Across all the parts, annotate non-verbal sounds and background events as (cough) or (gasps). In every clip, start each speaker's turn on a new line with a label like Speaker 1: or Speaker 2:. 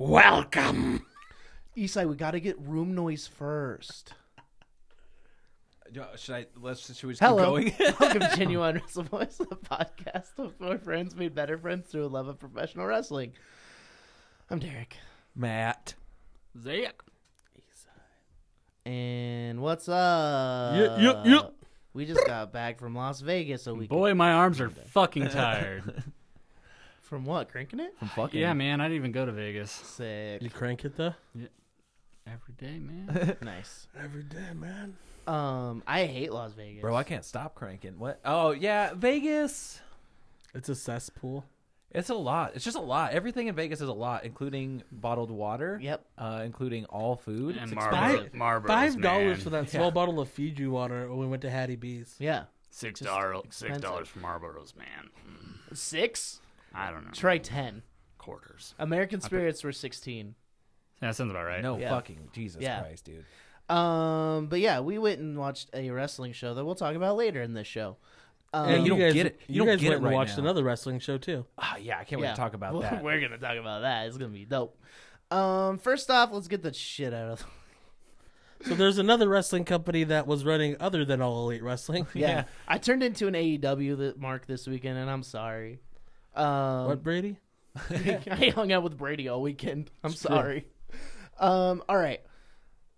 Speaker 1: Welcome.
Speaker 2: Isai, we got to get room noise first.
Speaker 3: Do- Should I? Let's. Should we just
Speaker 2: Hello, (laughs)
Speaker 3: keep going?
Speaker 2: welcome to Genuine Wrestle Voice, the podcast of four friends made better friends through a love of professional wrestling. I'm Derek,
Speaker 3: Matt.
Speaker 1: Zach.
Speaker 2: and what's up?
Speaker 1: Yeah, yeah, yeah.
Speaker 2: We just got back from Las Vegas a week.
Speaker 1: Uh, Boy, my arms are (laughs) fucking tired.
Speaker 2: from what? Cranking (laughs) it?
Speaker 4: Fucking
Speaker 1: yeah, man, I didn't even go to Vegas
Speaker 2: Sick.
Speaker 4: You crank it though?
Speaker 1: every day, (laughs) man.
Speaker 2: nice.
Speaker 4: Every day, man.
Speaker 2: Um, I hate Las Vegas,
Speaker 3: Bro, I can't stop cranking. What? Oh yeah, Vegas.
Speaker 4: It's a cesspool.
Speaker 3: It's a lot. It's just a lot. Everything in Vegas is a lot, including bottled water.
Speaker 2: Yep.
Speaker 3: Uh, including all food.
Speaker 1: And
Speaker 3: It's
Speaker 1: Marlboro,
Speaker 4: expensive.
Speaker 1: Marlboros,
Speaker 4: Five dollars
Speaker 1: man.
Speaker 4: for that small bottle of Fiji water when we went to Hattie B's.
Speaker 2: yeah,
Speaker 1: Six
Speaker 2: Just
Speaker 1: dollars. Six
Speaker 2: expensive.
Speaker 1: dollars for Marlboros, man. Mm,
Speaker 2: six.
Speaker 1: I don't know.
Speaker 2: Try ten.
Speaker 1: quarters.
Speaker 2: American Spirits were sixteen.
Speaker 1: That sounds about right.
Speaker 3: No
Speaker 2: Yeah.
Speaker 3: fucking Jesus
Speaker 2: Yeah.
Speaker 3: Christ, dude.
Speaker 2: Um, but yeah, we went and watched a wrestling show that we'll talk about later in this show. Um,
Speaker 3: Yeah, you don't
Speaker 4: guys,
Speaker 3: get it. You
Speaker 4: You,
Speaker 3: don't
Speaker 4: guys
Speaker 3: get
Speaker 4: went
Speaker 3: it
Speaker 4: and
Speaker 3: right
Speaker 4: watched
Speaker 3: now.
Speaker 4: another wrestling show too.
Speaker 3: Ah, yeah, I can't wait
Speaker 2: Yeah.
Speaker 3: to talk about
Speaker 2: (laughs) We're-
Speaker 3: that.
Speaker 2: We're gonna talk about that. It's gonna be dope. Um, first off, let's get the shit out of
Speaker 3: (laughs)
Speaker 2: the
Speaker 4: So there's another wrestling company that was running other than All Elite
Speaker 3: (laughs)
Speaker 4: Wrestling.
Speaker 2: yeah. I turned into an AEW that mark this weekend, and I'm sorry. Um,
Speaker 4: What Brady?
Speaker 2: (laughs) I hung out with Brady all weekend. (laughs) I'm sorry. Um, all right,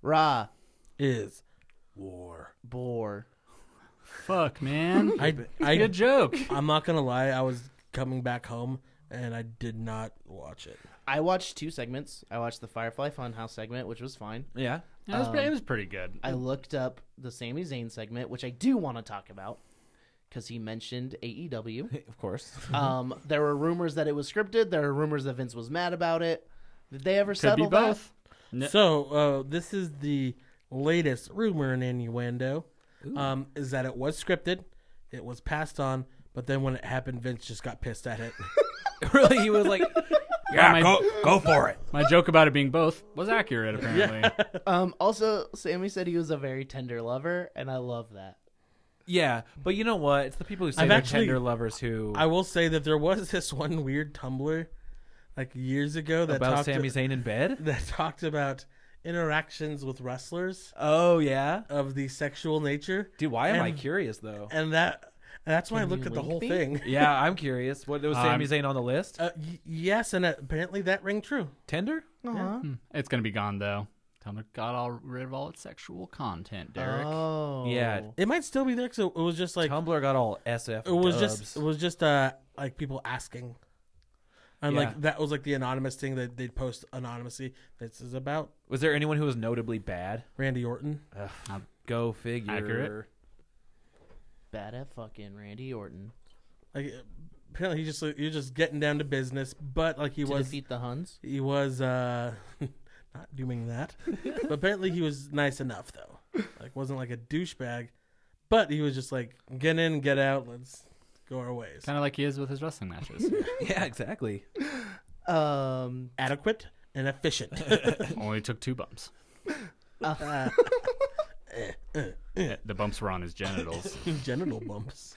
Speaker 2: Raw
Speaker 4: Is war.
Speaker 2: bore.
Speaker 1: Fuck, man. (laughs)
Speaker 4: I I
Speaker 1: Good joke.
Speaker 4: I'm not gonna lie. I was coming back home and I did not watch it.
Speaker 2: I watched two segments. I watched the Firefly Funhouse segment, which was fine.
Speaker 3: Yeah. (laughs)
Speaker 1: That was, pre- it was pretty good.
Speaker 2: I looked up the Sami Zayn segment, which I do want to talk about because he mentioned AEW.
Speaker 3: Of course.
Speaker 2: um, there were rumors that it was scripted. There were rumors that Vince was mad about it. Did they ever
Speaker 1: Could be
Speaker 2: settle that?
Speaker 1: both. No.
Speaker 4: So uh, this is the latest rumor and innuendo, um, is that it was scripted, it was passed on, but then when it happened, Vince just got pissed
Speaker 3: (laughs)
Speaker 4: at it.
Speaker 3: (laughs) really, he was like,
Speaker 1: my-
Speaker 3: "Yeah, go, Oh, go for it."
Speaker 1: My joke about it being both (laughs) was accurate, apparently.
Speaker 2: Um, also, Sammy said he was a very tender lover, and I love that.
Speaker 3: Yeah, but you know what? It's the people who say
Speaker 4: I've
Speaker 3: they're
Speaker 4: actually-
Speaker 3: tender lovers who
Speaker 4: I will say that there was this one weird Tumblr, like years ago, that
Speaker 3: about
Speaker 4: talked (laughs)
Speaker 3: Sami Zayn in bed.
Speaker 4: that talked about interactions with wrestlers
Speaker 3: Oh yeah,
Speaker 4: of the sexual nature,
Speaker 3: dude. Why am I
Speaker 4: And-
Speaker 3: curious though?
Speaker 4: and that and that's why I
Speaker 2: Can
Speaker 4: looked
Speaker 2: you
Speaker 4: at the
Speaker 2: link
Speaker 4: whole
Speaker 2: me?
Speaker 4: thing.
Speaker 3: yeah, I'm curious. What was Sami
Speaker 1: Um,
Speaker 3: Zayn on the list?
Speaker 4: Uh, y- yes, and apparently that rang true.
Speaker 3: Tender?
Speaker 1: Hmm. it's gonna be gone though. Tumblr got all rid of all its sexual content, Derek.
Speaker 2: Oh,
Speaker 3: Yeah.
Speaker 4: It might still be there because it was just like
Speaker 3: Tumblr got all SF.
Speaker 4: it was
Speaker 3: dubs.
Speaker 4: just it was just uh like people asking and
Speaker 3: Yeah.
Speaker 4: like that was like the anonymous thing that they'd post anonymously this is about
Speaker 3: Was there anyone who was notably bad?
Speaker 4: randy orton
Speaker 1: Um,
Speaker 3: Go figure.
Speaker 1: Accurate.
Speaker 2: Bad at fucking Randy Orton
Speaker 4: like apparently he just you're just getting down to business but like he
Speaker 2: to
Speaker 4: was
Speaker 2: defeat the Huns.
Speaker 4: he was uh (laughs) not doing that but apparently he was nice enough though like wasn't like a douchebag but he was just like get in get out let's go our ways
Speaker 1: Kind of like he is with his wrestling matches.
Speaker 3: (laughs)
Speaker 1: (laughs)
Speaker 3: Yeah,
Speaker 4: (laughs)
Speaker 3: exactly.
Speaker 2: Um, (laughs)
Speaker 4: adequate and efficient (laughs)
Speaker 1: Only took two bumps.
Speaker 2: Uh,
Speaker 1: the bumps were on his (laughs) genitals.
Speaker 4: genital bumps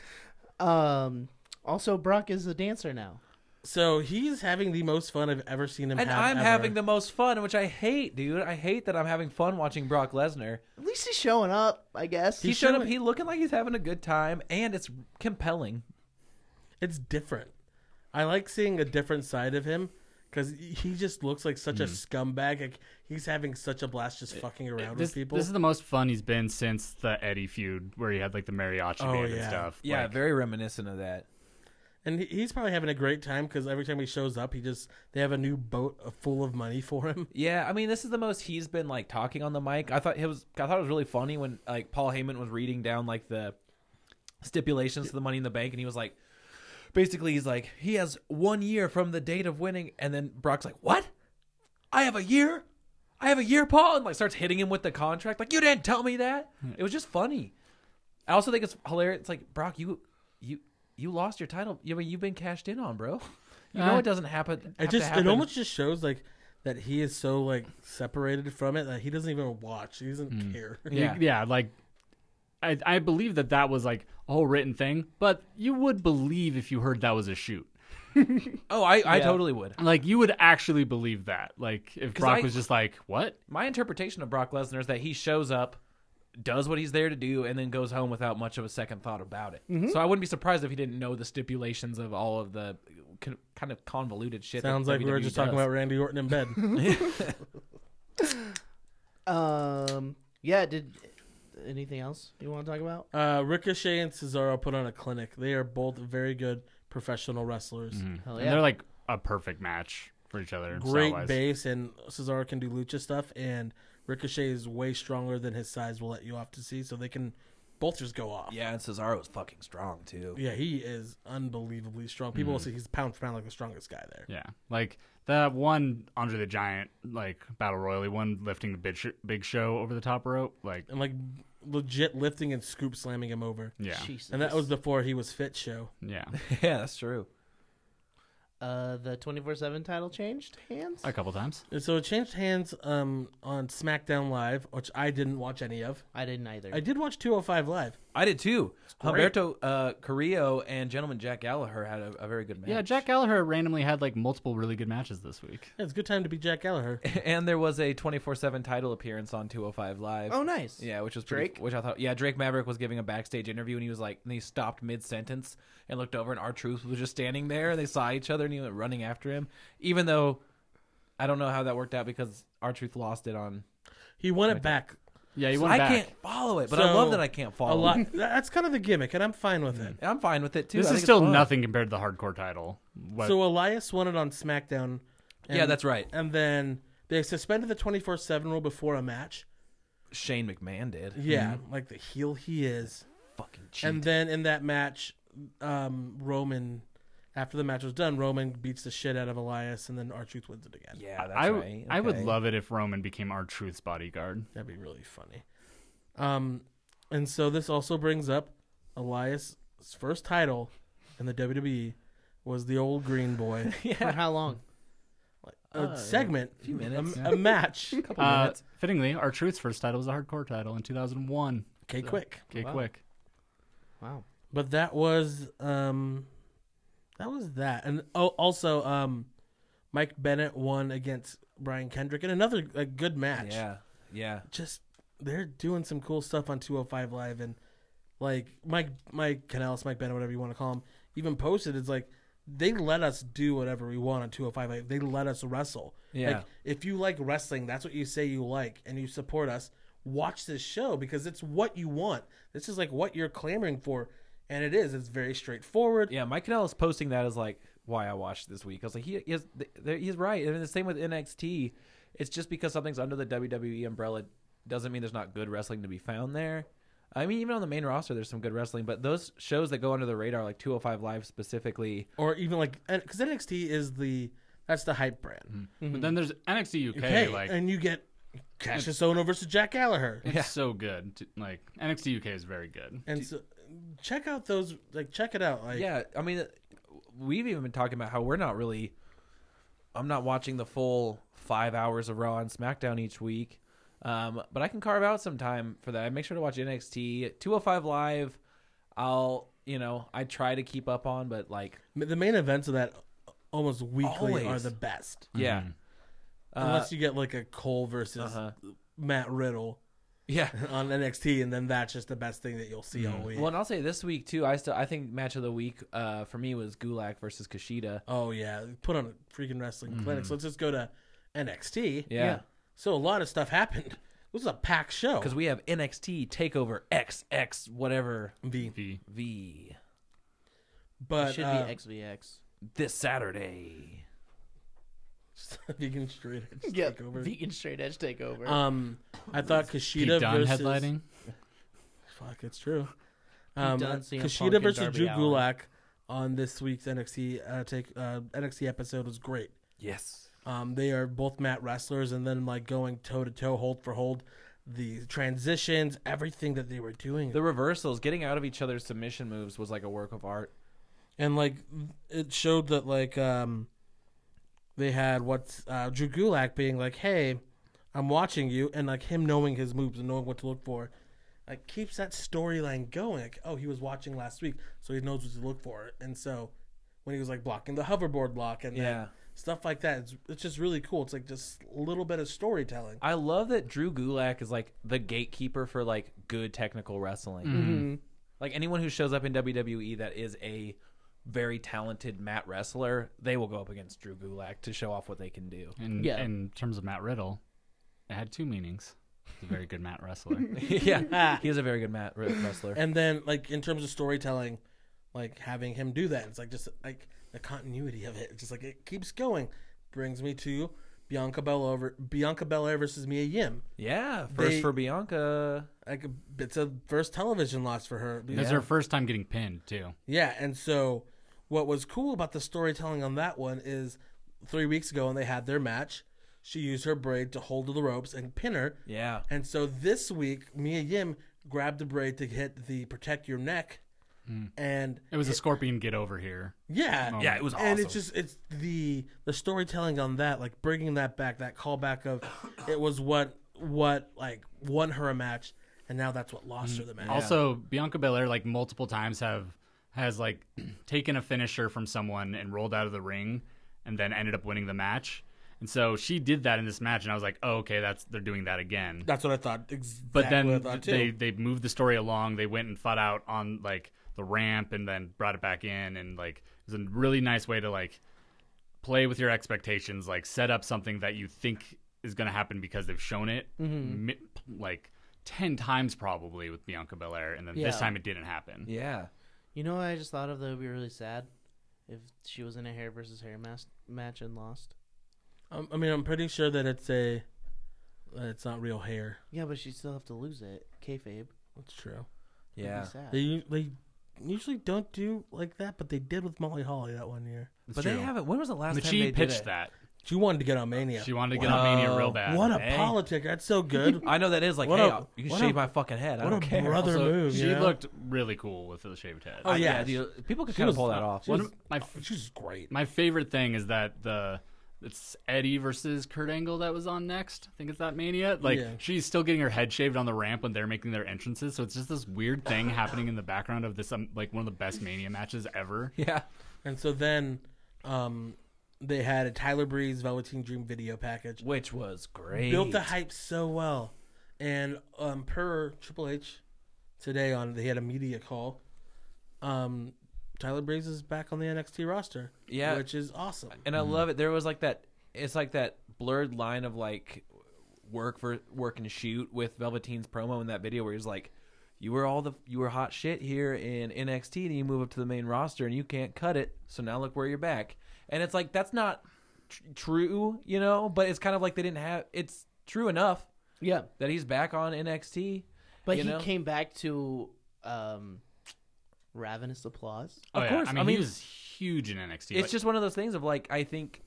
Speaker 2: um. Also, Brock is a dancer now.
Speaker 4: so he's having the most fun i've ever seen him
Speaker 3: And
Speaker 4: have
Speaker 3: I'm
Speaker 4: ever.
Speaker 3: having the most fun, which I hate, dude. I hate that I'm having fun watching Brock Lesnar.
Speaker 2: At least he's showing up, I guess.
Speaker 3: He showed up.
Speaker 4: showing-
Speaker 3: He looking like he's having a good time, and it's compelling.
Speaker 4: it's different. I like seeing a different side of him because he just looks like such a scumbag. Like he's having such a blast just fucking
Speaker 3: eh,
Speaker 4: around
Speaker 1: This,
Speaker 4: with people.
Speaker 1: this is the most fun he's been since the Eddie feud, where he had like the mariachi
Speaker 4: Oh,
Speaker 1: band and
Speaker 4: yeah.
Speaker 1: stuff.
Speaker 3: Yeah,
Speaker 1: Like,
Speaker 3: very reminiscent of that.
Speaker 4: and he- he's probably having a great time because every time he shows up, he just they have a new boat uh, full of money for him.
Speaker 3: Yeah, I mean, this is the most he's been like talking on the mic. I thought it was, I thought it was really funny when like Paul Heyman was reading down like the stipulations to the Money in the Bank, and he was like, basically, he's like, he has one year from the date of winning, and then Brock's like, what? I have a year. I have a year, Paul, and like starts hitting him with the contract. Like you didn't tell me that.
Speaker 4: Hmm.
Speaker 3: It was just funny. I also think it's hilarious. It's like Brock, you, you, you lost your title. I mean, you've been cashed in on, bro. You know
Speaker 1: Uh,
Speaker 3: it doesn't happen.
Speaker 4: It
Speaker 3: have to
Speaker 4: just it
Speaker 3: happen.
Speaker 4: almost just shows like that he is so like separated from it that he doesn't even watch. He doesn't care.
Speaker 1: you-
Speaker 3: Yeah.
Speaker 1: yeah, like I, I believe that that was like a whole written thing, but you would believe if you heard that was a shoot.
Speaker 3: Oh, I, I
Speaker 4: Yeah.
Speaker 3: totally would.
Speaker 1: Like you would actually believe that. Like if
Speaker 3: 'Cause
Speaker 1: Brock
Speaker 3: I-
Speaker 1: was just like, "What?
Speaker 3: My interpretation of Brock Lesnar is that he shows up, does what he's there to do, and then goes home without much of a second thought about it.
Speaker 4: Mm-hmm.
Speaker 3: So I wouldn't be surprised if he didn't know the stipulations of all of the con- kind of convoluted shit. that
Speaker 4: Sounds like we were
Speaker 3: WWE
Speaker 4: just
Speaker 3: does.
Speaker 4: talking about Randy Orton in bed.
Speaker 3: (laughs)
Speaker 2: Um. Yeah. Did anything else you want to talk about?
Speaker 4: uh, Ricochet and Cesaro put on a clinic. They are both very good professional wrestlers.
Speaker 2: Hell
Speaker 1: And
Speaker 2: yeah.
Speaker 1: they're like a perfect match for each other.
Speaker 4: Great
Speaker 1: style-wise.
Speaker 4: base, and Cesaro can do lucha stuff, and Ricochet is way stronger than his size will let you off to see, so they can both just go off.
Speaker 3: Yeah, and Cesaro is fucking strong too.
Speaker 4: Yeah, he is unbelievably strong. People will say he's pound for pound like the strongest guy there.
Speaker 1: Mm-hmm. Yeah, like that one Andre the Giant like battle royal, he won lifting the big, sh- big show over the top rope. Like,
Speaker 4: And like legit lifting and scoop slamming him over.
Speaker 1: yeah,
Speaker 2: Jesus.
Speaker 4: And that was before he was fit show.
Speaker 1: yeah,
Speaker 3: (laughs) yeah, that's true.
Speaker 2: uh the twenty four seven title changed hands.
Speaker 1: a couple times.
Speaker 4: And so it changed hands um, on SmackDown Live, which I didn't watch any of.
Speaker 2: I didn't either.
Speaker 4: I did watch 205 Live.
Speaker 3: I did too.
Speaker 4: great.
Speaker 3: Humberto uh, Carrillo and gentleman Jack Gallagher had a, a very good match.
Speaker 1: Yeah, Jack Gallagher randomly had like multiple really good matches this week.
Speaker 4: Yeah, it's a good time to be Jack Gallagher.
Speaker 3: (laughs) and there was a 24/7 title appearance on 205 Live.
Speaker 2: oh, nice.
Speaker 3: Yeah, which was pretty,
Speaker 2: Drake?
Speaker 3: Which I thought, yeah, Drake Maverick was giving a backstage interview, and he was like, and he stopped mid sentence and looked over, and our truth was just standing there, and they saw each other, and he went running after him, even though I don't know how that worked out because our truth lost it on.
Speaker 4: He won it back.
Speaker 1: Yeah, he won
Speaker 3: I
Speaker 1: back.
Speaker 3: can't follow it, but I
Speaker 4: So,
Speaker 3: love that I can't follow Mm-hmm.
Speaker 4: A
Speaker 3: It. (laughs)
Speaker 4: lot. That's kind of the gimmick, and I'm fine with it.
Speaker 3: And I'm fine with it too.
Speaker 1: This
Speaker 3: I think
Speaker 1: is
Speaker 3: it's
Speaker 1: still
Speaker 3: fun.
Speaker 1: nothing compared to the hardcore title. What,
Speaker 4: So Elias won it on SmackDown. and-
Speaker 3: Yeah, that's right.
Speaker 4: And then they suspended the 24 7 rule before a match.
Speaker 3: Shane McMahon did.
Speaker 4: Yeah, like the heel he is.
Speaker 3: Fucking Mm-hmm. cheat.
Speaker 4: And then in that match, um, Roman, after the match was done, Roman beats the shit out of Elias, and then R Truth wins it again.
Speaker 3: yeah, that's
Speaker 1: I
Speaker 3: right.
Speaker 1: I would
Speaker 3: Okay.
Speaker 1: love it if Roman became our truth's bodyguard.
Speaker 4: That'd be really funny. Um, and so this also brings up Elias' first title in the WWE was the old green boy.
Speaker 2: For how long? Uh,
Speaker 4: A segment, a
Speaker 3: Oh, few minutes. (laughs)
Speaker 4: a, match.
Speaker 3: Couple
Speaker 1: Uh,
Speaker 3: minutes.
Speaker 1: fittingly, our truth's first title was a hardcore title in 2001.
Speaker 4: Okay, quick.
Speaker 1: Okay,
Speaker 2: Wow.
Speaker 1: quick.
Speaker 2: Wow.
Speaker 4: But that was um, that was that, and oh, also um, Mike Bennett won against Brian Kendrick in another a good match.
Speaker 3: Yeah, yeah.
Speaker 4: just they're doing some cool stuff on 205 Live and like Mike Mike Canales, Mike Bennett, whatever you want to call him, even posted it's like they let us do whatever we want on 205 Live. They let us wrestle.
Speaker 3: Yeah.
Speaker 4: Like if you like wrestling, that's what you say you like and you support us, watch this show because it's what you want. This is like what you're clamoring for. And it is. It's very straightforward.
Speaker 3: Yeah, Mike Kanellis posting that as like why I watched this week. I was like, he, he has, th- th- he's right. And the same with NXT. It's just because something's under the WWE umbrella doesn't mean there's not good wrestling to be found there. I mean, even on the main roster, there's some good wrestling, but those shows that go under the radar, like 205 Live specifically,
Speaker 4: Or even like because NXT is the that's the hype brand.
Speaker 3: Mm. Mm-hmm.
Speaker 1: But then there's NXT UK.
Speaker 4: Okay,
Speaker 1: like
Speaker 4: and you get Cassius Ono versus Jack Gallagher.
Speaker 1: it's so good. t- Like NXT UK is very good.
Speaker 4: And so, check out those. Like, check it out. Like,
Speaker 3: yeah i mean we've even been talking about how we're not really i'm not watching the full five hours of raw and smackdown each week um, but i can carve out some time for that i make sure to watch nxt 205 live i'll you know i try to keep up on but like
Speaker 4: the main events of that almost
Speaker 3: Always.
Speaker 4: weekly
Speaker 3: Uh,
Speaker 4: are the best,
Speaker 3: yeah
Speaker 4: unless you get like a Cole versus
Speaker 3: Uh-huh.
Speaker 4: Matt Riddle
Speaker 3: (laughs) yeah
Speaker 4: on NXT, and then that's just the best thing that you'll see all week.
Speaker 3: well and i'll say this week too i still i think match of the week uh, for me was gulak versus kushida
Speaker 4: oh yeah, put on a freaking wrestling clinic. So let's just go to NXT.
Speaker 3: Yeah.
Speaker 4: So a lot of stuff happened. This was a packed show.
Speaker 3: because we have nxt takeover xx whatever
Speaker 4: V,
Speaker 1: The-
Speaker 3: v
Speaker 4: but
Speaker 2: It should
Speaker 4: uh,
Speaker 2: be XVX.
Speaker 3: this saturday
Speaker 4: (laughs) vegan straight edge takeover.
Speaker 2: Vegan straight edge takeover.
Speaker 4: um, I thought
Speaker 1: Pete
Speaker 4: Kushida
Speaker 1: Dunne
Speaker 4: versus
Speaker 1: headlining.
Speaker 4: Fuck, it's true. Um,
Speaker 2: done CM Punk
Speaker 4: Kushida
Speaker 2: and
Speaker 4: versus
Speaker 2: Darby
Speaker 4: Drew
Speaker 2: Allin.
Speaker 4: Gulak on this week's NXT uh, take uh, NXT episode was great.
Speaker 3: yes
Speaker 4: Um, they are both mat wrestlers, and then like going toe to toe, hold for hold, the transitions, everything that they were doing,
Speaker 3: The reversals, getting out of each other's submission moves was like a work of art.
Speaker 4: and like it showed that like um, they had what's uh, Drew Gulak being like, "Hey, I'm watching you," and like him knowing his moves and knowing what to look for. Like keeps that storyline going. Like, oh, he was watching last week, so he knows what to look for, and so when he was like blocking the hoverboard block and then
Speaker 3: Yeah.
Speaker 4: stuff like that. It's, it's just really cool. It's like just a little bit of storytelling.
Speaker 3: I love that Drew Gulak is like the gatekeeper for like good technical wrestling.
Speaker 4: Mm-hmm.
Speaker 3: Like anyone who shows up in WWE that is a very talented mat wrestler, they will go up against Drew Gulak to show off what they can
Speaker 4: (laughs)
Speaker 3: do.
Speaker 1: And
Speaker 2: Yeah.
Speaker 1: in terms of Matt Riddle, it had two meanings. He's a very good
Speaker 3: (laughs)
Speaker 1: Matt wrestler.
Speaker 4: (laughs)
Speaker 3: yeah, he is a very good mat wr- wrestler.
Speaker 4: And then like in terms of storytelling, like having him do that, it's like just like the continuity of it. It's just like it keeps going. Brings me to Bianca Belair, ver- Bianca Belair versus Mia Yim.
Speaker 3: Yeah, first
Speaker 4: They-
Speaker 3: for Bianca.
Speaker 4: Like it's a first television loss for her.
Speaker 1: It's her first time getting pinned too.
Speaker 4: Yeah, and so what was cool about the storytelling on that one is three weeks ago when they had their match, she used her braid to hold to the ropes and pin her.
Speaker 3: Yeah,
Speaker 4: And so this week, Mia Yim grabbed the braid to hit the protect your neck. And
Speaker 1: It was a scorpion get over here.
Speaker 4: yeah,
Speaker 1: Oh,
Speaker 3: yeah, it was awesome.
Speaker 4: and it's just it's the the storytelling on that, like bringing that back, that callback of it was what what like won her a match, and now that's what lost her the match.
Speaker 1: Also, Bianca Belair like multiple times have has like (clears throat) taken a finisher from someone and rolled out of the ring, and then ended up winning the match. And so she did that in this match, and I was like, oh, okay, that's they're doing that again.
Speaker 4: That's what I thought. Exactly
Speaker 1: but then
Speaker 4: what I thought too.
Speaker 1: they they moved the story along. They went and fought out on like the ramp, and then brought it back in, and like it was a really nice way to like play with your expectations, like set up something that you think is going to happen because they've shown it mi- like ten times probably with Bianca Belair, and then this
Speaker 2: Yeah.
Speaker 1: time it didn't happen.
Speaker 3: yeah,
Speaker 2: You know what I just thought of that would be really sad if she was in a hair versus hair mas- match and lost.
Speaker 4: Um, I mean, I'm pretty sure that it's a. that It's not real hair.
Speaker 2: Yeah, but she would still have to lose it. Kayfabe.
Speaker 4: That's true.
Speaker 2: Yeah.
Speaker 3: yeah.
Speaker 2: Be sad.
Speaker 4: They u- they usually don't do like that, but they did with Molly Holly that one year.
Speaker 1: It's
Speaker 3: But
Speaker 1: true.
Speaker 3: they haven't. When was the last
Speaker 1: But
Speaker 3: time
Speaker 1: she
Speaker 3: they
Speaker 1: pitched
Speaker 3: did it?
Speaker 1: that.
Speaker 4: She wanted to get on Mania.
Speaker 1: She wanted to get
Speaker 3: Wow.
Speaker 1: on Mania real bad.
Speaker 4: what a
Speaker 3: Hey.
Speaker 4: politic! That's so good.
Speaker 3: (laughs) I know that is like,
Speaker 4: What
Speaker 3: hey,
Speaker 4: a-
Speaker 3: you can
Speaker 4: what
Speaker 3: shave
Speaker 4: a-
Speaker 3: my fucking head. I
Speaker 4: what
Speaker 3: don't
Speaker 4: a
Speaker 3: care.
Speaker 4: brother
Speaker 1: Also,
Speaker 4: move!
Speaker 1: she
Speaker 4: yeah.
Speaker 1: looked really cool with the shaved head.
Speaker 4: Oh,
Speaker 3: I-
Speaker 4: yeah.
Speaker 3: dude, people could kind of pull that off.
Speaker 4: She
Speaker 1: One
Speaker 4: was,
Speaker 1: of my
Speaker 4: she was great.
Speaker 1: My favorite thing is that the it's Eddie versus Kurt Angle that was on next. I think it's that Mania. Like
Speaker 4: Yeah.
Speaker 1: she's still getting her head shaved on the ramp when they're making their entrances. So it's just this weird thing (laughs) happening in the background of this um, like one of the best Mania matches ever.
Speaker 3: Yeah,
Speaker 4: And so then, um, they had a Tyler Breeze Velveteen Dream video package.
Speaker 3: which was great.
Speaker 4: built the hype so well. And um, per Triple H today on they had a media call. Um, Tyler Breeze is back on the NXT roster.
Speaker 3: Yeah.
Speaker 4: which is awesome.
Speaker 3: and I love it. There was like that. It's like that blurred line of like work for work and shoot with Velveteen's promo in that video where he's like, "You were all the you were hot shit here in NXT, and you move up to the main roster, and you can't cut it. So now look where you're back." And it's like that's not tr- true, you know. But it's kind of like they didn't have. It's true enough
Speaker 2: yeah.
Speaker 3: that he's back on NXT.
Speaker 2: But
Speaker 3: you
Speaker 2: he
Speaker 3: know?
Speaker 2: came back to um, ravenous applause.
Speaker 1: Oh,
Speaker 3: Of
Speaker 1: yeah.
Speaker 3: course.
Speaker 1: I mean,
Speaker 3: I
Speaker 1: he
Speaker 3: mean,
Speaker 1: was huge in NXT.
Speaker 3: It's
Speaker 1: Like,
Speaker 3: just one of those things of like I think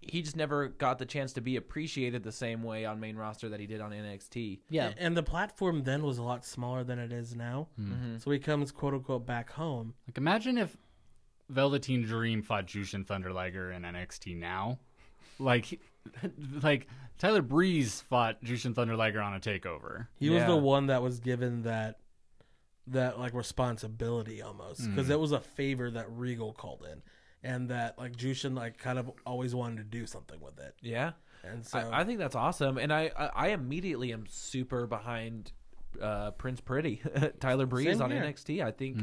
Speaker 3: he just never got the chance to be appreciated the same way on main roster that he did on NXT.
Speaker 2: Yeah.
Speaker 4: And the platform then was a lot smaller than it is now. So he comes quote unquote back home.
Speaker 1: like, imagine if Velveteen Dream fought Jushin Thunder Liger in NXT now. Like (laughs) he- like Tyler Breeze fought Jushin Thunder Liger on a takeover.
Speaker 4: He was
Speaker 3: Yeah.
Speaker 4: the one that was given that that like responsibility almost because
Speaker 3: Mm.
Speaker 4: it was a favor that Regal called in, and that like Jushin like kind of always wanted to do something with it.
Speaker 3: Yeah.
Speaker 4: And so
Speaker 3: I, I think that's awesome, and I, I I immediately am super behind uh, Prince Pretty (laughs) Tyler Breeze
Speaker 4: Same
Speaker 3: on
Speaker 4: here. Hmm.
Speaker 3: NXT. I think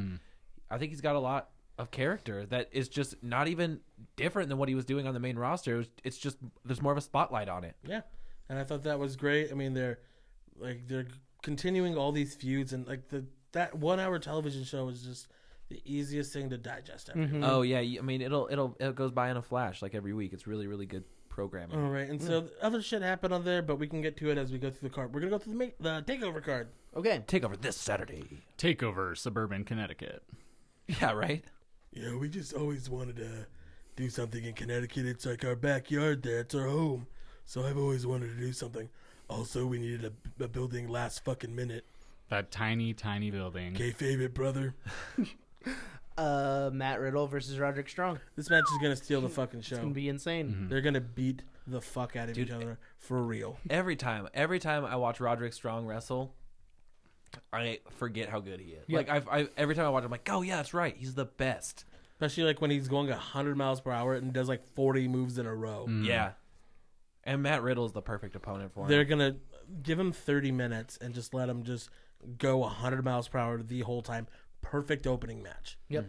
Speaker 3: I think he's got a lot of character that is just not even different than what he was doing on the main roster. It was- it's just there's more of a spotlight on it.
Speaker 4: Yeah, and I thought that was great. I mean, they're like they're continuing all these feuds, and like the that one hour television show is just the easiest thing to digest. Every week.
Speaker 3: Oh yeah, you- I mean it'll it'll it goes by in a flash like every week. It's really really good programming.
Speaker 4: All right, and so other shit happened on there, but we can get to it as we go through the card. We're gonna go through the ma- the takeover card.
Speaker 2: Okay.
Speaker 3: Take over this Saturday. (laughs)
Speaker 1: Takeover suburban Connecticut.
Speaker 3: Yeah, right.
Speaker 4: Yeah, we just always wanted to do something in Connecticut. It's like our backyard there. It's our home. So I've always wanted to do something. Also, we needed a, a building last fucking minute.
Speaker 1: That tiny tiny building.
Speaker 2: Mm.
Speaker 4: Gay favorite brother.
Speaker 2: Uh, Matt Riddle versus Roderick Strong.
Speaker 4: This match is gonna steal the fucking show.
Speaker 2: It's gonna be insane.
Speaker 4: They're gonna beat the fuck out of each other for real.
Speaker 3: Every time, every time I watch Roderick Strong wrestle, I forget how good he is. Like I've, I, every time I watch, him, I'm like, oh yeah, that's right, he's the best.
Speaker 4: Especially like when he's going 100 miles per hour and does like 40 moves in a row.
Speaker 2: Mm.
Speaker 3: Yeah. And Matt Riddle's the perfect opponent for him.
Speaker 4: They're going to give him 30 minutes and just let him just go 100 miles per hour the whole time. Perfect opening match.
Speaker 2: Yep.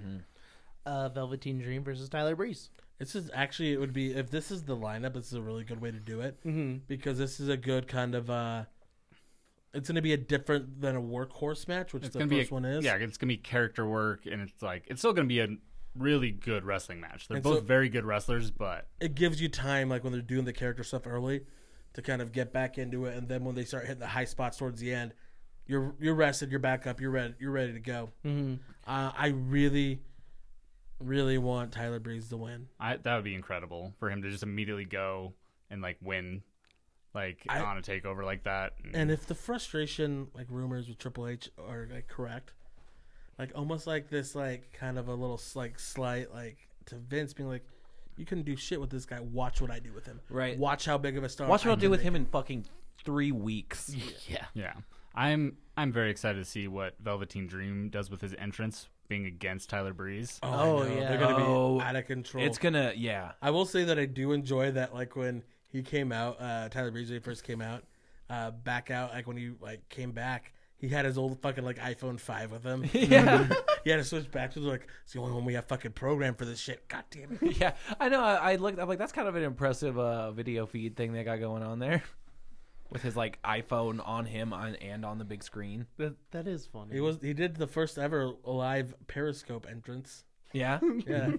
Speaker 2: Uh, Velveteen Dream versus Tyler Breeze.
Speaker 4: This is actually it would be if this is the lineup. This is a really good way to do it
Speaker 1: Mm-hmm.
Speaker 4: because this is a good kind of. uh It's going to be a different than a workhorse match, which
Speaker 1: It's
Speaker 4: the
Speaker 1: gonna
Speaker 4: first
Speaker 1: be a-
Speaker 4: one is.
Speaker 1: Yeah, it's gonna be character work, and it's like it's still gonna be a really good wrestling match. They're
Speaker 4: And
Speaker 1: both
Speaker 4: so-
Speaker 1: very good wrestlers, but
Speaker 4: it gives you time, like when they're doing the character stuff early, to kind of get back into it, and then when they start hitting the high spots towards the end, you're you're rested, you're back up, you're ready, you're ready to go. Mm-hmm. Uh, I really, really want Tyler Breeze to win.
Speaker 1: I, that would be incredible for him to just immediately go and like win, like
Speaker 4: I-
Speaker 1: on a takeover like that.
Speaker 4: And if the frustration, like rumors with Triple H, are like correct, like almost like this, like kind of a little like slight like to Vince being like, you couldn't do shit with this guy. Watch what I do with him.
Speaker 3: Right.
Speaker 4: Watch how big of a star.
Speaker 3: Watch what
Speaker 4: I
Speaker 3: I'll do
Speaker 4: can
Speaker 3: with
Speaker 4: make
Speaker 3: him in fucking three weeks.
Speaker 2: Yeah.
Speaker 1: yeah, I'm I'm very excited to see what Velveteen Dream does with his entrance being against Tyler Breeze.
Speaker 4: Oh, I
Speaker 2: Oh,
Speaker 4: know.
Speaker 2: yeah.
Speaker 4: They're gonna
Speaker 3: Oh,
Speaker 4: be out of control.
Speaker 3: It's gonna yeah. (laughs)
Speaker 4: I will say that I do enjoy that, like when he came out, uh, Tyler Breeze when he first came out, uh, back out, like when he like came back, he had his old fucking like iPhone five
Speaker 3: (laughs)
Speaker 4: with him.
Speaker 3: Yeah.
Speaker 4: he had to switch back to like it's the only one we have fucking programmed for this shit. God damn it!
Speaker 3: Yeah. I know I, I looked I'm like that's kind of an impressive uh, video feed thing they got going on there. (laughs) With his like iPhone on him on, and on the big screen.
Speaker 2: That, that is funny.
Speaker 4: He was he did the first ever live Periscope entrance.
Speaker 3: Yeah.
Speaker 4: Yeah,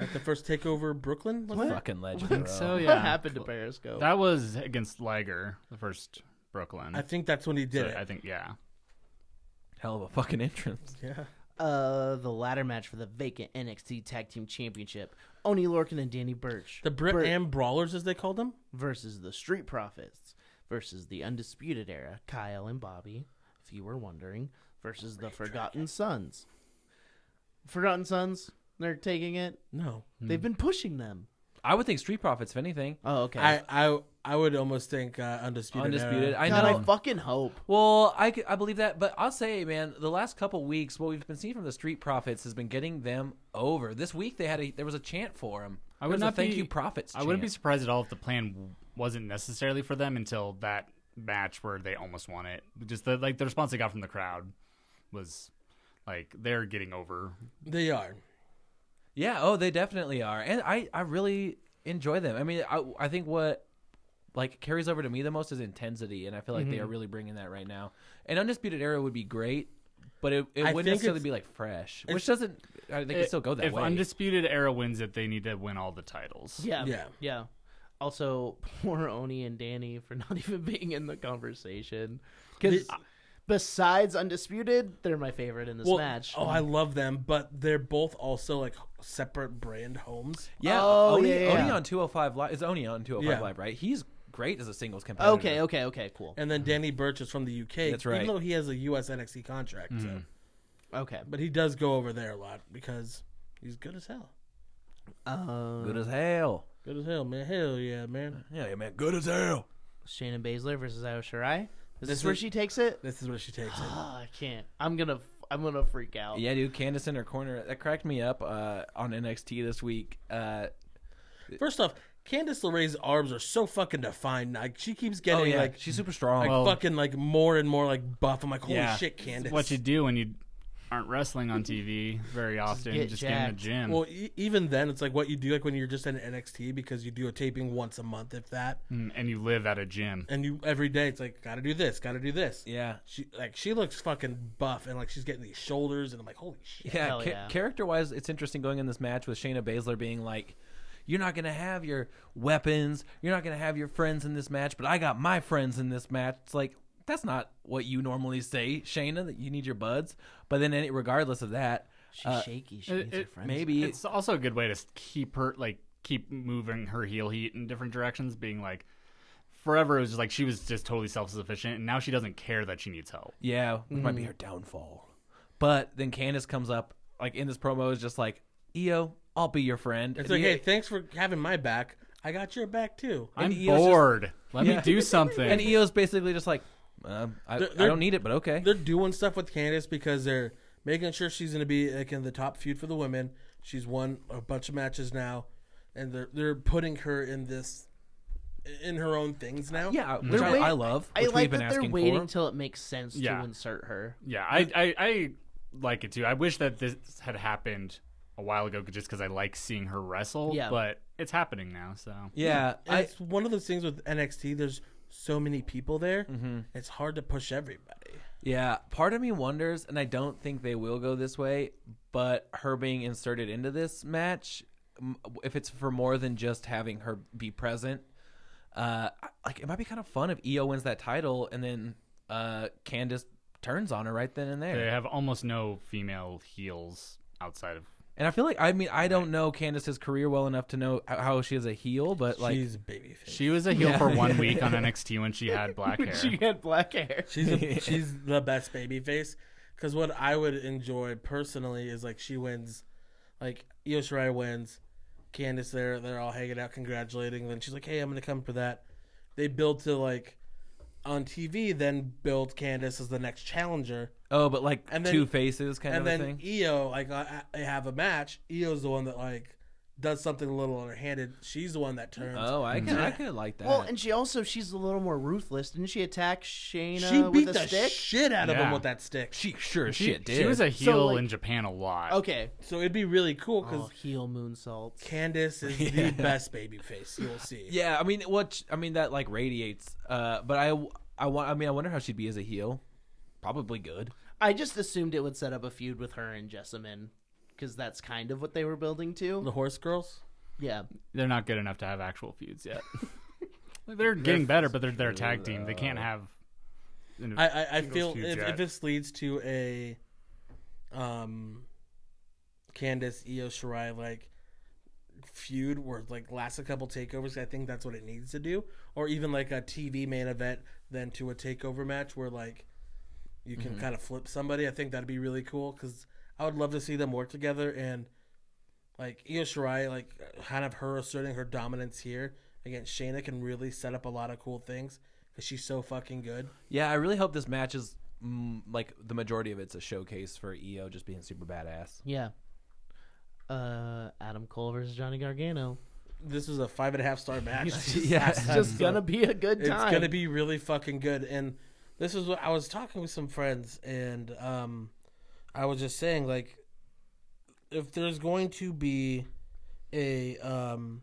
Speaker 4: at the first takeover Brooklyn. was it?
Speaker 3: Fucking legend. bro.
Speaker 1: so
Speaker 2: what
Speaker 1: yeah,
Speaker 2: happened to
Speaker 4: Oh.
Speaker 2: Periscope?
Speaker 1: that was against Liger, the first Brooklyn.
Speaker 4: I think that's when he did
Speaker 1: So
Speaker 4: it.
Speaker 1: I think yeah.
Speaker 3: Hell of a fucking (laughs) entrance.
Speaker 4: yeah,
Speaker 2: uh, the ladder match for the vacant NXT Tag Team Championship. Oni Lorcan and Danny Burch.
Speaker 4: the Brit
Speaker 2: Bur-
Speaker 4: and Brawlers as they called them.
Speaker 2: versus the Street Profits versus the Undisputed Era, Kyle and Bobby, if you were wondering, versus the Forgotten Sons. Forgotten Sons, they're taking it.
Speaker 4: No,
Speaker 2: They've been pushing them.
Speaker 3: I would think Street Profits if anything.
Speaker 2: Oh, okay.
Speaker 4: I I I would almost think uh, undisputed. Era.
Speaker 3: Undisputed. I
Speaker 2: God,
Speaker 3: know.
Speaker 2: I fucking hope.
Speaker 3: Well, I, c- I believe that, but I'll say, man, the last couple weeks, what we've been seeing from the Street Profits has been getting them over. This week, they had a there was a chant for them.
Speaker 1: I would not
Speaker 3: thank
Speaker 1: be-
Speaker 3: you Profits.
Speaker 1: I wouldn't be
Speaker 3: chant.
Speaker 1: surprised at all if the plan w- wasn't necessarily for them until that match where they almost won it. Just the, like the response they got from the crowd was like they're getting over.
Speaker 4: They are.
Speaker 3: Yeah. Oh, they definitely are, and I I really enjoy them. I mean, I I think what like carries over to me the most is intensity, and I feel like they are
Speaker 1: Mm-hmm.
Speaker 3: really bringing that right now. And Undisputed Era would be great. But it, it
Speaker 4: I
Speaker 3: wouldn't
Speaker 4: think
Speaker 3: necessarily
Speaker 4: it's-
Speaker 3: be like fresh, which doesn't. I, they could still go that
Speaker 1: if
Speaker 3: way.
Speaker 1: undisputed era wins it, they need to win all the titles.
Speaker 2: Yeah.
Speaker 4: Yeah.
Speaker 2: Yeah. Also, poor Oni and Danny for (laughs) not even being in the conversation. Because besides Undisputed, they're my favorite in this
Speaker 4: Well,
Speaker 2: match.
Speaker 4: Oh, I love them, but they're both also like separate brand homes.
Speaker 3: yeah,
Speaker 2: Oh,
Speaker 3: Oni,
Speaker 2: yeah, yeah,
Speaker 3: Oni
Speaker 2: yeah.
Speaker 3: on 205 Live. It's Oni on 205
Speaker 4: Yeah.
Speaker 3: Live, right? He's great as a singles competitor.
Speaker 2: okay, okay, okay, cool.
Speaker 4: And then Danny Burch is from the UK.
Speaker 3: That's right.
Speaker 4: Even though he has a US NXT contract, so.
Speaker 2: Okay.
Speaker 4: but he does go over there a lot because he's good as hell.
Speaker 2: Um,
Speaker 3: Good as hell.
Speaker 4: Good as hell, man. Hell yeah, man.
Speaker 3: Yeah, yeah, man, good as hell.
Speaker 2: Shannon Baszler versus Io Shirai. Is this,
Speaker 4: This
Speaker 2: where
Speaker 4: is-
Speaker 2: she takes it?
Speaker 4: This is what she takes. it.
Speaker 2: Ah, I can't. I'm gonna. I'm gonna freak out.
Speaker 3: Yeah, dude, Candace in her corner. That cracked me up uh, on NXT this week. Uh,
Speaker 4: First off, Candice LeRae's arms are so fucking defined. Like she keeps getting
Speaker 3: oh yeah,
Speaker 4: like
Speaker 3: she's super strong.
Speaker 4: like
Speaker 1: Well-
Speaker 4: fucking like more and more like buff. I'm like, holy
Speaker 3: Yeah.
Speaker 4: shit, Candice.
Speaker 1: What you do when you aren't wrestling on TV very often,
Speaker 2: get
Speaker 1: just, get in the
Speaker 2: jacked.
Speaker 1: gym.
Speaker 4: Well, e- even then, it's like what you do, like when you're just in NXT, because you do a taping once a month, if that,
Speaker 1: Mm, and you live at a gym.
Speaker 4: and you every day, it's like gotta do this, gotta do this.
Speaker 3: yeah,
Speaker 4: She like she looks fucking buff, and like she's getting these shoulders, and I'm like, holy shit.
Speaker 3: yeah.
Speaker 2: Hell yeah.
Speaker 3: Character wise, it's interesting going in this match with Shayna Baszler being like, "You're not gonna have your weapons. You're not gonna have your friends in this match, but I got my friends in this match." It's like that's not what you normally say, Shayna. That you need your buds. But then, any, regardless of that,
Speaker 2: She's
Speaker 4: uh,
Speaker 2: shaky. She needs her
Speaker 1: it-
Speaker 2: friends.
Speaker 3: maybe
Speaker 1: It's also a good way to s- keep her like keep moving her heel heat in different directions, being like forever it was just like she was just totally self sufficient and now she doesn't care that she needs help.
Speaker 3: Yeah, which might be her downfall. But then Candace comes up, like in this promo, is just like, "Io, I'll be your friend."
Speaker 4: It's
Speaker 3: And
Speaker 4: like,
Speaker 3: Io-
Speaker 4: hey, thanks for having my back. I got your back too.
Speaker 1: I'm
Speaker 3: Io's just-
Speaker 1: bored. Let
Speaker 3: Yeah.
Speaker 1: me do something.
Speaker 3: and e Io's basically just like, um, I,
Speaker 4: They're-
Speaker 3: "I
Speaker 4: they're-
Speaker 3: don't need it, but okay."
Speaker 4: They're doing stuff with Candice because they're making sure she's gonna be like in the top feud for the women, She's won a bunch of matches now, and they're they're putting her in this in her own things now.
Speaker 3: Yeah, which I,
Speaker 2: wait-
Speaker 3: I love.
Speaker 2: I
Speaker 3: Which we've
Speaker 2: like
Speaker 3: been
Speaker 2: that they're
Speaker 3: asking
Speaker 2: waiting
Speaker 3: for.
Speaker 2: till it makes sense
Speaker 1: Yeah.
Speaker 2: to insert her.
Speaker 1: Yeah, I, I I like it too. I wish that this had happened a while ago, just because I like seeing her wrestle.
Speaker 2: Yeah.
Speaker 1: but it's happening now. So
Speaker 3: yeah,
Speaker 4: And
Speaker 3: I,
Speaker 4: it's one of those things with NXT. There's so many people there.
Speaker 3: Mm-hmm.
Speaker 4: It's hard to push everybody.
Speaker 3: Yeah, part of me wonders, and I don't think they will go this way, but her being inserted into this match, m- if it's for more than just having her be present, uh, I- like it might be kind of fun if EO wins that title and then uh, Candace turns on her right then and there.
Speaker 1: they have almost no female heels outside of.
Speaker 3: And I feel like, I mean, I don't know Candace's career well enough to know h- how she is a heel, but like,
Speaker 4: she's a baby face.
Speaker 1: She was a heel for one week on NXT when she had black hair.
Speaker 2: had black hair.
Speaker 4: She's a, she's the best baby face. Because what I would enjoy personally is like she wins, like Io Shirai wins, Candice there they're all hanging out congratulating. Then she's like, hey, I'm gonna come for that. They build to like on TV, then build Candice as the next challenger,
Speaker 3: (laughs) oh, but like
Speaker 4: And then-
Speaker 3: two faces kind
Speaker 4: and
Speaker 3: of a
Speaker 4: then E
Speaker 3: thing.
Speaker 4: Io like I, I have a match. Io's the one that like does something a little underhanded. She's the one that turns.
Speaker 3: Oh, I could, I could like that.
Speaker 2: Well, and she also she's a little more ruthless. Didn't she attack Shayna
Speaker 4: she beat
Speaker 2: with a
Speaker 4: the
Speaker 2: stick?
Speaker 4: shit out of him
Speaker 1: Yeah.
Speaker 4: with that stick.
Speaker 3: she sure as
Speaker 1: She-
Speaker 3: shit did.
Speaker 1: She was a heel
Speaker 2: like-
Speaker 1: in Japan a lot.
Speaker 2: okay.
Speaker 4: So it'd be really cool because
Speaker 2: Oh, heel moonsaults.
Speaker 4: Candice (laughs) is the best baby face you'll see.
Speaker 3: Yeah, I mean, what I mean that like radiates. Uh, but I, I want. I mean, I wonder how she'd be as a heel. Probably good.
Speaker 2: I just assumed it would set up a feud with her and Jessamine because that's kind of what they were building
Speaker 4: The
Speaker 2: to.
Speaker 4: horse girls?
Speaker 2: Yeah.
Speaker 1: They're not good enough to have actual
Speaker 3: (laughs)
Speaker 1: feuds yet. they're getting better, but they're they're a tag team. They can't have.
Speaker 4: I I, I
Speaker 1: Those
Speaker 4: feel
Speaker 1: huge
Speaker 4: if,
Speaker 1: yet.
Speaker 4: if this leads to a um Candice Io Shirai like feud where like lasts a couple takeovers, I think that's what it needs to do. Or even like a TV main event then to a takeover match where like you can kind of flip somebody. I think that'd be really cool because I would love to see them work together and like Io Shirai, like kind of her asserting her dominance here against Shayna can really set up a lot of cool things because she's so fucking good.
Speaker 3: Yeah, I really hope this match is mm, like the majority of it's a showcase for EO just being super badass.
Speaker 2: Yeah. Uh, Adam Cole versus Johnny Gargano.
Speaker 4: This was a five and a half
Speaker 2: (laughs)
Speaker 4: star match.
Speaker 3: Yeah.
Speaker 2: It's just gonna be a good
Speaker 4: it's
Speaker 2: time.
Speaker 4: gonna be really fucking good. And this is what I was talking with some friends, and um, I was just saying like, if there's going to be a um,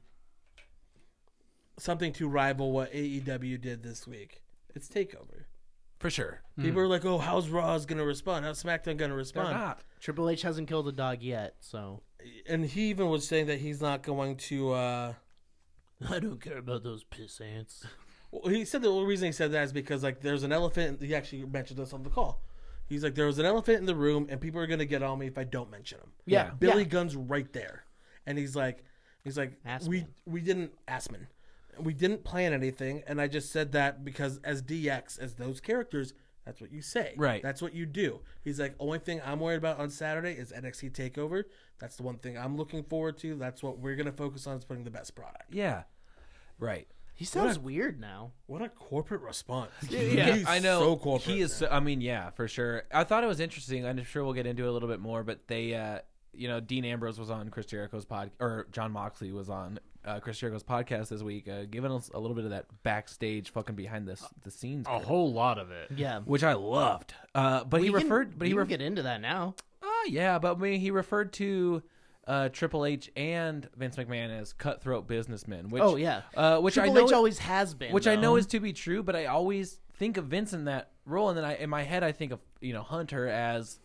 Speaker 4: something to rival what AEW did this week, it's Takeover.
Speaker 3: For sure.
Speaker 2: Hmm.
Speaker 4: People are like, "Oh, how's Raw's gonna respond? How's SmackDown gonna
Speaker 3: They're
Speaker 4: respond?"
Speaker 3: not.
Speaker 2: Triple H hasn't killed a dog yet, so
Speaker 4: And he even was saying that he's not going to. Uh,
Speaker 3: (laughs)
Speaker 2: I don't care about those piss ants.
Speaker 4: Well, he said the only reason he said that is because like there's an elephant. He actually mentioned this on the call. He's like, there was an elephant in the room, and people are gonna get on me if I don't mention him.
Speaker 2: Yeah, Yeah.
Speaker 4: Billy
Speaker 2: yeah.
Speaker 4: Gunn's right there, and he's like, he's like, we
Speaker 2: Assman.
Speaker 4: we didn't Asman, we didn't plan anything, and I just said that because as DX as those characters, that's what you say,
Speaker 3: Right.
Speaker 4: That's what you do. He's like, only thing I'm worried about on Saturday is NXT Takeover. That's the one thing I'm looking forward to. That's what we're gonna focus on is putting the best product.
Speaker 3: Yeah. Right.
Speaker 2: He sounds weird now.
Speaker 4: What a corporate (laughs) response. He's
Speaker 3: I know.
Speaker 4: So corporate.
Speaker 3: he is. So, I mean, yeah, for sure. I thought it was interesting. I'm sure we'll get into it a little bit more, but they, uh, you know, Dean Ambrose was on Chris Jericho's pod, or John Moxley was on uh, Chris Jericho's podcast this week, uh, giving us a little bit of that backstage, fucking behind the s- the scenes,
Speaker 2: Oh.
Speaker 1: A whole lot of it.
Speaker 2: Yeah.
Speaker 3: which I loved. Uh, but he
Speaker 2: We can-
Speaker 3: referred, but
Speaker 2: we
Speaker 3: he
Speaker 2: can
Speaker 3: referred.
Speaker 2: get into that now.
Speaker 3: Oh yeah, but I mean, he referred to uh, Triple H and Vince McMahon as cutthroat businessmen. Which,
Speaker 2: Oh yeah.
Speaker 3: uh, which
Speaker 2: Triple
Speaker 3: I know
Speaker 2: H always has been,
Speaker 3: which I
Speaker 2: though.
Speaker 3: know is to be true, but I always think of Vince in that role, and then I in my head I think of you know Hunter as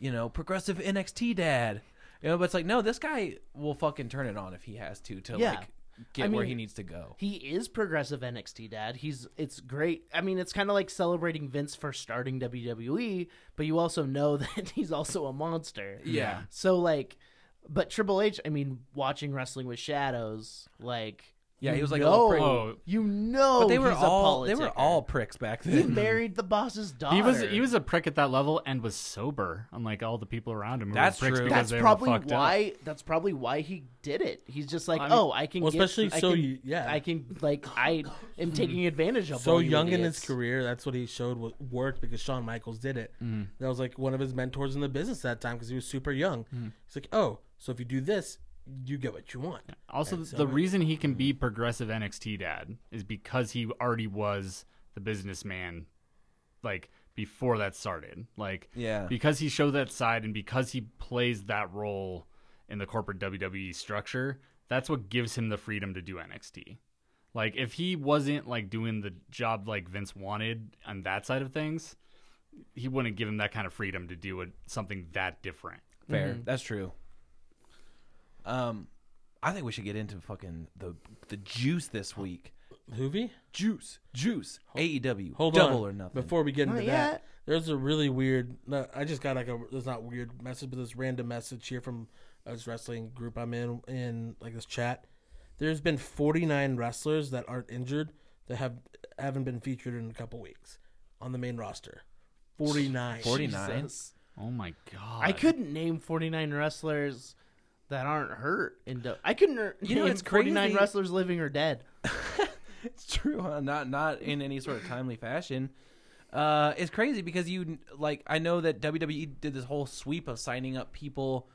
Speaker 3: you know progressive NXT dad, you know, but it's like no, this guy will fucking turn it on if he has to to
Speaker 2: Yeah.
Speaker 3: like get
Speaker 2: I
Speaker 3: where
Speaker 2: mean-
Speaker 3: he needs to go.
Speaker 2: He is progressive NXT dad. He's it's great. I mean, it's kind of like celebrating Vince for starting WWE, but you also know (laughs) that he's also a monster.
Speaker 3: Yeah.
Speaker 2: So like, but Triple H, I mean, watching Wrestling with Shadows, like,
Speaker 3: Yeah,
Speaker 2: you
Speaker 3: he was like a little
Speaker 2: know,
Speaker 3: prick.
Speaker 1: Oh,
Speaker 2: you know,
Speaker 3: But they were
Speaker 2: he's a
Speaker 3: all they were
Speaker 2: politicker.
Speaker 3: all pricks back (laughs)
Speaker 2: He
Speaker 3: then.
Speaker 2: married the boss's daughter.
Speaker 1: He was he was a prick at that level and was sober, unlike all the people around him. who were
Speaker 3: That's
Speaker 1: pricks
Speaker 3: true.
Speaker 1: because
Speaker 2: That's
Speaker 1: they were
Speaker 2: probably
Speaker 1: fucked up.
Speaker 2: why. That's probably why he did it. He's just like,
Speaker 1: I mean-
Speaker 2: oh, I can.
Speaker 4: Well,
Speaker 2: get-
Speaker 4: especially
Speaker 2: I
Speaker 4: so
Speaker 2: can-
Speaker 4: you- yeah.
Speaker 2: I can like I am taking advantage of
Speaker 4: so
Speaker 2: all you
Speaker 4: young in
Speaker 2: idiots.
Speaker 4: his career. That's what he showed wa- worked because Shawn Mm. Michaels did it. That was like one of his mentors in the business that time because he was super young. He's like, oh, So if you do this, you get what you want.
Speaker 1: Also,
Speaker 4: And so
Speaker 1: the
Speaker 4: it-
Speaker 1: reason he can be progressive NXT dad is because he already was the businessman, like before that started. Like,
Speaker 3: Yeah.
Speaker 1: because he showed that side and because he plays that role in the corporate WWE structure, that's what gives him the freedom to do NXT. Like, if he wasn't like doing the job like Vince wanted on that side of things, he wouldn't give him that kind of freedom to do it, something that different.
Speaker 3: Fair.
Speaker 2: mm-hmm.
Speaker 3: That's true. Um, I think we should get into fucking the the juice this week.
Speaker 4: Hoovy?
Speaker 3: Juice, juice. AEW.
Speaker 4: Hold
Speaker 3: double
Speaker 4: on.
Speaker 3: or nothing.
Speaker 4: Before we get into
Speaker 2: Not
Speaker 4: that,
Speaker 2: yet.
Speaker 4: there's a really weird. No, I just got like a. It's not weird message, but this random message here from this wrestling group I'm in in like this chat. There's been 49 wrestlers that aren't injured that have haven't been featured in a couple weeks on the main roster. 49.
Speaker 3: 49?
Speaker 2: Jesus.
Speaker 1: Oh my god!
Speaker 2: I couldn't name 49 wrestlers that aren't hurt. And do- I couldn't r-
Speaker 3: You know,
Speaker 2: name
Speaker 3: it's
Speaker 2: 49
Speaker 3: crazy.
Speaker 2: wrestlers living or dead.
Speaker 3: It's true. huh? Not not in any sort of timely fashion. Uh, it's crazy because you like I know that WWE did this whole sweep of signing up people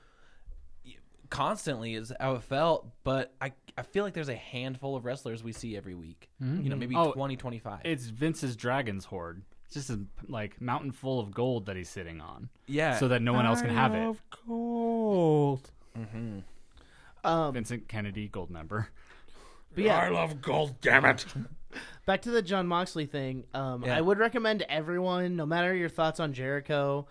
Speaker 3: constantly is how it felt, but I I feel like there's a handful of wrestlers we see every week. You know, maybe
Speaker 1: Oh,
Speaker 3: twenty twenty five. 20, 25.
Speaker 1: It's Vince's dragon's hoard. It's just a like mountain full of gold that he's sitting on,
Speaker 3: yeah.
Speaker 1: so that no one else can have it.
Speaker 4: gold.
Speaker 2: Um,
Speaker 1: Vincent Kennedy, gold member.
Speaker 2: but yeah,
Speaker 4: I love gold. Damn it.
Speaker 2: back to the John Moxley thing. Um,
Speaker 3: Yeah.
Speaker 2: I would recommend everyone, no matter your thoughts on Jericho,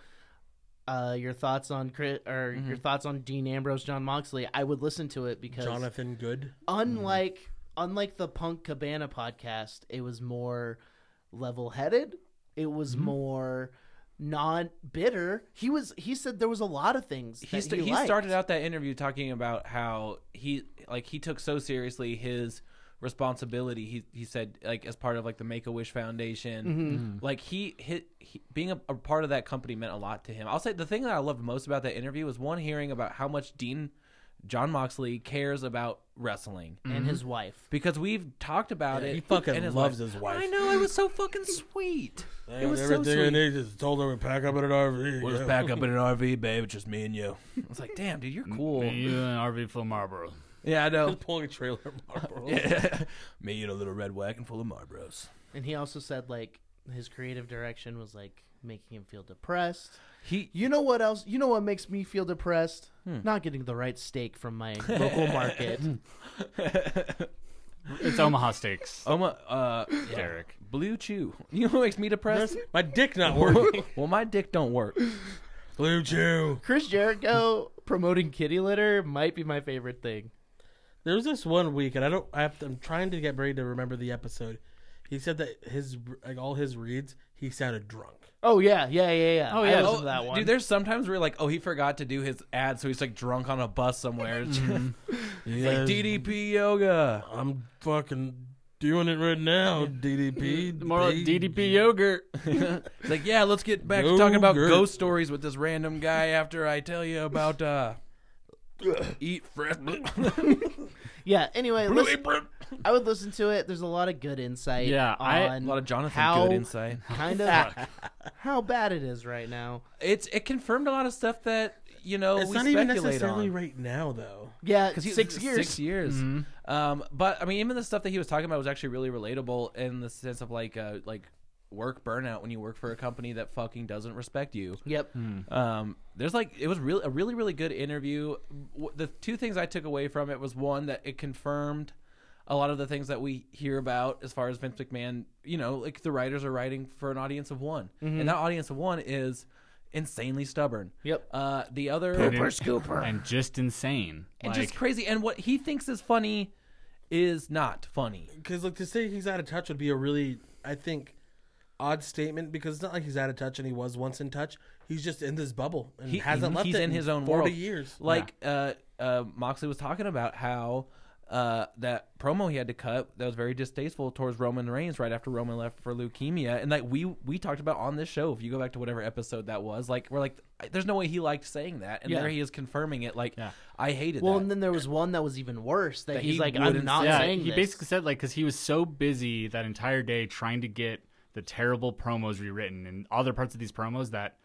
Speaker 2: uh, your thoughts on Chris, or
Speaker 4: Mm-hmm.
Speaker 2: your thoughts on Dean Ambrose, John Moxley. I would listen to it because
Speaker 4: Jonathan Good.
Speaker 2: unlike unlike the Punk Cabana podcast, it was more level headed. It was
Speaker 3: Mm-hmm.
Speaker 2: more non bitter. He was he said there was a lot of things that
Speaker 3: he, st-
Speaker 2: he,
Speaker 3: he
Speaker 2: liked.
Speaker 3: started out that interview talking about how he like he took so seriously his responsibility he he said like as part of like the make-a-wish foundation
Speaker 2: Mm-hmm.
Speaker 4: Mm-hmm.
Speaker 3: like he hit he, being a, a part of that company meant a lot to him i'll say the thing that i loved most about that interview was one hearing about how much dean john moxley cares about wrestling
Speaker 2: and his wife.
Speaker 3: because we've talked about
Speaker 4: Mm-hmm. Yeah,
Speaker 3: it
Speaker 4: he fucking
Speaker 3: and
Speaker 4: loves his wife.
Speaker 3: i know it was so fucking sweet it was so
Speaker 4: Uh, everything I
Speaker 3: sweet
Speaker 4: need. Just told her we pack up in an RV.
Speaker 3: We'll just
Speaker 4: yeah.
Speaker 3: back up in an RV, babe. It's just me and you. It's like, damn, dude,
Speaker 4: Mm,
Speaker 3: you're cool.
Speaker 1: Me and RV full Marlboro.
Speaker 3: Yeah, I know.
Speaker 4: Just pulling a trailer.
Speaker 3: (laughs)
Speaker 4: Marlboro.
Speaker 3: Me and a little red wagon full of Marlboros.
Speaker 2: And he also said like his creative direction was like making him feel depressed.
Speaker 3: He
Speaker 2: You know what else? You know what makes me feel depressed?
Speaker 3: Hmm.
Speaker 2: Not getting the right steak
Speaker 3: (laughs)
Speaker 2: from my local market.
Speaker 1: It's Omaha Steaks,
Speaker 3: Oma uh yeah.
Speaker 1: Derek.
Speaker 3: Blue Chew. (laughs) You know what makes me depressed?
Speaker 4: My dick (laughs) not working.
Speaker 3: (laughs) well, my dick don't work.
Speaker 4: Blue Chew.
Speaker 2: Chris Jericho promoting kitty litter might be my favorite thing.
Speaker 4: There was this one week, and I don't. I have to, I'm trying to get Brady to remember the episode. He said that his like all his reads, he sounded drunk.
Speaker 2: Oh yeah, yeah, yeah, yeah.
Speaker 1: Oh,
Speaker 2: I
Speaker 1: yeah.
Speaker 2: listened
Speaker 1: Oh,
Speaker 2: to that one.
Speaker 3: Dude, there's sometimes where like, oh, he forgot to do his ad, so he's like drunk on a bus somewhere. It's
Speaker 2: Mm-hmm.
Speaker 3: (laughs) just- it's like DDP yoga.
Speaker 4: I'm fucking doing it right now, DDP.
Speaker 1: More like
Speaker 4: Big-
Speaker 1: DDP yogurt.
Speaker 3: It's like, yeah, let's get back to
Speaker 4: No
Speaker 3: talking about
Speaker 4: gert.
Speaker 3: ghost stories with this random guy after I tell you about
Speaker 2: (laughs)
Speaker 3: uh eat (laughs) fresh.
Speaker 2: yeah. Anyway, listen,
Speaker 3: a
Speaker 2: I would listen to it. There's a lot of good insight.
Speaker 1: Yeah,
Speaker 2: on
Speaker 1: I-
Speaker 3: lot of Jonathan
Speaker 2: how
Speaker 3: Good insight.
Speaker 2: kind of (laughs) how bad it is right now.
Speaker 3: It's it confirmed a lot of stuff that you know
Speaker 4: It's
Speaker 3: we
Speaker 4: not even
Speaker 3: speculate
Speaker 4: necessarily
Speaker 3: on.
Speaker 4: right now, though.
Speaker 2: Yeah,
Speaker 3: 'Cause he-
Speaker 2: six years.
Speaker 3: Six years. Um, but I mean, even the stuff that he was talking about was actually really relatable in the sense of like uh, like work burnout when you work for a company that fucking doesn't respect you.
Speaker 2: Yep.
Speaker 3: Um, there's like it was really a really really good interview. W- The two things I took away from it was one that it confirmed a lot of the things that we hear about as far as Vince McMahon. You know, like the writers are writing for an audience of one, and that audience of one is insanely stubborn.
Speaker 2: Yep.
Speaker 3: Uh, the other
Speaker 1: scooper. And just insane.
Speaker 3: and
Speaker 1: like,
Speaker 3: just crazy. And what he thinks is funny is not funny.
Speaker 4: Because like to say he's out of touch would be a really, I think, odd statement. Because it's not like he's out of touch, and he was once in touch. He's just in this bubble and
Speaker 3: He
Speaker 4: hasn't left
Speaker 3: He's
Speaker 4: it
Speaker 3: in his own
Speaker 4: forty
Speaker 3: world.
Speaker 4: years.
Speaker 3: Like uh, uh, Moxley was talking about how uh, that promo he had to cut that was very distasteful towards Roman Reigns right after Roman left for leukemia, and like we we talked about on this show. If you go back to whatever episode that was, like we're like, there's no way he liked saying that, and
Speaker 1: Yeah.
Speaker 3: there he is confirming it. Like
Speaker 1: Yeah.
Speaker 3: I hated
Speaker 2: Well,
Speaker 3: that.
Speaker 2: and then there was one that was even worse. That,
Speaker 3: That
Speaker 2: he's
Speaker 3: he
Speaker 2: like, I'm
Speaker 3: wouldn't
Speaker 2: not
Speaker 3: say.
Speaker 1: yeah,
Speaker 2: saying
Speaker 1: he
Speaker 2: this.
Speaker 1: basically said like because he was so busy that entire day trying to get the terrible promos rewritten and other parts of these promos that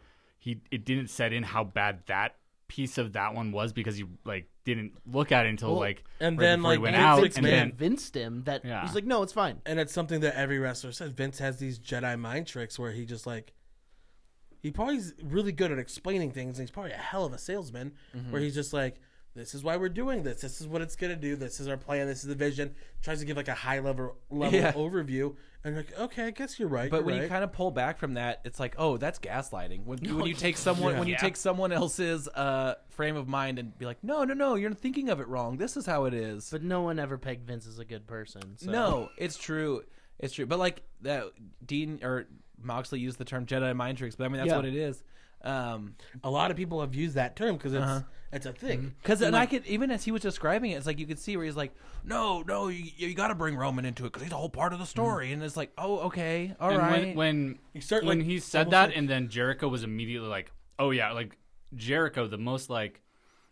Speaker 1: he it didn't set in how bad that piece of that one was because you like didn't look at it until
Speaker 4: Well,
Speaker 1: like
Speaker 4: and
Speaker 1: right
Speaker 4: then,
Speaker 1: before he
Speaker 4: like,
Speaker 1: went
Speaker 4: Vince
Speaker 1: out,
Speaker 4: McMahon-
Speaker 1: and then
Speaker 2: convinced him that
Speaker 1: Yeah.
Speaker 2: he's like, no, it's fine.
Speaker 4: and it's something that every wrestler says. Vince has these Jedi mind tricks where he just like he probably's really good at explaining things, and he's probably a hell of a salesman.
Speaker 3: Mm-hmm.
Speaker 4: Where he's just like, "This is why we're doing this. This is what it's gonna do. This is our plan. This is the vision." Tries to give like a high level level
Speaker 3: Yeah.
Speaker 4: overview, and you're like, "Okay, I guess you're right."
Speaker 3: But
Speaker 4: you're
Speaker 3: when
Speaker 4: right.
Speaker 3: you kind of pull back from that, it's like, oh, that's gaslighting. When, when you take someone, when you
Speaker 1: Yeah.
Speaker 3: take someone else's uh, frame of mind and be like, no, no, no, you're thinking of it wrong. This is how it is.
Speaker 2: But no one ever pegged Vince as a good person. So.
Speaker 3: No, it's true. It's true. But like that, Dean or Moxley used the term Jedi mind tricks. But I mean, that's
Speaker 2: Yeah.
Speaker 3: what it is. Um,
Speaker 4: a lot of people have used that term because it's
Speaker 3: Uh-huh.
Speaker 4: it's a thing.
Speaker 3: Because and I could even as he was describing it, it's like you could see where he's like, "No, no, you, you got to bring Roman into it because he's a whole part of the story." And it's like, "Oh, okay, all right."
Speaker 1: and when when,
Speaker 4: You start,
Speaker 1: when
Speaker 4: like,
Speaker 1: he said
Speaker 4: almost
Speaker 1: that
Speaker 4: like-
Speaker 1: and then Jericho was immediately like, "Oh yeah, like Jericho, the most like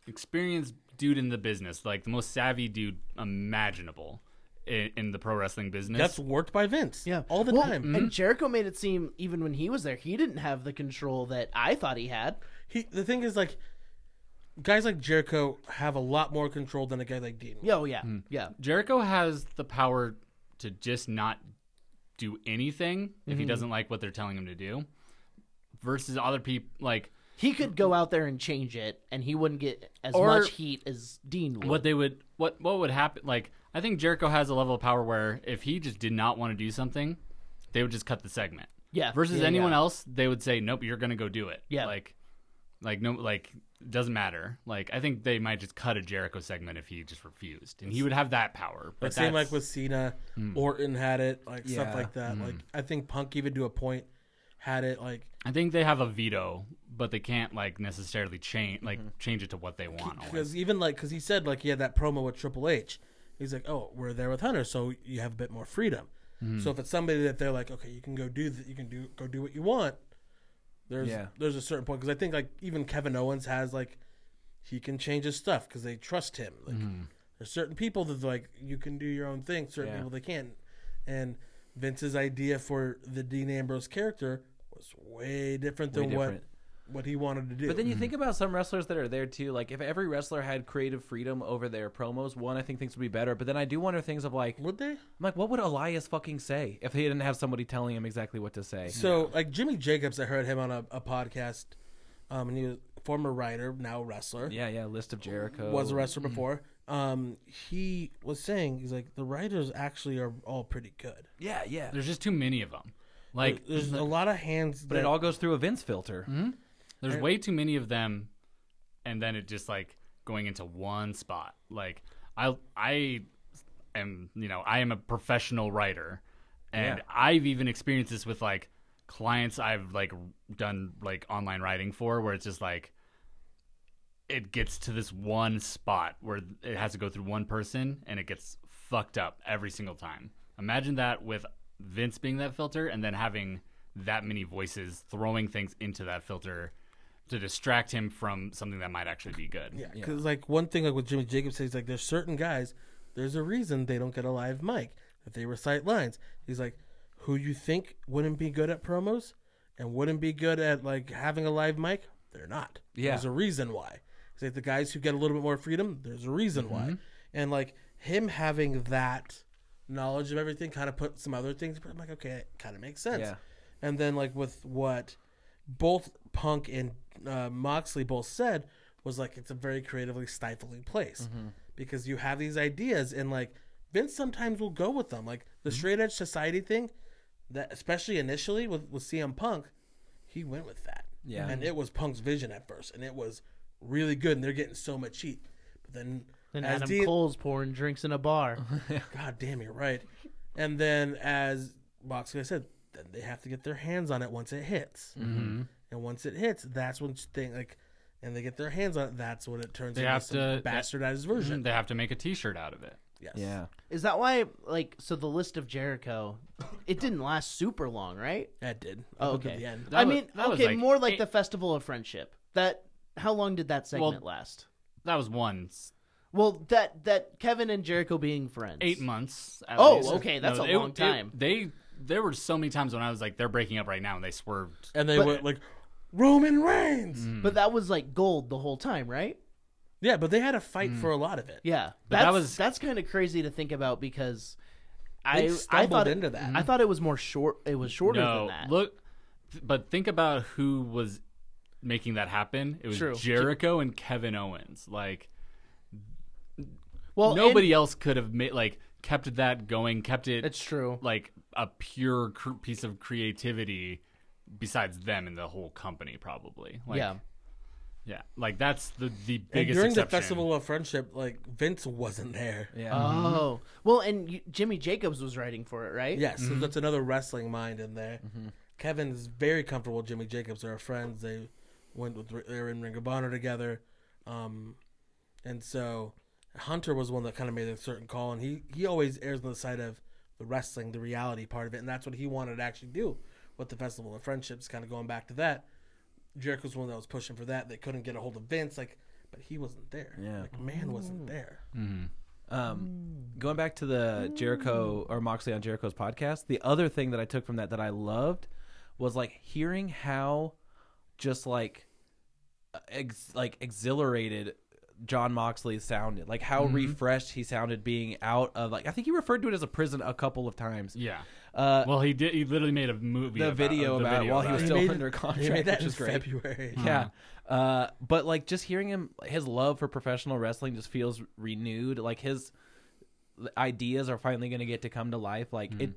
Speaker 1: experienced dude in the business, like the most savvy dude imaginable in, in the pro wrestling business."
Speaker 4: That's worked by Vince.
Speaker 2: Yeah,
Speaker 4: all the
Speaker 2: Well,
Speaker 4: time.
Speaker 3: hmm.
Speaker 2: And Jericho made it seem even when he was there, he didn't have the control that I thought he had.
Speaker 4: He the thing is like. Guys like Jericho have a lot more control than a guy like Dean.
Speaker 2: Yeah, oh yeah,
Speaker 3: Hmm.
Speaker 2: yeah.
Speaker 1: Jericho has the power to just not do anything if he doesn't like what they're telling him to do, versus other people like
Speaker 2: He could go out there and change it, and he wouldn't get as
Speaker 1: Or-
Speaker 2: much heat as Dean would.
Speaker 1: what they would what what would happen like i think jericho has a level of power where if he just did not want to do something they would just cut the segment
Speaker 2: Yeah.
Speaker 1: versus
Speaker 2: Yeah,
Speaker 1: anyone
Speaker 2: yeah.
Speaker 1: else they would say nope you're gonna go do it
Speaker 2: Yeah.
Speaker 1: like like no like doesn't matter like i think they might just cut a jericho segment if he just refused and he would have that power but
Speaker 4: But same
Speaker 1: that's-
Speaker 4: like with Cena, Orton had it, like
Speaker 3: Yeah.
Speaker 4: stuff like that. Like I think Punk even to a point had it. Like
Speaker 1: i think they have a veto but they can't like necessarily change like change it to what they want always.
Speaker 4: because even like because he said like he had that promo with Triple H. He's like, oh, we're there with Hunter, so you have a bit more freedom.
Speaker 3: Mm-hmm.
Speaker 4: So if it's somebody that they're like, okay, you can go do th- you can do go do what you want. There's
Speaker 3: Yeah.
Speaker 4: there's a certain point because I think like even Kevin Owens has like he can change his stuff because they trust him. Like there's certain people that like you can do your own thing. Certain
Speaker 3: Mm-hmm. Yeah.
Speaker 4: people they can't. And Vince's idea for the Dean Ambrose character was way different
Speaker 3: Way
Speaker 4: than
Speaker 3: different.
Speaker 4: what what he wanted to do.
Speaker 3: But then you think about some wrestlers that are there too. Like if every wrestler had creative freedom over their promos, one I think things would be better. But then I do wonder things of like, I'm
Speaker 4: would they?
Speaker 3: like, what would Elias fucking say if he didn't have somebody telling him exactly what to say?
Speaker 4: So like Jimmy Jacobs, I heard him on a, a podcast, um, and he was former writer, now wrestler.
Speaker 3: yeah, Oh. Mm. yeah, list of Jericho
Speaker 4: was a wrestler before. Um, he was saying he's like the writers actually are all pretty good.
Speaker 3: Yeah, yeah.
Speaker 1: there's just too many of them like
Speaker 4: There's a lot of hands.
Speaker 3: But
Speaker 4: that,
Speaker 3: it all goes through a Vince filter.
Speaker 1: There's way too many of them, and then it just like going into one spot. Like I I am you know I am a professional writer, and
Speaker 3: Yeah.
Speaker 1: I've even experienced this with like clients I've like done like online writing for, where it's just like it gets to this one spot where it has to go through one person and it gets fucked up every single time. Imagine that with Vince being that filter and then having that many voices throwing things into that filter to distract him from something that might actually be good.
Speaker 4: yeah, because like one thing like with Jimmy Jacobs says like there's certain guys. There's a reason they don't get a live mic if they recite lines. He's like, who you think wouldn't be good at promos and wouldn't be good at like having a live mic, they're not.
Speaker 3: Yeah.
Speaker 4: There's a reason why. It's like the guys who get a little bit more freedom, there's a reason why.
Speaker 3: Mm-hmm.
Speaker 4: And like him having that knowledge of everything kind of put some other things, but I'm like, okay, it kind of makes sense.
Speaker 3: Yeah.
Speaker 4: And then like with what both Punk and uh, Moxley both said was like, it's a very creatively stifling place because you have these ideas and like Vince sometimes will go with them. Like the straight edge society thing, that especially initially with, with CM Punk, he went with that.
Speaker 3: Yeah.
Speaker 4: And it was Punk's vision at first, and it was really good, and they're getting so much heat. But then,
Speaker 2: Then
Speaker 4: as
Speaker 2: Adam
Speaker 4: Dean-
Speaker 2: Cole's pouring drinks in a bar.
Speaker 4: God damn, you're right. And then, as Moxley said, then they have to get their hands on it once it hits. Mm-hmm. And once it hits, that's when thing like, and they get their hands on it. That's when it turns
Speaker 1: They
Speaker 4: into
Speaker 1: have
Speaker 4: some
Speaker 1: to- that-
Speaker 4: bastardized version.
Speaker 1: They have to make a T-shirt out of it.
Speaker 4: Yes.
Speaker 3: Yeah.
Speaker 2: (laughs) Is that why? Like, so the list of Jericho, it didn't last super long, right?
Speaker 4: that did.
Speaker 2: Oh,
Speaker 4: Up until
Speaker 2: okay.
Speaker 4: the end.
Speaker 1: That
Speaker 2: I
Speaker 1: was-
Speaker 2: mean,
Speaker 1: that was
Speaker 2: okay,
Speaker 1: like
Speaker 2: more like
Speaker 1: eight-
Speaker 2: the Festival of Friendship. That how long did that segment
Speaker 1: Well-
Speaker 2: last?
Speaker 1: That was one s-
Speaker 2: Well, that that Kevin and Jericho being friends.
Speaker 1: eight months. at
Speaker 2: Oh,
Speaker 1: least.
Speaker 2: okay, that's a
Speaker 1: it-
Speaker 2: long
Speaker 1: it-
Speaker 2: time.
Speaker 1: they there were so many times when I was like, they're breaking up right now, and they swerved.
Speaker 4: And they
Speaker 2: But- Mm-hmm.
Speaker 4: went like, Roman Reigns.
Speaker 2: But that was like gold the whole time, right?
Speaker 4: Yeah, but they had a fight for a lot of it.
Speaker 2: Yeah.
Speaker 1: But that
Speaker 2: that's,
Speaker 1: was-
Speaker 2: that's kind of crazy to think about because
Speaker 4: They
Speaker 2: I I
Speaker 4: stumbled
Speaker 2: thought it-
Speaker 4: into that.
Speaker 2: I thought it was more short. It was shorter
Speaker 1: no,
Speaker 2: than that.
Speaker 1: look, th- but think about who was making that happen. It was
Speaker 2: True.
Speaker 1: Jericho and Kevin Owens. Like
Speaker 2: well, and-
Speaker 1: nobody else could have made like kept that going, kept it
Speaker 2: It's true.
Speaker 1: like a pure cr- piece of creativity besides them and the whole company probably. Like,
Speaker 2: yeah.
Speaker 1: yeah. Like that's the the
Speaker 4: And
Speaker 1: biggest
Speaker 4: during the
Speaker 1: exception.
Speaker 4: Festival of Friendship, like Vince wasn't there.
Speaker 3: Yeah.
Speaker 2: Oh well, and you, Jimmy Jacobs was writing for it, right?
Speaker 4: Yes,
Speaker 3: Mm-hmm.
Speaker 4: so that's another wrestling mind in there. Kevin's very comfortable. Jimmy Jacobs are friends. They went with they were in Ring of Honor together, um, and so Hunter was one that kind of made a certain call, and he he always errs on the side of the wrestling, the reality part of it, and that's what he wanted to actually do with the Festival of Friendships. Kind of going back to that, Jericho's one that was pushing for that. They couldn't get a hold of Vince, like, but he wasn't there.
Speaker 3: Yeah.
Speaker 4: like man wasn't there.
Speaker 3: Um, going back to the Jericho or Moxley on Jericho's podcast, the other thing that I took from that that I loved was like hearing how just like ex- like exhilarated John Moxley sounded, like how refreshed he sounded being out of like I think he referred to it as a prison a couple of times.
Speaker 1: Yeah.
Speaker 3: Uh,
Speaker 1: Well, he did. He literally made a movie.
Speaker 3: The
Speaker 1: about,
Speaker 3: video
Speaker 1: the
Speaker 3: about it
Speaker 1: video
Speaker 3: while Oh, he was
Speaker 1: about
Speaker 3: still
Speaker 4: They made
Speaker 3: under
Speaker 4: it- they
Speaker 3: contract,
Speaker 4: made that
Speaker 3: which
Speaker 4: in
Speaker 3: is great.
Speaker 4: February.
Speaker 3: (laughs) yeah. Uh, but like just hearing him, his love for professional wrestling just feels renewed. Like his ideas are finally going to get to come to life. Like it,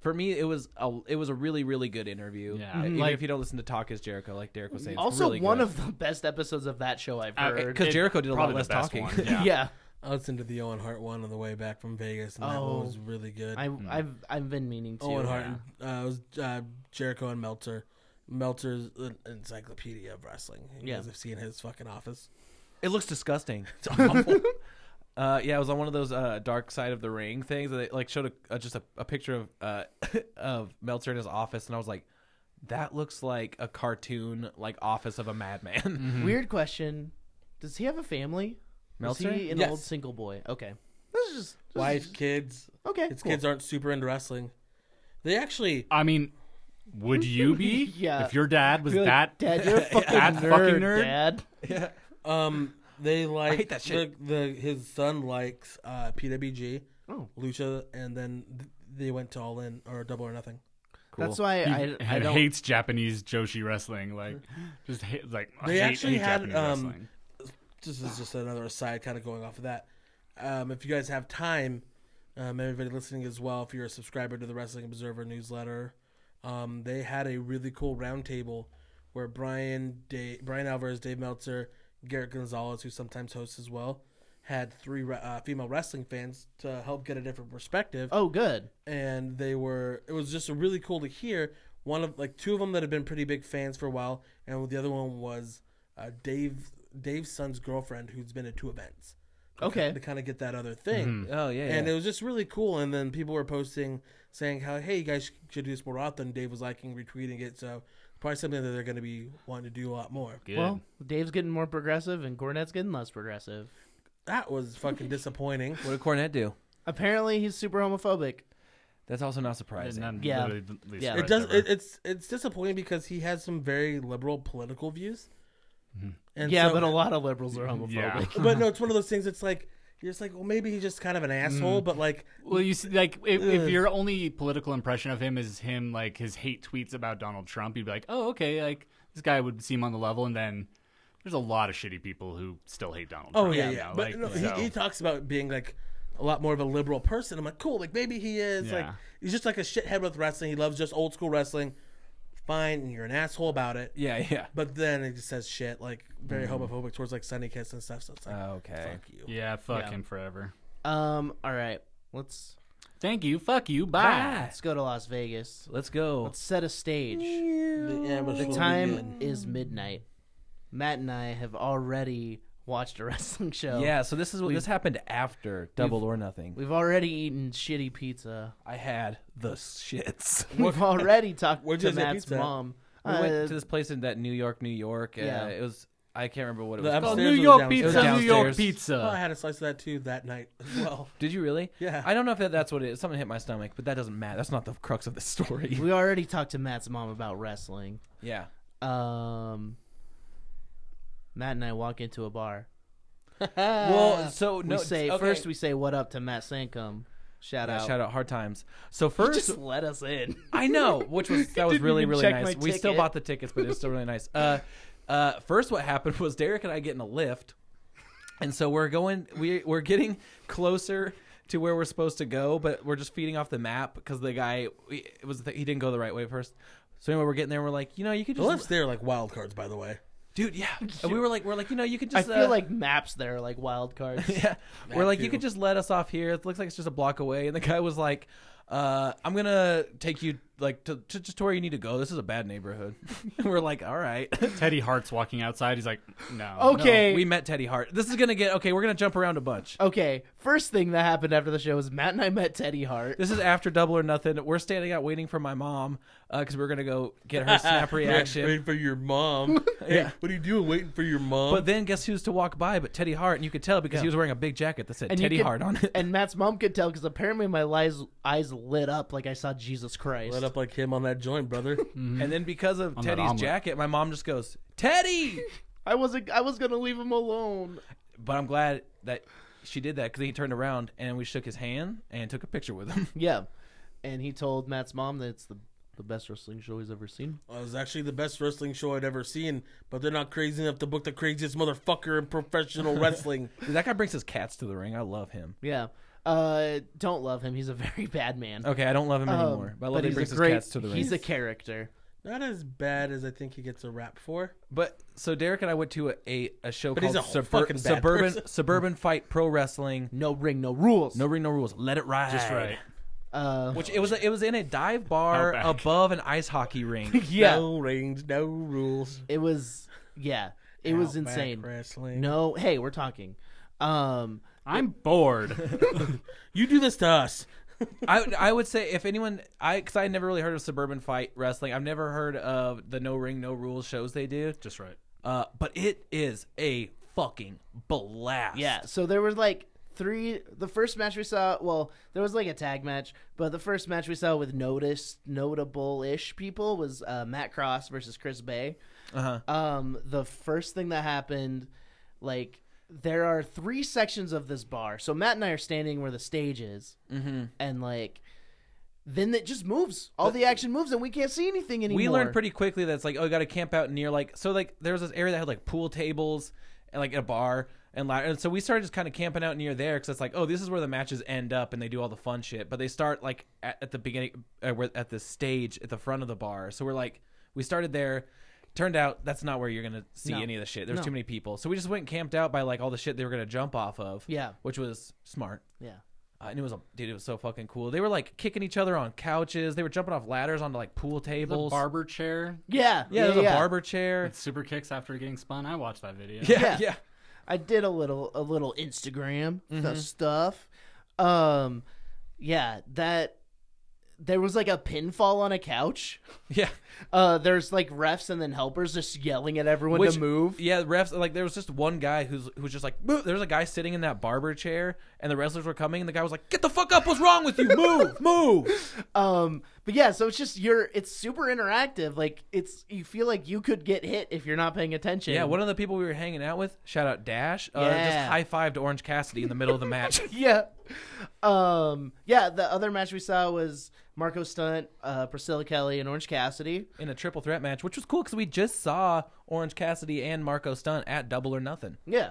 Speaker 3: for me, it was a it was a really really good interview.
Speaker 1: Yeah.
Speaker 3: Even
Speaker 1: Like-
Speaker 3: if you don't listen to Talk is Jericho, like Derek was saying,
Speaker 2: Also, one of the best episodes of that show I've
Speaker 1: Uh, it-
Speaker 2: heard.
Speaker 3: because Jericho did a lot
Speaker 1: Probably the
Speaker 3: less
Speaker 1: best
Speaker 3: talking.
Speaker 1: one,
Speaker 2: yeah.
Speaker 1: (laughs) Yeah.
Speaker 4: I listened to the Owen Hart one on the way back from Vegas, and that
Speaker 2: Oh.
Speaker 4: one was really
Speaker 1: Mm.
Speaker 4: good.
Speaker 2: I, I've I've been meaning to.
Speaker 4: Owen Hart, and, uh, it was uh, Jericho and Meltzer. Meltzer's an encyclopedia of wrestling. You
Speaker 2: Yeah.
Speaker 4: guys have seen his fucking office.
Speaker 3: It looks (laughs) disgusting. Uh, yeah, it was on one of those uh, Dark Side of the Ring things. That they, like showed a, uh, just a, a picture of uh, (laughs) of Meltzer in his office, and I was like, that looks like a cartoon like office of a madman.
Speaker 1: Mm.
Speaker 2: Weird question. Does he have a family?
Speaker 3: Meltzer?
Speaker 2: Is he an
Speaker 4: Yes.
Speaker 2: old single boy? Okay. This is just this
Speaker 4: Wife, kids.
Speaker 2: Okay,
Speaker 4: His
Speaker 2: cool.
Speaker 4: kids aren't super into wrestling. They actually.
Speaker 1: I mean, would
Speaker 3: (laughs)
Speaker 1: you be?
Speaker 2: Yeah.
Speaker 1: If your dad was
Speaker 2: Like, (laughs)
Speaker 1: that
Speaker 2: Dad,
Speaker 1: (laughs)
Speaker 2: you're a fucking,
Speaker 1: that
Speaker 2: nerd,
Speaker 1: fucking nerd?
Speaker 2: Dad.
Speaker 4: Um, they like
Speaker 3: hate that shit.
Speaker 4: The, the his son likes uh, PWG,
Speaker 2: Oh.
Speaker 4: Lucha, and then th- they went to All In or Double or Nothing.
Speaker 2: That's why I,
Speaker 1: He
Speaker 2: I don't.
Speaker 1: hates Japanese Joshi wrestling. Like, just hate, like I
Speaker 4: They
Speaker 1: hate
Speaker 4: actually
Speaker 1: any
Speaker 4: had,
Speaker 1: Japanese
Speaker 4: um,
Speaker 1: wrestling.
Speaker 4: this is just another aside kind of going off of that um, if you guys have time um, everybody listening as well if you're a subscriber to the wrestling observer newsletter um, they had a really cool roundtable where brian Da brian alvarez dave meltzer garrett gonzalez who sometimes hosts as well had three re- uh, female wrestling fans to help get a different perspective
Speaker 2: Oh, good.
Speaker 4: and they were it was just really cool to hear one of like two of them that have been pretty big fans for a while and the other one was uh, dave dave's son's girlfriend who's been at two events To
Speaker 2: Okay.
Speaker 1: (laughs)
Speaker 4: ki- to kind of get that other thing
Speaker 3: (laughs) Oh yeah,
Speaker 4: and
Speaker 3: yeah.
Speaker 4: it was just really cool and then people were posting saying how hey you guys should do this more often dave was liking retweeting it so probably something that they're going to be wanting to do a lot more
Speaker 1: Good.
Speaker 2: Well, Dave's getting more progressive and Cornette's getting less progressive.
Speaker 4: that
Speaker 2: (laughs)
Speaker 4: was fucking disappointing
Speaker 3: what did Cornette do?
Speaker 2: Apparently, he's super homophobic.
Speaker 3: That's also not
Speaker 1: And
Speaker 3: surprising.
Speaker 1: I'm
Speaker 2: Yeah.
Speaker 1: literally the least
Speaker 2: Yeah.
Speaker 1: surprised
Speaker 4: it does
Speaker 1: ever.
Speaker 4: it, it's it's disappointing because he has some very liberal political views and
Speaker 2: yeah,
Speaker 4: so-
Speaker 2: but a lot of liberals are homophobic.
Speaker 1: yeah.
Speaker 4: but no, it's one of those things. It's like you're just like, well, maybe he's just kind of an asshole, but like,
Speaker 1: Well, you see, like, if,
Speaker 4: Ugh.
Speaker 1: if your only political impression of him is him, like, his hate tweets about Donald Trump, you'd be like, oh, okay, like, this guy would seem on the level. And then there's a lot of shitty people who still hate Donald
Speaker 4: oh
Speaker 1: Trump.
Speaker 4: yeah,
Speaker 1: you
Speaker 4: yeah.
Speaker 1: know,
Speaker 4: But
Speaker 1: like,
Speaker 4: no,
Speaker 1: so-
Speaker 4: he, he talks about being like a lot more of a liberal person. I'm like, cool. Like maybe he is. Like
Speaker 1: Yeah.
Speaker 4: he's just like a shithead with wrestling. He loves just old school wrestling. Fine, and you're an asshole about it.
Speaker 3: yeah, yeah.
Speaker 4: But then it just says shit like very homophobic towards like Sunny Kiss and stuff. So it's like,
Speaker 3: Okay.
Speaker 4: fuck you.
Speaker 1: yeah, fuck
Speaker 2: Yeah.
Speaker 1: him forever.
Speaker 2: Um. All right. Let's ah,
Speaker 1: Thank you. Fuck you.
Speaker 3: Bye.
Speaker 1: Bye.
Speaker 2: let's go to Las Vegas.
Speaker 3: Let's go.
Speaker 2: Let's set a stage.
Speaker 4: The ambush will
Speaker 2: The
Speaker 4: be good.
Speaker 2: time is midnight. Matt and I have already watched a (laughs) wrestling show.
Speaker 3: yeah. So this is what this happened after Double or Nothing.
Speaker 2: We've already eaten shitty pizza.
Speaker 3: I had the shits. (laughs)
Speaker 2: We've already talked
Speaker 4: Where'd you
Speaker 2: to
Speaker 4: guys get
Speaker 2: Matt's
Speaker 4: pizza at?
Speaker 2: mom.
Speaker 3: we
Speaker 2: Uh,
Speaker 3: went to this place in that New York, New York. Uh,
Speaker 2: Yeah.
Speaker 3: It was I can't remember what it
Speaker 4: The
Speaker 3: was
Speaker 1: Oh,
Speaker 3: called.
Speaker 4: upstairs-
Speaker 1: New York
Speaker 4: Upstairs or downstairs?
Speaker 1: pizza. New York
Speaker 3: Downstairs.
Speaker 1: pizza.
Speaker 4: Well, Oh, I had a slice of that too that night as well.
Speaker 3: Did you really?
Speaker 4: Yeah.
Speaker 3: I don't know if that, that's what it is. Something hit my stomach, but that doesn't matter. That's not the crux of the story.
Speaker 2: we already talked to Matt's mom about wrestling.
Speaker 3: (laughs) yeah.
Speaker 2: Um, Matt and I walk into a bar.
Speaker 3: well, so
Speaker 2: Uh, We
Speaker 3: no.
Speaker 2: say
Speaker 3: okay.
Speaker 2: first we say what up to Matt Sankum. Shout
Speaker 3: Yeah,
Speaker 2: out.
Speaker 3: shout out hard times. So
Speaker 2: He
Speaker 3: first,
Speaker 2: (laughs) just let
Speaker 3: (laughs)
Speaker 2: us in.
Speaker 3: I know, which was
Speaker 2: (laughs)
Speaker 3: that was
Speaker 2: Didn't
Speaker 3: really
Speaker 2: even
Speaker 3: really
Speaker 2: check
Speaker 3: nice.
Speaker 2: my
Speaker 3: We still
Speaker 2: ticket.
Speaker 3: bought the tickets, but it's still really nice. Uh, uh, first, what happened was Derek and I get in a lift, and so we're going we we're getting closer to where we're supposed to go, but we're just feeding off the map because the guy we, it was the, he didn't go the right way first. So anyway, we're getting there. and We're like, you know, you could
Speaker 4: The
Speaker 3: just,
Speaker 4: lifts there are like wild cards, by the way.
Speaker 3: dude,
Speaker 2: (laughs)
Speaker 3: yeah. And we were like, we're like, you know, you could
Speaker 2: I
Speaker 3: just
Speaker 2: feel
Speaker 3: uh,
Speaker 2: like maps there are like wild cards.
Speaker 3: (laughs) yeah. We're like, you
Speaker 4: too.
Speaker 3: could just let us off here. It looks like it's just a block away. And the guy was like, uh, I'm gonna take you like to, to just to where you need to go. This is a bad neighborhood. And we're like, all right.
Speaker 1: Teddy Hart's walking outside. He's like, no.
Speaker 2: Okay.
Speaker 3: No, we met Teddy Hart. This is gonna get okay. We're gonna jump around a bunch.
Speaker 2: (laughs) Okay, first thing that happened after the show was Matt and I met
Speaker 3: (laughs)
Speaker 2: Teddy Hart.
Speaker 3: This is after Double or Nothing. We're standing out waiting for my mom because we're gonna go get her snap reaction.
Speaker 4: Waiting for your mom.
Speaker 3: Yeah.
Speaker 4: Hey, what are you doing waiting for your mom?
Speaker 3: But then guess who's to walk by? But Teddy Hart, and you could tell because he was wearing a big jacket that said
Speaker 2: And you
Speaker 3: Teddy
Speaker 2: could-
Speaker 3: Hart on it.
Speaker 2: And Matt's mom could tell because apparently my eyes eyes lit up like I saw Jesus Christ.
Speaker 4: Let up like him on that joint, brother.
Speaker 3: And then because of
Speaker 1: that
Speaker 3: Teddy's
Speaker 1: omelet.
Speaker 3: jacket, my mom just goes, "Teddy."
Speaker 2: I wasn't. I was gonna leave him alone.
Speaker 3: but I'm glad that she did that because he turned around and we shook his hand and took a picture with him. (laughs)
Speaker 2: Yeah, and he told Matt's mom that it's the the best wrestling show he's ever seen.
Speaker 4: Well, it was actually the best wrestling show I'd ever seen, but they're not crazy enough to book the craziest motherfucker in professional wrestling.
Speaker 3: Dude, that guy brings his cats to the ring. I love him.
Speaker 2: Yeah. Uh, don't love him. He's a (laughs) very bad man.
Speaker 3: Okay, I don't love him
Speaker 2: Um,
Speaker 3: anymore, but I love that he
Speaker 2: he's a
Speaker 3: brings his
Speaker 2: great-
Speaker 3: cats to the ring.
Speaker 2: He's a character.
Speaker 4: Not as bad as I think he gets a rap for.
Speaker 3: But so Derek and I went to a a, a show
Speaker 4: But
Speaker 3: called
Speaker 4: he's a
Speaker 3: Subur-
Speaker 4: fucking bad
Speaker 3: Suburban
Speaker 4: person.
Speaker 3: Suburban Fight Pro Wrestling.
Speaker 2: No ring, no rules.
Speaker 3: No ring, no rules. Let it ride.
Speaker 1: Just right.
Speaker 2: Uh,
Speaker 3: Which it was it was in a dive bar
Speaker 1: Outback.
Speaker 3: above an ice hockey
Speaker 2: (laughs)
Speaker 3: rink.
Speaker 2: yeah.
Speaker 4: No rings, no rules.
Speaker 2: It was. Yeah. It was
Speaker 4: Outback
Speaker 2: insane.
Speaker 4: Wrestling.
Speaker 2: No. Hey, we're talking. Um.
Speaker 1: I'm bored.
Speaker 4: You do this to us.
Speaker 3: I I would say if anyone I because I never really heard of Suburban Fight Wrestling. I've never heard of the No Ring No Rules shows they do.
Speaker 1: Just right.
Speaker 3: Uh, but it is a fucking blast.
Speaker 2: Yeah. So there was like three. The first match we saw, well, there was like a tag match, but the first match we saw with notice notable-ish people was uh, Matt Cross versus Chris Bay.
Speaker 3: Uh-huh.
Speaker 2: Um, the first thing that happened, like. There are three sections of this bar. So Matt and I are standing where the stage is, mm-hmm. and like, then it just moves. All the action moves, and we can't see anything anymore.
Speaker 3: We learned pretty quickly that it's like, oh, you got to camp out near like so like there was this area that had like pool tables and like a bar and, la- and so we started just kind of camping out near there because it's like, oh, this is where the matches end up and they do all the fun shit. But they start like at, at the beginning uh, where- at the stage at the front of the bar. So we're like, we started there. Turned out that's not where you're gonna see
Speaker 2: No.
Speaker 3: any of the shit. There's
Speaker 2: No.
Speaker 3: too many people, so we just went and camped out by like all the shit they were gonna jump off of.
Speaker 2: Yeah.
Speaker 3: which was smart.
Speaker 2: Yeah.
Speaker 3: Uh, and it was a dude. It was so fucking cool. They were like kicking each other on couches. They were jumping off ladders onto like pool tables.
Speaker 1: barber chair.
Speaker 2: Yeah.
Speaker 3: yeah, there's a barber chair.
Speaker 1: Super kicks after getting spun. I watched that
Speaker 3: (laughs)
Speaker 1: video.
Speaker 3: Yeah, yeah.
Speaker 2: Yeah. I did a little a little Instagram
Speaker 3: Mm-hmm.
Speaker 2: the stuff. Um yeah, that there was like a pinfall on a couch.
Speaker 3: yeah.
Speaker 2: Uh there's like refs and then helpers just yelling at everyone
Speaker 3: Which-
Speaker 2: to move.
Speaker 3: Yeah, the refs like there was just one guy who's who's just like move. There was a guy sitting in that barber chair, and the wrestlers were coming, and the guy was like, "Get the fuck up! What's wrong with you? Move, move!"
Speaker 2: Um but yeah, so it's just you're it's super interactive. Like it's you feel like you could get hit if you're not paying attention. (laughs)
Speaker 3: Yeah, one of the people we were hanging out with, shout out Dash, uh,
Speaker 2: Yeah.
Speaker 3: just high fived Orange Cassidy in the middle of the match.
Speaker 2: yeah. Um yeah, the other match we saw was Marco Stunt, uh Priscilla Kelly and Orange Cassidy.
Speaker 3: in a triple threat match, which was cool because we just saw Orange Cassidy and Marco Stunt at Double or Nothing.
Speaker 2: Yeah.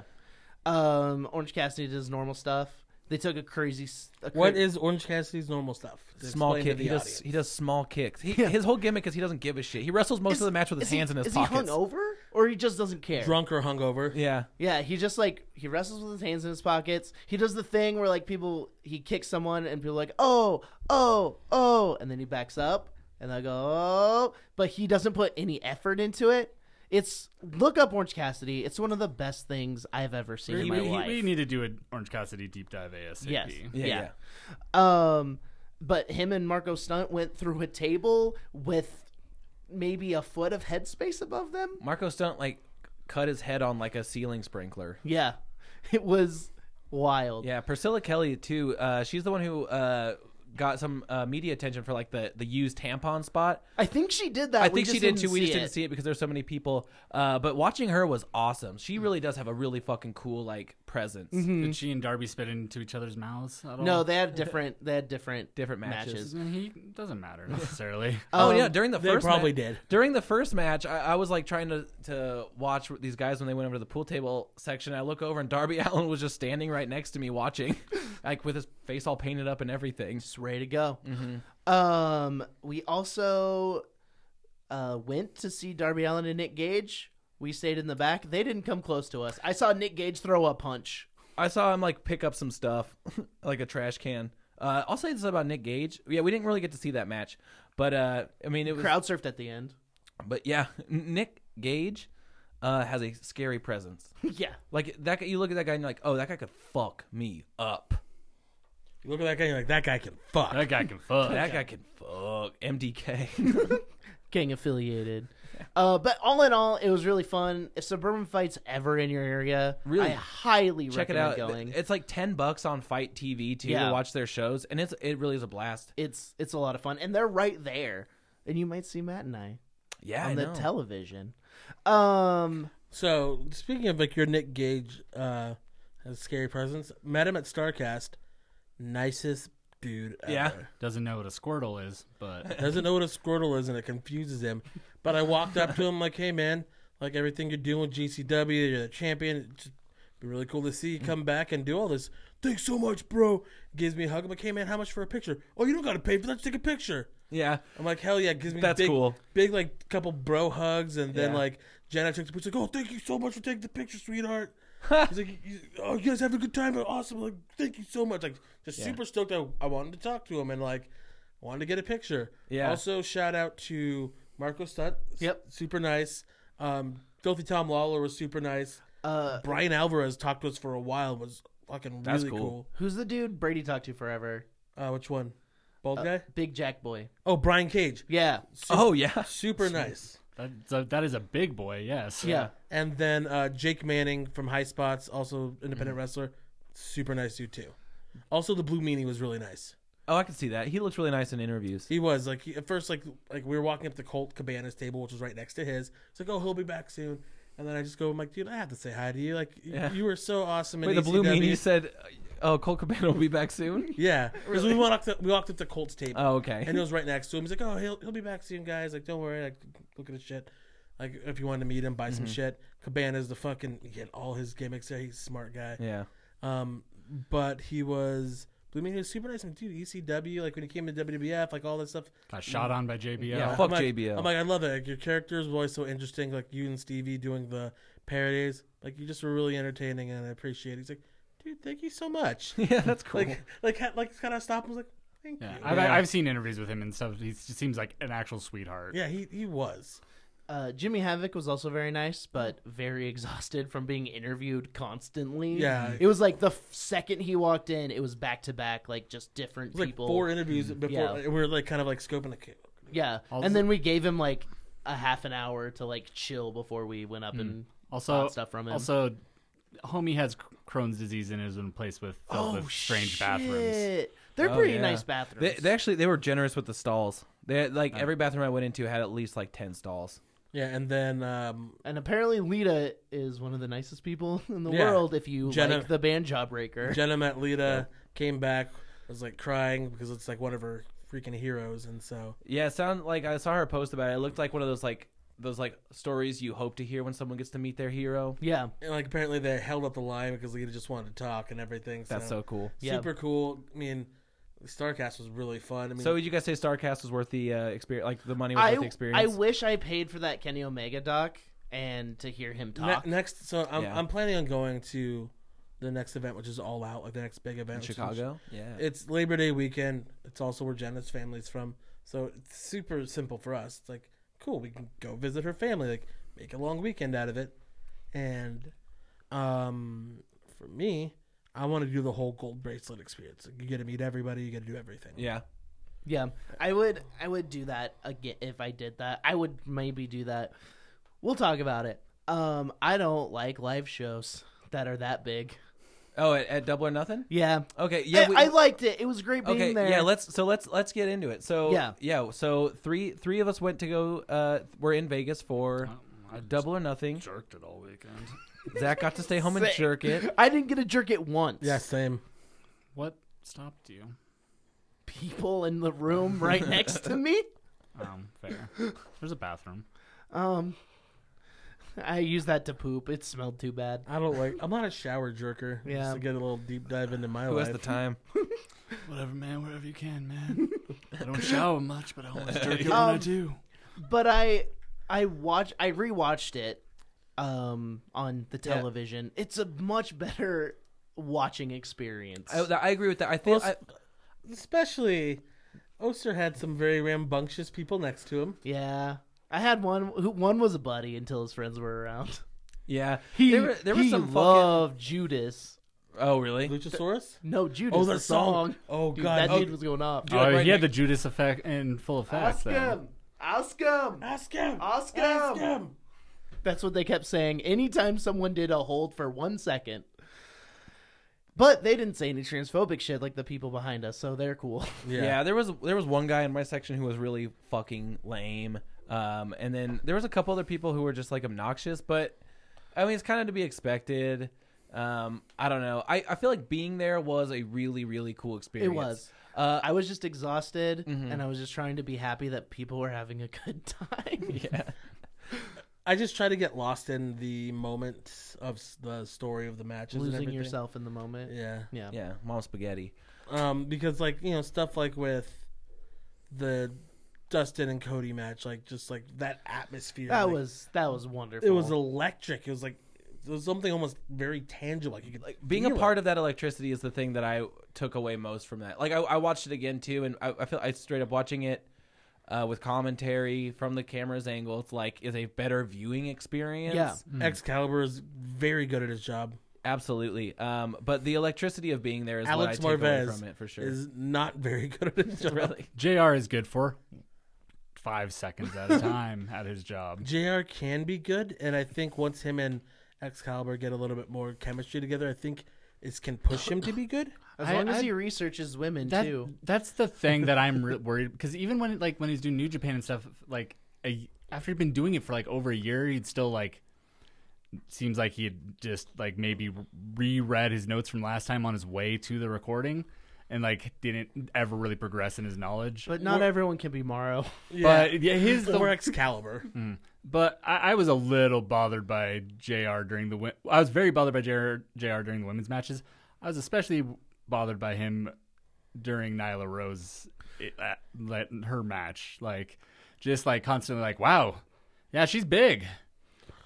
Speaker 2: Um, Orange Cassidy does normal stuff. They took a crazy. s- A cra-
Speaker 4: What is Orange Cassidy's normal stuff?
Speaker 3: small
Speaker 4: Explain to
Speaker 3: kick.
Speaker 4: the
Speaker 3: He does
Speaker 4: audience.
Speaker 3: he does small kicks. He, His whole gimmick is he doesn't give a shit. He wrestles most
Speaker 2: is-
Speaker 3: of the match with his
Speaker 2: is he-
Speaker 3: hands in his
Speaker 2: is
Speaker 3: pockets.
Speaker 2: he hungover or he just doesn't care?
Speaker 4: Drunk or hungover.
Speaker 3: Yeah,
Speaker 2: Yeah, he just like he wrestles with his hands in his pockets. He does the thing where like people he kicks someone and people are like oh oh oh and then he backs up and they go oh but he doesn't put any effort into it. It's look up Orange Cassidy. It's one of the best things I've ever seen in
Speaker 1: We,
Speaker 2: my
Speaker 1: we-
Speaker 2: life.
Speaker 1: we need to do an Orange Cassidy deep dive ASAP.
Speaker 2: Yes.
Speaker 3: yeah,
Speaker 2: Yeah.
Speaker 3: yeah.
Speaker 2: Um, but him and Marco Stunt went through a table with maybe a foot of headspace above them.
Speaker 3: Marco Stunt like cut his head on like a ceiling sprinkler.
Speaker 2: Yeah, (laughs) it was wild.
Speaker 3: Yeah, Priscilla Kelly too. Uh, she's the one who uh, got some uh, media attention for like the the used tampon spot.
Speaker 2: I think she did that.
Speaker 3: I
Speaker 2: We
Speaker 3: think
Speaker 2: just
Speaker 3: she did
Speaker 2: didn't
Speaker 3: too. We
Speaker 2: see
Speaker 3: just
Speaker 2: it.
Speaker 3: didn't see it because there's so many people. Uh, but watching her was awesome.
Speaker 2: Mm.
Speaker 3: She really does have a really fucking cool like presence.
Speaker 2: Mm-hmm.
Speaker 1: Did she and Darby spit into each other's mouths at all?
Speaker 2: No, they had different. They had different
Speaker 3: Different matches.
Speaker 1: I mean, he doesn't matter necessarily.
Speaker 3: Oh
Speaker 2: Um,
Speaker 3: yeah, during the
Speaker 4: they
Speaker 3: first
Speaker 4: probably
Speaker 3: ma-
Speaker 4: did.
Speaker 3: During the first match, I, I was like trying to to watch these guys when they went over to the pool table section. I look over and Darby (laughs) Allen was just standing right next to me watching, (laughs) like with his face all painted up and everything.
Speaker 2: Just ready to go.
Speaker 3: Mm-hmm.
Speaker 2: Um, we also uh, went to see Darby Allen and Nick Gage. We stayed in the back. They didn't come close to us. I saw Nick Gage throw a punch.
Speaker 3: I saw him like pick up some stuff, (laughs) like a trash can. Uh, I'll say this about Nick Gage. Yeah, we didn't really get to see that match, but uh, I mean it was.
Speaker 2: Crowd surfed at the end.
Speaker 3: But yeah, (laughs) Nick Gage uh, has a scary presence.
Speaker 2: (laughs) yeah.
Speaker 3: Like that, guy, you look at that guy and you're like, oh, that guy could fuck me up.
Speaker 4: You look at that guy, you're like, that guy can fuck.
Speaker 1: that guy can fuck.
Speaker 3: That guy can fuck (laughs) MDK.
Speaker 2: Gang affiliated. Uh, but all in all, it was really fun. If Suburban Fight's ever in your area,
Speaker 3: Really?
Speaker 2: I highly
Speaker 3: Check it
Speaker 2: recommend
Speaker 3: out.
Speaker 2: going.
Speaker 3: It's like ten bucks on Fight TV too
Speaker 2: Yeah.
Speaker 3: to watch their shows, and it's it really is a blast.
Speaker 2: it's it's a lot of fun, and they're right there. And you might see Matt and I
Speaker 3: Yeah,
Speaker 2: on
Speaker 3: I
Speaker 2: the
Speaker 3: know.
Speaker 2: television. Um,
Speaker 4: So speaking of like your Nick Gage uh has scary presence, met him at Starcast. Nicest dude ever.
Speaker 3: Yeah.
Speaker 1: Doesn't know what a Squirtle is, but
Speaker 4: Doesn't know what a squirtle is and it confuses him. But I walked up to him like, hey man, like everything you're doing with GCW, you're the champion. It'd just be really cool to see you come back and do all this. Thanks so much, bro. Gives me a hug. I'm like, hey man, how much for a picture? Oh, you don't gotta pay for that, just take a picture.
Speaker 3: Yeah,
Speaker 4: I'm like, hell yeah, gives me
Speaker 3: That's
Speaker 4: big,
Speaker 3: cool.
Speaker 4: big like couple bro hugs, and then
Speaker 3: Yeah.
Speaker 4: like Jenna takes the picture, like, oh, thank you so much for taking the picture,
Speaker 3: (laughs)
Speaker 4: sweetheart. He's like, "You- oh, you guys have a good time, awesome, like, thank you so much, like, just super stoked. I, I wanted to talk to him and like wanted to get a picture.
Speaker 3: Yeah.
Speaker 4: Also, shout out to Marco Stutt. s-
Speaker 2: Yep.
Speaker 4: Super nice. Um, Filthy Tom Lawler was super nice.
Speaker 2: uh,
Speaker 4: Brian Alvarez talked to us for a while. Was fucking
Speaker 3: That's
Speaker 4: really
Speaker 3: cool.
Speaker 4: cool.
Speaker 2: who's the dude Brady talked to forever?
Speaker 4: Uh, which one? Bald
Speaker 3: Uh, Eh.
Speaker 4: guy?
Speaker 2: Big Jack Boy.
Speaker 4: Oh, Brian Cage.
Speaker 2: Yeah,
Speaker 3: oh yeah,
Speaker 4: Super nice.
Speaker 1: that, so that is a big boy. Yes.
Speaker 2: yeah.
Speaker 4: And then uh, Jake Manning from High Spots, also
Speaker 3: Mm.
Speaker 4: independent wrestler, super nice dude too. Also, the Blue Meanie was really nice.
Speaker 3: oh I can see that. He looks really nice in interviews.
Speaker 4: He was like he, at first like like we were walking up to Colt Cabana's table, which was right next to his. It's like, oh, he'll be back soon. And then I just go, I'm like, dude, I have to say hi to you. Like, y- you were so awesome. in E
Speaker 3: Wait, the blue
Speaker 4: ECW.
Speaker 3: meanie said, "Oh, Cole Cabana will be back
Speaker 2: (laughs)
Speaker 3: soon."
Speaker 4: Yeah, because we walked up, we walked up to Colt's table.
Speaker 3: Oh, okay.
Speaker 4: and it was right next to him. He's like, "Oh, he'll he'll be back soon, guys. Like, don't worry. Like, look at his shit. Like, if you wanted to meet him, buy
Speaker 3: Mm-hmm.
Speaker 4: some shit. Cabana's the fucking he had all his gimmicks there. He's a smart guy.
Speaker 3: yeah, (laughs)
Speaker 4: Um, but he was. I mean, he was super nice and dude. ECW, like when he came to WWF, like all that stuff.
Speaker 1: Got shot on by JBL.
Speaker 3: Yeah.
Speaker 4: I'm
Speaker 3: Fuck
Speaker 4: like,
Speaker 3: JBL.
Speaker 4: I'm like, I love it. Like, your characters were always so interesting. Like you and Stevie doing the parodies. Like you just were really entertaining, and I appreciate. it. He's like, dude, thank you so much.
Speaker 3: (laughs) yeah, that's cool.
Speaker 4: (laughs) like, like, ha- like, kind of stop. I was like, thank
Speaker 1: Yeah.
Speaker 4: you.
Speaker 1: I've,
Speaker 3: Yeah.
Speaker 1: I've seen interviews with him and stuff. He just seems like an actual sweetheart.
Speaker 4: yeah, he he was.
Speaker 2: Uh, Jimmy Havoc was also very nice, but very (laughs) exhausted from being interviewed constantly.
Speaker 4: Yeah.
Speaker 2: it was like the f- second he walked in, it was back to back, like just different
Speaker 4: It was like
Speaker 2: people.
Speaker 4: four interviews before
Speaker 2: Yeah.
Speaker 4: we were like kind of like scoping the kid.
Speaker 2: Yeah,
Speaker 1: Also-
Speaker 2: and then we gave him like a half an hour to like chill before we went up and
Speaker 1: Also,
Speaker 2: bought stuff from him.
Speaker 1: also, homie has Crohn's disease and has been placed with filled with strange bathrooms.
Speaker 2: shit. They're
Speaker 3: Oh,
Speaker 2: pretty
Speaker 3: yeah.
Speaker 2: nice bathrooms.
Speaker 3: They, they actually they were generous with the stalls. They like every bathroom I went into had at least like ten stalls.
Speaker 4: Yeah, and then um,
Speaker 2: and apparently, Lita is one of the nicest people (laughs) in the
Speaker 4: Yeah.
Speaker 2: world. If you
Speaker 4: Jenna-
Speaker 2: like the band Jawbreaker,
Speaker 4: Jenna Matlita came back, was like crying because it's like one of her freaking heroes, and so
Speaker 3: Yeah, it sounded like I saw her post about it. It looked like one of those like those like stories you hope to hear when someone gets to meet their hero.
Speaker 2: yeah,
Speaker 4: and like apparently they held up the line because Lita just wanted to talk and everything. So
Speaker 3: That's so cool.
Speaker 2: Yeah.
Speaker 4: super cool. I mean, Starcast was really fun. I mean,
Speaker 3: So would you guys say Starcast was worth the uh, experience? Like the money was worth the
Speaker 2: I I
Speaker 3: experience?
Speaker 2: wish I paid for that Kenny Omega doc and to hear him
Speaker 4: ne-
Speaker 2: talk.
Speaker 4: next, so I'm,
Speaker 3: Yeah.
Speaker 4: I'm planning on going to the next event, which is all out, like the next big event,
Speaker 3: in
Speaker 4: which is-
Speaker 3: Chicago. Yeah.
Speaker 4: It's Labor Day weekend. It's also where Jenna's family's from. So it's super simple for us. It's like, cool, we can go visit her family, like make a long weekend out of it. And um for me, I want to do the whole gold bracelet experience. Like, you get to meet everybody, you get to do everything.
Speaker 3: yeah.
Speaker 2: yeah, I would I would do that again if I did that. I would maybe do that. We'll talk about it. Um, I don't like live shows that are that big.
Speaker 3: Oh, at, at Double or Nothing.
Speaker 2: Yeah.
Speaker 3: Okay, yeah,
Speaker 2: I,
Speaker 3: we-
Speaker 2: I liked it. It was great being
Speaker 3: Okay,
Speaker 2: there.
Speaker 3: yeah. Let's so let's let's get into it. So
Speaker 2: Yeah.
Speaker 3: yeah. So three three of us went to go. Uh, we're in Vegas for
Speaker 1: I
Speaker 3: Double or Nothing.
Speaker 1: jerked it all weekend.
Speaker 3: Zach got to stay home and
Speaker 2: Sick.
Speaker 3: jerk
Speaker 2: (laughs)
Speaker 3: it.
Speaker 2: I didn't get a jerk it once.
Speaker 4: Yeah, same.
Speaker 1: What stopped you?
Speaker 2: People in the room right next to me.
Speaker 1: Um, fair. There's a bathroom.
Speaker 2: Um, I used that to poop. It smelled too bad.
Speaker 4: I don't like. I'm not a shower jerker.
Speaker 2: Yeah.
Speaker 4: Just to get a little deep dive into my
Speaker 3: Who
Speaker 4: life.
Speaker 3: has the time?
Speaker 1: Whatever, man. Wherever you can, man. I don't shower much, but I always
Speaker 2: (laughs)
Speaker 1: jerk it
Speaker 2: Um,
Speaker 1: do.
Speaker 2: But I, I watch. I rewatched it, um, on the television. It's a much better watching experience.
Speaker 3: I, I agree with that. I think
Speaker 4: Well,
Speaker 3: I,
Speaker 4: Especially, Oster had some very rambunctious people next to him.
Speaker 2: yeah. I had one. Who one was a buddy until his friends were around.
Speaker 3: yeah.
Speaker 2: He,
Speaker 3: there were, there were
Speaker 2: he
Speaker 3: some fucking.
Speaker 2: loved Judas.
Speaker 3: Oh really?
Speaker 4: Luchasaurus.
Speaker 2: No, Judas.
Speaker 4: the
Speaker 2: the
Speaker 4: song.
Speaker 2: song.
Speaker 4: Oh,
Speaker 2: Dude,
Speaker 4: God.
Speaker 2: that
Speaker 4: Oh.
Speaker 2: dude was going off.
Speaker 1: Oh,
Speaker 3: like right
Speaker 1: he had
Speaker 3: next-
Speaker 1: the Judas effect in full effect.
Speaker 2: Ask
Speaker 1: Then.
Speaker 2: him. Ask him.
Speaker 4: Ask him.
Speaker 2: Ask him.
Speaker 4: Ask him.
Speaker 2: That's what they kept saying. Anytime someone did a hold for one second. But they didn't say any transphobic shit like the people behind us, so they're cool. (laughs)
Speaker 3: Yeah. there was there was one guy in my section who was really fucking lame. Um, and then there was a couple other people who were just like obnoxious, but I mean it's kind of to be expected. Um, I don't know. I, I feel like being there was a really really cool experience.
Speaker 2: was.
Speaker 3: Uh,
Speaker 2: I was just exhausted, and I was just trying to be happy that people were having a good (laughs) time.
Speaker 3: yeah.
Speaker 4: I just try to get lost in the moment of s- the story of the matches. and
Speaker 2: Losing
Speaker 4: everything.
Speaker 2: yourself in the moment.
Speaker 4: Yeah.
Speaker 2: Yeah.
Speaker 3: (laughs) Yeah, mom spaghetti.
Speaker 4: Um, because like you know stuff like with the Dustin and Cody match, like just like that atmosphere.
Speaker 2: That
Speaker 4: like,
Speaker 2: was that was wonderful.
Speaker 4: it was electric. It was like it was something almost very tangible. Like you could
Speaker 3: Like being a part of that electricity is the thing that I took away most from that. Like I, I watched it again too, and I, I feel I straight up watching it uh, with commentary from the camera's angle. It's like is a better viewing experience.
Speaker 2: Yeah.
Speaker 4: Excalibur is very good at his job.
Speaker 3: Absolutely. Um, but the electricity of being there is
Speaker 4: Alex
Speaker 3: what I take away
Speaker 4: Marvez
Speaker 3: from it for sure.
Speaker 4: Is not very (laughs) good
Speaker 3: (laughs)
Speaker 4: at his job.
Speaker 3: really?
Speaker 1: Jr. is good for five seconds
Speaker 2: (laughs)
Speaker 1: at a time at his job.
Speaker 4: Jr. can be good, and I think once him and Excalibur get a little bit more chemistry together, I think it can push him to
Speaker 3: (gasps)
Speaker 4: be good.
Speaker 2: as
Speaker 1: I-
Speaker 2: long as
Speaker 1: I-
Speaker 2: he researches women
Speaker 1: That,
Speaker 2: too.
Speaker 1: That's the thing that I'm re- worried because even when like when he's doing New Japan and stuff, like a, after he'd been doing it for like over a year, he'd still like seems like he had just like maybe reread his notes from last time on his way to the recording, and like didn't ever really progress in his knowledge.
Speaker 2: But not everyone can be Morrow.
Speaker 1: But yeah, his
Speaker 4: or
Speaker 1: the,
Speaker 3: (laughs)
Speaker 4: (laughs) Excalibur.
Speaker 3: Hmm.
Speaker 1: but I, I was a little bothered by Jr. during the wi- I was very bothered by Jr. Jr. during the women's matches. I was especially bothered by him during Nyla Rose it, uh, let- her match. Like just like constantly like wow, yeah she's big.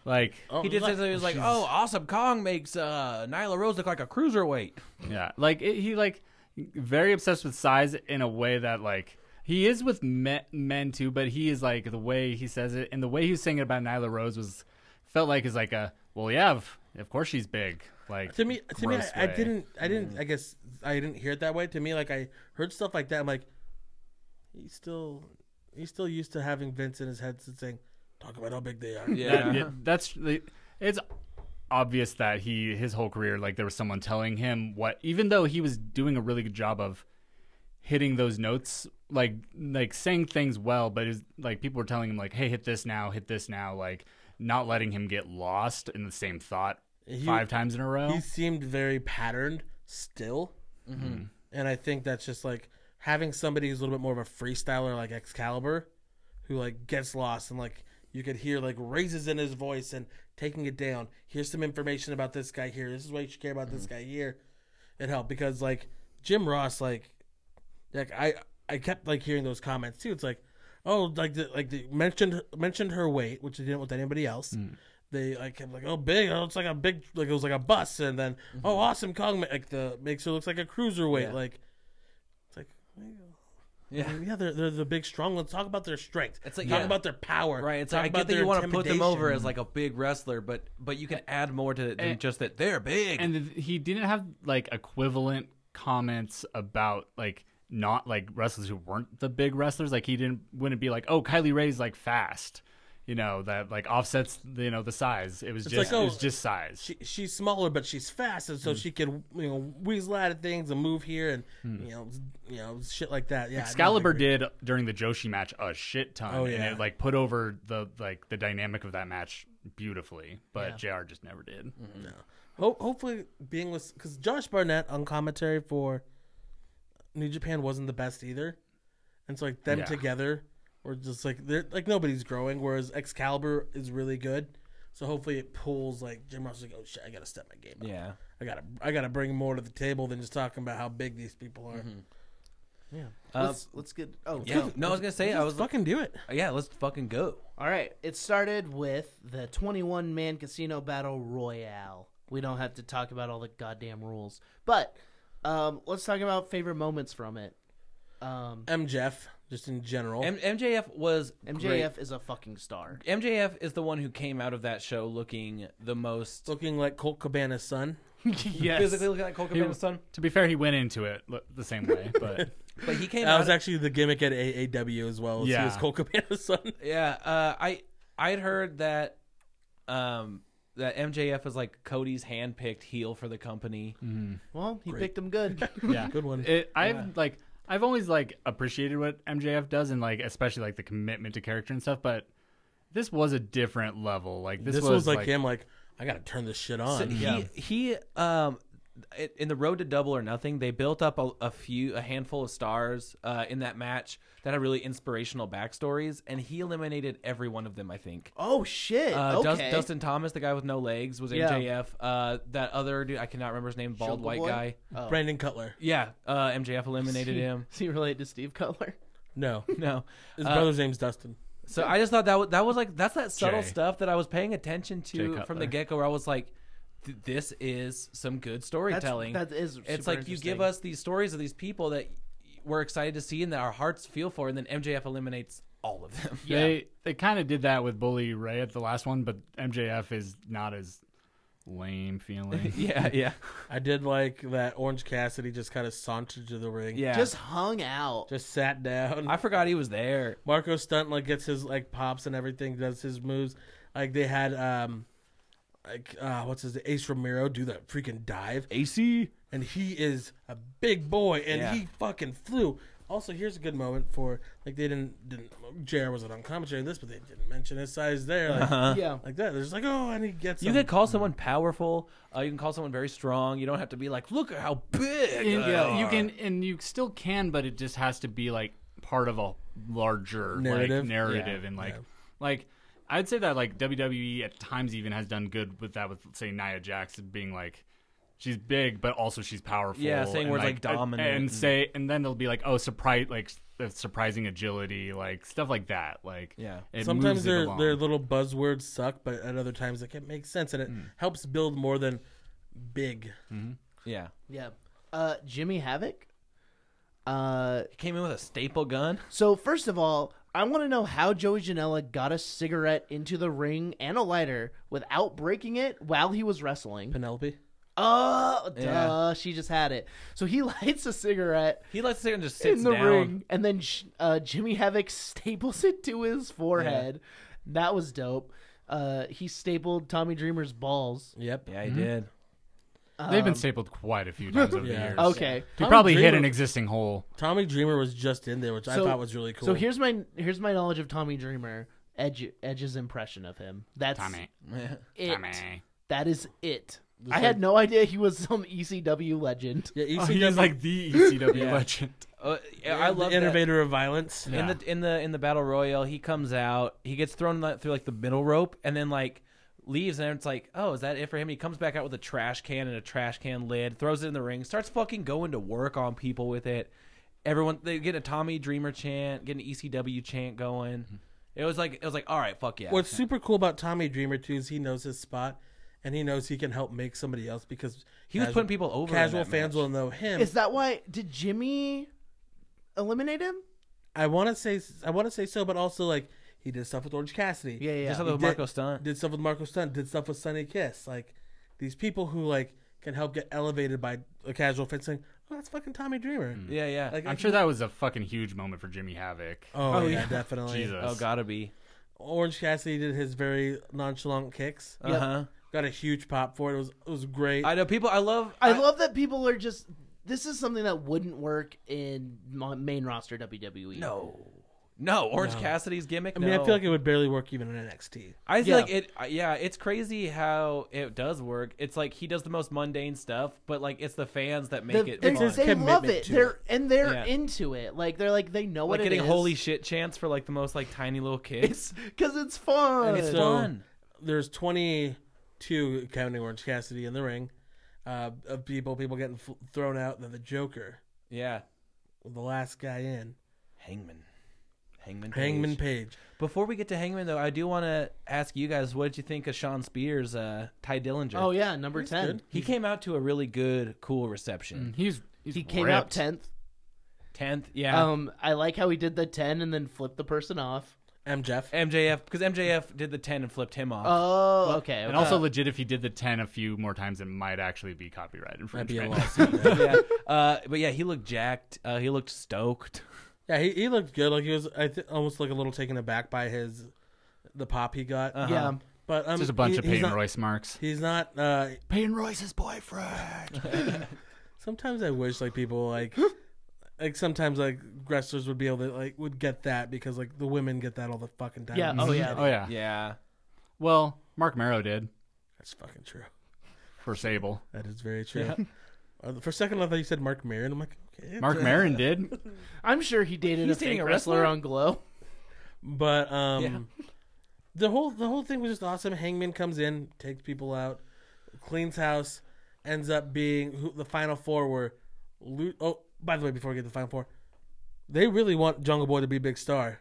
Speaker 1: Like
Speaker 3: He did say something. He was like, "Oh, awesome Kong makes uh, Nyla Rose look like a cruiserweight."
Speaker 1: yeah, like it, he like very obsessed with size in a way that like. He is with men, men too, but he is like the way he says it, and the way he was saying it about Nyla Rose was felt like is like a well, yeah, of, of course she's big. Like
Speaker 4: to me, to me,
Speaker 1: gross
Speaker 4: I, I
Speaker 1: way.
Speaker 4: didn't, I
Speaker 3: Hmm.
Speaker 4: didn't, I guess I didn't hear it that way. To me, like I heard stuff like that. I'm like, he's still, he's still used to having Vince in his head saying, "Talk about how big they are." (laughs)
Speaker 1: That- yeah, that's the- it's obvious that he his whole career like there was someone telling him what even though he was doing a really good job of hitting those notes like like saying things well but it was, like people were telling him like hey hit this now hit this now like not letting him get lost in the same thought
Speaker 4: He-
Speaker 1: five times in a row
Speaker 4: he seemed very patterned still, and I think that's just like having somebody who's a little bit more of a freestyler, like Excalibur, who like gets lost and like you could hear like raises in his voice and taking it down. Here's some information about this guy here. This is why you should care about this guy here. It helped because like Jim Ross, like like I I kept like hearing those comments too. It's like, oh, like the, like the, mentioned mentioned her weight, which they didn't with anybody else.
Speaker 3: Hmm.
Speaker 4: They like kept like, oh, big, oh, it's like a big, like it was like a bus, and then oh, awesome Kong, ma- like the makes her looks like a cruiserweight,
Speaker 3: Mm-hmm. Yeah.
Speaker 4: like it's like.
Speaker 3: Yeah.
Speaker 4: (laughs) Yeah, they're, they're the big strong ones. Talk about their strength.
Speaker 3: It's
Speaker 4: It's
Speaker 3: like-
Speaker 4: like, Talk
Speaker 3: yeah.
Speaker 4: about their power.
Speaker 3: Right. It's
Speaker 4: Talk
Speaker 3: like, I
Speaker 4: about
Speaker 3: get that
Speaker 4: their
Speaker 3: you want to put them over
Speaker 4: intimidation.
Speaker 3: as like a big wrestler, but but you can add more to it than just that they're big.
Speaker 1: and th- he didn't have like equivalent comments about like not like wrestlers who weren't the big wrestlers. Like he didn't wouldn't be like, oh, Kylie Ray's like fast. you know that like offsets you know the size. It was
Speaker 4: It's
Speaker 1: just
Speaker 4: like,
Speaker 1: it
Speaker 4: oh,
Speaker 1: was just size.
Speaker 4: she, she's smaller, but she's fast,
Speaker 3: Hmm.
Speaker 4: and so she can you know weasel out of things and move here and
Speaker 3: Hmm.
Speaker 4: you know s- you know shit like that. Yeah, no, I
Speaker 1: Excalibur
Speaker 4: agree.
Speaker 1: did during the Joshi match a shit ton,
Speaker 4: Oh, yeah.
Speaker 1: and it like put over the like the dynamic of that match beautifully. But Jr. just never did.
Speaker 4: No. Ho- hopefully, being with because Josh Barnett on commentary for New Japan wasn't the best either, and so like them
Speaker 1: Yeah.
Speaker 4: together were just like they're like nobody's growing. Whereas Excalibur is really good, so hopefully it pulls like Jim Ross like oh shit I gotta step my game up. (laughs)
Speaker 3: Yeah.
Speaker 4: I gotta I gotta bring more to the table than just talking about how big these people are.
Speaker 2: (laughs) Yeah.
Speaker 3: Uh,
Speaker 2: let's let's get. Oh
Speaker 3: Yeah. (laughs)
Speaker 2: (laughs) no.
Speaker 3: No, I was gonna say I was like,
Speaker 4: fucking do it.
Speaker 3: yeah, let's fucking go.
Speaker 2: All right. It started with the 21 man casino battle royale. We don't have to talk about all the goddamn rules, but um, let's talk about favorite moments from it. Um,
Speaker 4: M Jeff just in general.
Speaker 3: M- MJF was
Speaker 2: MJF is a fucking star.
Speaker 3: Great. MJF is the one who came out of that show looking the most
Speaker 4: looking like Colt Cabana's son.
Speaker 1: (laughs) yes.
Speaker 3: physically looking like Cole Cabana's son,
Speaker 1: To be fair, he went into it lo- the same way,
Speaker 4: (laughs)
Speaker 1: but
Speaker 3: but he came
Speaker 4: That
Speaker 3: out.
Speaker 4: was actually the gimmick at AAW as well. Yeah, he
Speaker 1: Yeah.
Speaker 4: was Colt Cabana's son.
Speaker 3: yeah, uh, I I had heard that um, that MJF was like Cody's handpicked heel for the company.
Speaker 2: Mm-hmm. Well, he picked
Speaker 3: (laughs)
Speaker 2: him good.
Speaker 1: yeah,
Speaker 4: Good one.
Speaker 1: It, I've like I've always like appreciated what MJF does, and like especially like the commitment to character and stuff. But this was a different level. Like this,
Speaker 4: this, was, like,
Speaker 1: like
Speaker 4: him like i gotta turn this shit on
Speaker 3: So he, he um i- in the road to double or nothing they built up a, a few a handful of stars uh, in that match that had really inspirational backstories and he eliminated every one of them i think
Speaker 2: oh shit.
Speaker 3: uh, Dust-
Speaker 2: okay.
Speaker 3: Dustin Thomas, the guy with no legs, was
Speaker 2: Yeah.
Speaker 3: MJF. Uh, that other dude, I cannot remember his name, bald
Speaker 2: Jungle
Speaker 3: white
Speaker 2: Boy?
Speaker 3: guy.
Speaker 2: Oh.
Speaker 4: brandon cutler
Speaker 3: Yeah, uh, MJF eliminated
Speaker 2: (laughs)
Speaker 3: him.
Speaker 2: Does he relate to
Speaker 3: (laughs)
Speaker 2: Steve Cutler?
Speaker 4: no
Speaker 3: No,
Speaker 4: his
Speaker 3: Uh,
Speaker 4: brother's name's dustin
Speaker 3: So I just thought that was, that was like that's that subtle
Speaker 1: Jay.
Speaker 3: stuff that I was paying attention
Speaker 1: Jay
Speaker 3: to
Speaker 1: Cutler.
Speaker 3: from the get go. Where I was like, th- this is some good storytelling.
Speaker 2: that is
Speaker 3: It's
Speaker 2: super
Speaker 3: like you give
Speaker 2: interesting.
Speaker 3: us these stories of these people that we're excited to see and that our hearts feel for, and then MJF eliminates all of them.
Speaker 1: They they kind of did that with Bully Ray at the last one, but MJF is not as lame feeling.
Speaker 3: (laughs) yeah, yeah,
Speaker 4: i did like that orange cassidy just kind of sauntered to the ring
Speaker 3: yeah.
Speaker 2: Just hung out.
Speaker 4: just sat down
Speaker 3: I forgot he was there.
Speaker 4: marco stunt like gets his like pops and everything does his moves like they had um like uh what's his ace romero do that freaking dive
Speaker 1: AC.
Speaker 4: and he is a big boy and
Speaker 3: Yeah.
Speaker 4: he fucking flew also here's a good moment for like they didn't didn't jr wasn't on commentary on this but they didn't mention his size there like,
Speaker 3: Uh-huh. uh.
Speaker 2: yeah.
Speaker 4: like that. They're just like, oh, and he gets.
Speaker 3: You
Speaker 4: him.
Speaker 3: could call someone powerful. Uh, you can call someone very strong. You don't have to be like, look at how big.
Speaker 1: And,
Speaker 3: they
Speaker 1: You
Speaker 3: are."
Speaker 1: can and you still can, but it just has to be like part of a larger
Speaker 4: Narrative?
Speaker 1: like narrative and like like I'd say that like WWE at times even has done good with that with say Nia Jax being like she's big but also she's powerful.
Speaker 3: Yeah, saying
Speaker 1: and,
Speaker 3: words like
Speaker 1: uh,
Speaker 3: dominant
Speaker 1: and
Speaker 3: and-
Speaker 1: say and then they'll be like oh surprise like uh, surprising agility like stuff like that like
Speaker 3: Yeah.
Speaker 1: it moves
Speaker 4: Sometimes
Speaker 1: it
Speaker 4: their
Speaker 1: along.
Speaker 4: their little buzzwords suck, but at other times like it makes sense and it helps build more than big.
Speaker 3: Yeah.
Speaker 2: Yeah. Uh, Jimmy Havoc. Uh,
Speaker 3: He came in with a staple gun.
Speaker 2: so first of all, I want to know how Joey Janela got a cigarette into the ring and a lighter without breaking it while he was wrestling.
Speaker 4: Penelope.
Speaker 2: Oh, duh!
Speaker 3: Yeah.
Speaker 2: She just had it. So he (laughs) lights a cigarette
Speaker 3: He likes to sit and just sits
Speaker 2: in the
Speaker 3: down.
Speaker 2: ring, and then sh- uh, Jimmy Havoc (laughs) staples it to his forehead. That was dope. Uh, he stapled Tommy Dreamer's balls.
Speaker 4: Yep.
Speaker 3: Yeah, he
Speaker 1: Mm-hmm.
Speaker 3: did. (laughs)
Speaker 1: they've
Speaker 3: um,
Speaker 1: been stapled quite a few times over
Speaker 4: Yeah.
Speaker 1: the years.
Speaker 2: Okay.
Speaker 1: He
Speaker 4: Tommy
Speaker 1: probably hit
Speaker 4: Dreamer-
Speaker 1: an existing hole.
Speaker 4: Tommy Dreamer was just in there, which I
Speaker 2: So-
Speaker 4: thought was really cool.
Speaker 2: So here's my here's my knowledge of Tommy Dreamer. Edge Edge's impression of him. That's
Speaker 1: Tommy.
Speaker 2: it.
Speaker 1: Tommy.
Speaker 2: That is it. I had no idea he was (laughs) some ECW legend.
Speaker 4: yeah, ECW,
Speaker 1: Oh, he's like the ECW
Speaker 3: Yeah.
Speaker 1: legend.
Speaker 3: Uh, I love
Speaker 4: the
Speaker 3: that.
Speaker 4: innovator of violence.
Speaker 3: in the in the in the battle royal he comes out he gets thrown like, through like the middle rope and then like leaves and it's like oh is that it for him he comes back out with a trash can and a trash can lid throws it in the ring starts fucking going to work on people with it everyone they get a tommy dreamer chant get an ecw chant going it was like it was like all right fuck yeah
Speaker 4: Mm-hmm. What's super cool about Tommy Dreamer too is he knows his spot, and he knows he can help make somebody else because
Speaker 3: he was
Speaker 4: casual-
Speaker 3: putting people over in
Speaker 4: Casual
Speaker 3: that
Speaker 4: fans
Speaker 3: match.
Speaker 4: will know him.
Speaker 2: Is that why did Jimmy eliminate him?
Speaker 4: I want to say I want to say so, but also like he did stuff with Orange Cassidy.
Speaker 2: Yeah, yeah.
Speaker 3: just
Speaker 2: yeah.
Speaker 3: like with
Speaker 4: did-
Speaker 3: marco stunt
Speaker 4: did stuff with Marco Stunt, did stuff with Sunny Kiss. Like these people who like can help get elevated by a casual fan saying, "Oh, that's fucking Tommy Dreamer."
Speaker 3: yeah yeah
Speaker 4: Like, I
Speaker 1: I'm
Speaker 4: can-
Speaker 1: sure that was a fucking huge moment for Jimmy Havoc.
Speaker 4: Oh,
Speaker 3: Oh,
Speaker 4: yeah,
Speaker 3: yeah.
Speaker 4: definitely.
Speaker 1: Jesus.
Speaker 3: oh gotta be
Speaker 4: Orange Cassidy did his very nonchalant kicks.
Speaker 3: Uh huh.
Speaker 4: Got a huge pop for it. It was it was great.
Speaker 3: I know people. I love.
Speaker 2: I, love that people are just. This is something that wouldn't work in mo- main roster E. WWE.
Speaker 3: No. No, Orange
Speaker 4: No.
Speaker 3: Cassidy's gimmick.
Speaker 4: I mean, I
Speaker 3: no.
Speaker 4: feel like it would barely work even in NXT.
Speaker 3: I feel
Speaker 2: Yeah.
Speaker 3: like it. uh, Yeah, it's crazy how it does work. It's like he does the most mundane stuff, but like it's the fans that make
Speaker 2: The-
Speaker 3: it.
Speaker 2: they're-
Speaker 3: fun.
Speaker 4: his
Speaker 2: they love
Speaker 4: commitment
Speaker 2: it.
Speaker 4: to
Speaker 2: They're and they're
Speaker 3: Yeah.
Speaker 2: into it. Like they're like they know what
Speaker 3: like getting
Speaker 2: it is. (laughs)
Speaker 3: holy shit chants for like the most like tiny little kicks.
Speaker 2: because it's fun.
Speaker 3: It's
Speaker 4: So-
Speaker 3: fun.
Speaker 4: There's 22 counting Orange Cassidy in the ring uh, of people people getting f- thrown out. Then the Joker,
Speaker 3: Yeah.
Speaker 4: the last guy in,
Speaker 3: Hangman. Hangman.
Speaker 4: Hangman
Speaker 3: Page.
Speaker 4: Page.
Speaker 3: Before we get to Hangman though, I do want to ask you guys what did you think of Sean Spears, uh, Ty Dillinger?
Speaker 2: Oh yeah, number ten.
Speaker 4: good.
Speaker 3: he came out to a really good, cool
Speaker 2: Mm.
Speaker 3: reception.
Speaker 1: He's, he's
Speaker 2: He came out
Speaker 1: ripped.
Speaker 2: tenth.
Speaker 3: Tenth, yeah.
Speaker 2: Um, I like how he did the ten and then flipped the person off.
Speaker 4: M. Jeff.
Speaker 3: MJF because MJF did the ten and flipped him off.
Speaker 2: Oh, okay.
Speaker 1: And
Speaker 2: okay.
Speaker 1: also, legit, if he did the 10 a few more times, it might actually be copyright
Speaker 4: Might be a
Speaker 1: infringement.
Speaker 4: lawsuit.
Speaker 2: Oh.
Speaker 3: (laughs) yeah. Uh, but yeah, he looked jacked. Uh, he looked stoked.
Speaker 4: yeah, he, he looked good. Like he was, I th- almost like a little taken aback by his the pop he got.
Speaker 3: uh,
Speaker 2: yeah.
Speaker 4: But um,
Speaker 1: Uh-huh. Just a bunch
Speaker 4: he-
Speaker 1: of
Speaker 4: he's
Speaker 1: Peyton
Speaker 4: not-
Speaker 1: Royce marks.
Speaker 4: He's not. Uh,
Speaker 1: Peyton Royce's boyfriend.
Speaker 4: sometimes I wish like
Speaker 1: (gasps)
Speaker 4: people like, like sometimes like wrestlers would be able to like would get that because like the women get that all the fucking time.
Speaker 2: Yeah, oh, yeah.
Speaker 1: (laughs) oh, (laughs) yeah.
Speaker 3: Yeah.
Speaker 1: Well, Mark Merrow did
Speaker 4: that's fucking true.
Speaker 1: for Sable.
Speaker 4: That is very true.
Speaker 1: (laughs)
Speaker 4: Uh, for a second, I thought you said Mark Maron. I'm like, okay.
Speaker 1: Mark Maron did.
Speaker 2: I'm sure he dated
Speaker 3: He's
Speaker 2: a fake
Speaker 3: dating a
Speaker 2: wrestler
Speaker 3: wrestler?
Speaker 2: on Glow. (laughs)
Speaker 4: But um, the whole the whole thing was just awesome. Hangman comes in, takes people out, cleans house, ends up being who, the final four were. Lu- oh, by the way, before we get to the final four, they really want Jungle Boy to be a big star.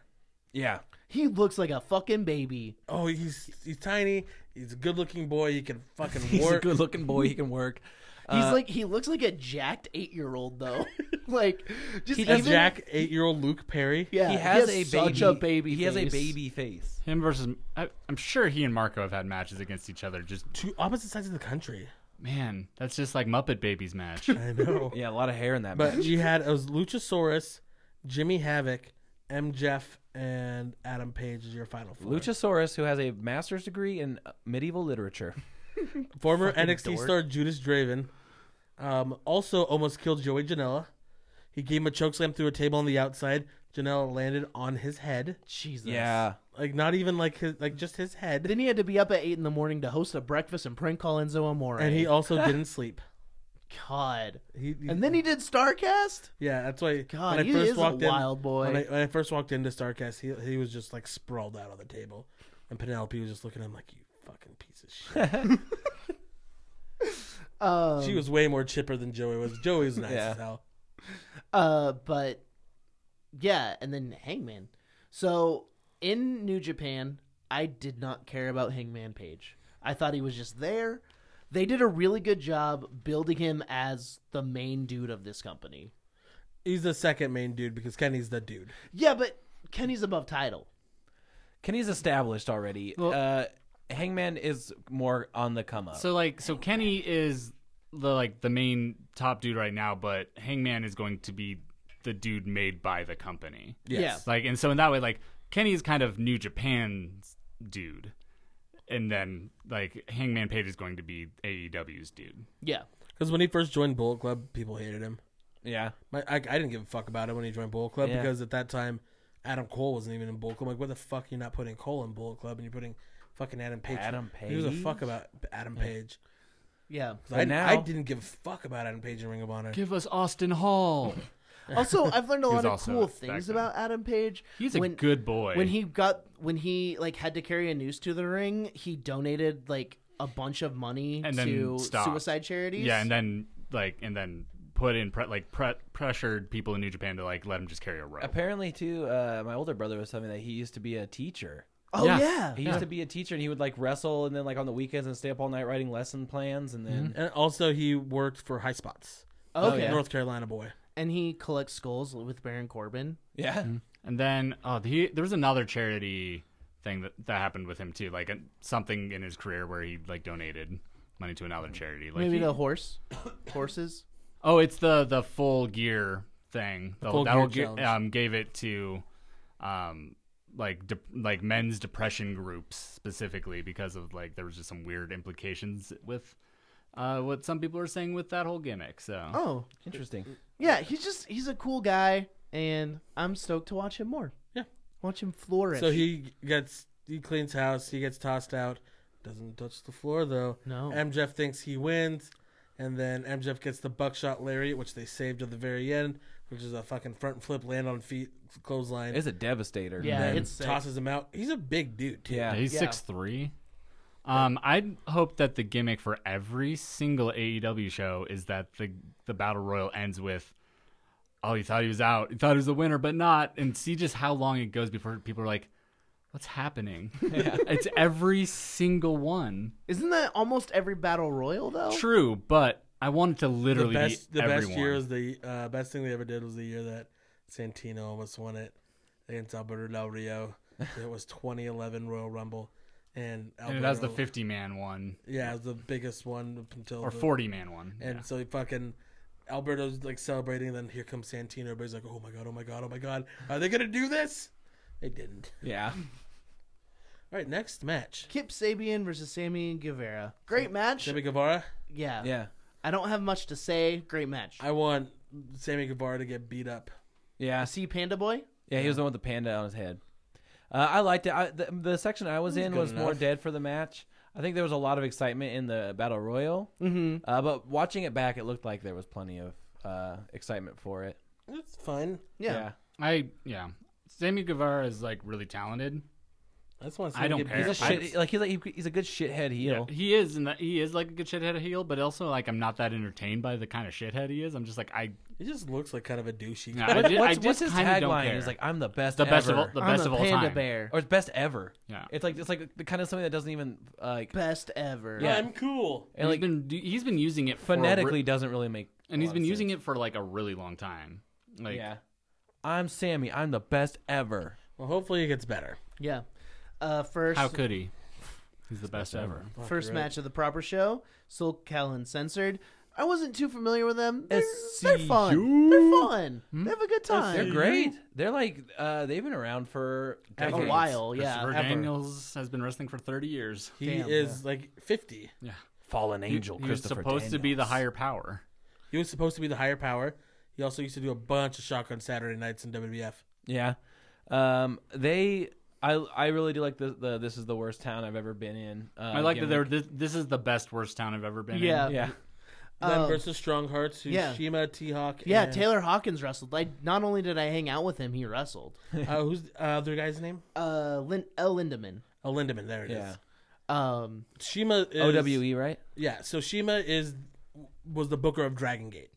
Speaker 3: Yeah.
Speaker 2: He looks like a fucking baby.
Speaker 4: Oh, he's he's tiny. He's a good looking boy. He can fucking
Speaker 3: He's a
Speaker 4: work.
Speaker 3: good looking boy. He can work.
Speaker 2: He's
Speaker 3: Uh,
Speaker 2: like he looks like a jacked eight year old though. (laughs) like just
Speaker 4: That's
Speaker 2: even-
Speaker 4: Jack, eight year old Luke Perry.
Speaker 2: Yeah,
Speaker 3: (laughs) he has a baby.
Speaker 2: such a baby.
Speaker 3: He has a
Speaker 2: face.
Speaker 3: baby face.
Speaker 1: Him versus. I, I'm sure he and Marco have had matches against each other. Just,
Speaker 4: Two opposite sides of the country.
Speaker 1: man, that's just like Muppet Babies match.
Speaker 4: I know.
Speaker 3: (laughs) Yeah, a lot of hair in that.
Speaker 4: But
Speaker 3: man.
Speaker 4: you had it was Luchasaurus, Jimmy Havoc, M. Jeff, and Adam Page as your final four.
Speaker 3: Luchasaurus, who has a master's degree in uh, medieval literature.
Speaker 4: Former NXT
Speaker 2: dork.
Speaker 4: star Judas Draven um, also almost killed Joey Janela. He gave him a chokeslam through a table on the outside. Janela landed on his head.
Speaker 2: Jesus.
Speaker 3: (laughs) Yeah.
Speaker 4: Like not even like his like just his head.
Speaker 2: Then he had to be up at eight in the morning to host a breakfast and prank call Enzo Amore.
Speaker 4: And he also
Speaker 2: (laughs)
Speaker 4: didn't sleep.
Speaker 2: God.
Speaker 4: He, he-
Speaker 2: And then he did Starcast.
Speaker 4: yeah, that's why.
Speaker 2: God, he is a wild boy.
Speaker 4: When I, when I first walked into Starcast, he he was just like sprawled out on the table, and Penelope was just looking at him like, "You fucking piece of shit."
Speaker 2: (laughs) Um,
Speaker 4: She was way more chipper than Joey was. Joey was nice
Speaker 3: Yeah.
Speaker 4: as hell.
Speaker 2: Uh, but yeah, and then Hangman. So in New Japan, I did not care about Hangman Page. I thought he was just there. They did a really good job building him as the main dude of this company.
Speaker 4: He's the second main dude because Kenny's the dude.
Speaker 2: Yeah, but Kenny's above title.
Speaker 3: Kenny's established already. uh, Hangman is more on the come up.
Speaker 1: So like so Kenny is the like the main top dude right now, but Hangman is going to be the dude made by the company.
Speaker 2: Yes.
Speaker 1: Like and so in that way like Kenny is kind of New Japan's dude. And then like Hangman Page is going to be AEW's dude.
Speaker 2: Yeah.
Speaker 4: Because when he first joined Bullet Club, people hated him.
Speaker 3: yeah.
Speaker 4: My, I, I didn't give a fuck about him when he joined Bullet Club
Speaker 3: Yeah.
Speaker 4: because at that time, Adam Cole wasn't even in Bullet Club. Like, what the fuck? You're not putting Cole in Bullet Club and you're putting fucking Adam Page.
Speaker 3: Adam
Speaker 4: Who the
Speaker 3: Page?
Speaker 4: fuck about Adam Page?
Speaker 1: (laughs)
Speaker 2: Yeah.
Speaker 4: 'Cause I,
Speaker 3: But now-
Speaker 4: I didn't give a fuck about Adam Page in Ring of Honor.
Speaker 1: Give us Austin Hall.
Speaker 2: Also, I've learned a lot of
Speaker 1: also
Speaker 2: cool
Speaker 1: back
Speaker 2: things
Speaker 1: then.
Speaker 2: about Adam Page.
Speaker 1: He's a good boy.
Speaker 2: when he got when he like had to carry a noose to the ring, he donated like a bunch of money
Speaker 1: And then
Speaker 2: to
Speaker 1: stopped.
Speaker 2: suicide charities.
Speaker 1: Yeah, and then like and then put in pre- like pre- pressured people in New Japan to like let him just carry a rope.
Speaker 3: Apparently, too, uh, my older brother was telling me that he used to be a teacher.
Speaker 2: oh
Speaker 1: Yeah.
Speaker 2: yeah.
Speaker 3: He used to be a teacher, and he would like wrestle, and then like on the weekends and stay up all night writing lesson plans, and then
Speaker 4: And also, he worked for High Spots.
Speaker 3: Oh,
Speaker 2: Okay.
Speaker 4: oh, North Carolina boy.
Speaker 2: And he collects skulls with Baron Corbin.
Speaker 3: yeah,
Speaker 1: And then oh, he, there was another charity thing that, that happened with him too, like a, something in his career where he like donated money to another charity. Like
Speaker 2: Maybe
Speaker 1: he-
Speaker 2: the horse, horses.
Speaker 1: oh, it's the the full gear thing. The,
Speaker 4: full
Speaker 1: that whole
Speaker 4: gear
Speaker 1: ge-
Speaker 4: challenge.
Speaker 1: um, gave it to um, like de- like men's depression groups specifically because of like there was just some weird implications with uh, what some people are saying with that whole gimmick. So
Speaker 2: Oh,
Speaker 3: Interesting.
Speaker 2: yeah. He's just he's a cool guy, and I'm stoked to watch him more.
Speaker 4: Yeah.
Speaker 2: watch him flourish.
Speaker 4: So he gets he cleans house. He gets tossed out. Doesn't touch the floor though.
Speaker 2: No.
Speaker 4: MJF thinks he wins, and then MJF gets the buckshot lariat, which they saved at the very end, which is a fucking front flip, land on feet, clothesline.
Speaker 3: It's a devastator.
Speaker 2: Yeah,
Speaker 4: and
Speaker 2: it's sick.
Speaker 4: tosses him out. He's a big dude too.
Speaker 3: Yeah.
Speaker 1: he's
Speaker 2: Yeah.
Speaker 1: six three. Um, I hope that the gimmick for every single AEW show is that the the battle royal ends with, "Oh, you thought he was out, you thought he was the winner, but not," and see just how long it goes before people are like, "What's
Speaker 4: (laughs)
Speaker 1: happening?" (laughs) it's every single one.
Speaker 2: Isn't that almost every battle royal though?
Speaker 1: True, but I wanted to
Speaker 4: The
Speaker 1: literally
Speaker 4: Oh. best,
Speaker 1: be
Speaker 4: the
Speaker 1: everyone.
Speaker 4: best year is the uh, best thing they ever did was the year that Santino almost won it against Alberto Del (laughs) Rio. it was 2011 Royal Rumble, and
Speaker 1: and
Speaker 4: Alberto,
Speaker 1: that was the fifty man one
Speaker 4: yeah, it was the biggest one up until
Speaker 1: or
Speaker 4: the-
Speaker 1: forty man one.
Speaker 4: And
Speaker 1: yeah.
Speaker 4: so he fucking Alberto's like celebrating, then here comes Santino. Everybody's like, "Oh my god, oh my god, oh my god, are they gonna do this?" They didn't.
Speaker 3: Yeah.
Speaker 4: All right, next match:
Speaker 2: Kip Sabian versus Sammy Guevara. Great match.
Speaker 4: Sammy Guevara.
Speaker 2: yeah.
Speaker 3: Yeah.
Speaker 2: I don't have much to say. Great match.
Speaker 4: I want Sammy Guevara to get beat up.
Speaker 3: Yeah.
Speaker 2: See Panda Boy?
Speaker 3: Yeah, he was the one with the panda on his head. Uh, I liked it. I, the, the section I was in
Speaker 4: good
Speaker 3: was more
Speaker 4: enough.
Speaker 3: dead for the match. I think there was a lot of excitement in the battle royal, mm-hmm. uh, but watching it back, it looked like there was plenty of uh, excitement for it.
Speaker 4: That's fine.
Speaker 2: Yeah.
Speaker 1: I yeah, Sammy Guevara is like really talented.
Speaker 4: I just want.
Speaker 1: I
Speaker 4: Sammy
Speaker 1: don't
Speaker 4: get beat
Speaker 1: care.
Speaker 3: he's a
Speaker 4: up.
Speaker 1: I-
Speaker 3: shit. Like he's like he's a good shithead heel.
Speaker 1: He is, and that he is like a good shithead heel, but also like I'm not that entertained by the kind of shithead he is. I'm just like I,
Speaker 4: He just looks like kind of a douchey.
Speaker 1: no,
Speaker 4: guy.
Speaker 1: I,
Speaker 3: What-
Speaker 1: ju- I
Speaker 3: what's,
Speaker 1: just
Speaker 3: what's his
Speaker 1: kinda don't
Speaker 3: tagline?
Speaker 1: care.
Speaker 3: He's like, "I'm the best,
Speaker 1: the best
Speaker 3: ever.
Speaker 1: of all, the
Speaker 2: I'm
Speaker 1: best
Speaker 2: a
Speaker 1: of all
Speaker 2: Panda
Speaker 1: time.
Speaker 2: Bear.
Speaker 3: or it's best ever."
Speaker 1: Yeah,
Speaker 3: It's like it's like the kind of something that doesn't even uh, like
Speaker 2: Best ever.
Speaker 3: Yeah.
Speaker 4: I'm cool.
Speaker 1: and
Speaker 3: and
Speaker 1: he's
Speaker 3: like
Speaker 1: been he's been using it for a re-
Speaker 3: phonetically doesn't really make.
Speaker 1: and he's been using it for like a really long time. Like
Speaker 3: Yeah, I'm Sammy. I'm the best ever.
Speaker 4: Well, hopefully it gets better.
Speaker 2: Yeah. Uh, first
Speaker 1: how could he? He's the best ever.
Speaker 2: first match of the proper show. Soul Callan censored. I wasn't too familiar with them. They're, they're
Speaker 3: SCU.
Speaker 2: fun. They're fun. They have a good
Speaker 3: Hmm? They're
Speaker 2: time.
Speaker 3: great. They're like uh, they've been around for
Speaker 4: Have
Speaker 2: A
Speaker 3: decades.
Speaker 2: while,
Speaker 1: Christopher
Speaker 2: yeah.
Speaker 1: Daniels has been wrestling for 30 years.
Speaker 4: He
Speaker 2: Damn,
Speaker 4: is like 50.
Speaker 1: Yeah,
Speaker 3: Fallen
Speaker 1: He-
Speaker 3: angel.
Speaker 1: He, was
Speaker 3: Christopher
Speaker 1: supposed to be the
Speaker 3: Daniels.
Speaker 1: higher power.
Speaker 4: He was supposed to be the higher power. He also used to do a bunch of shotgun Saturday nights in WWF.
Speaker 3: Yeah. Um, they. I I really do like the, the this is the worst town I've ever been in. Uh,
Speaker 1: I like that they're
Speaker 3: gimmick.
Speaker 1: this, this is the best worst town I've ever been
Speaker 2: Yeah.
Speaker 1: in.
Speaker 3: Yeah.
Speaker 4: Then
Speaker 2: Um,
Speaker 4: versus Strong Hearts, who's
Speaker 2: yeah.
Speaker 4: Shima, T Hawk.
Speaker 2: Yeah,
Speaker 4: and,
Speaker 2: Taylor Hawkins wrestled. I not only did I hang out with him, he wrestled.
Speaker 4: Uh, who's the other guy's name?
Speaker 2: Uh, Lin- L. Lindemann.
Speaker 4: Oh, Lindemann. There it is.
Speaker 3: Yeah.
Speaker 2: Um,
Speaker 4: Shima is.
Speaker 1: E.
Speaker 3: OWE E, right?
Speaker 4: Yeah, so Shima is was the booker of Dragon Gate.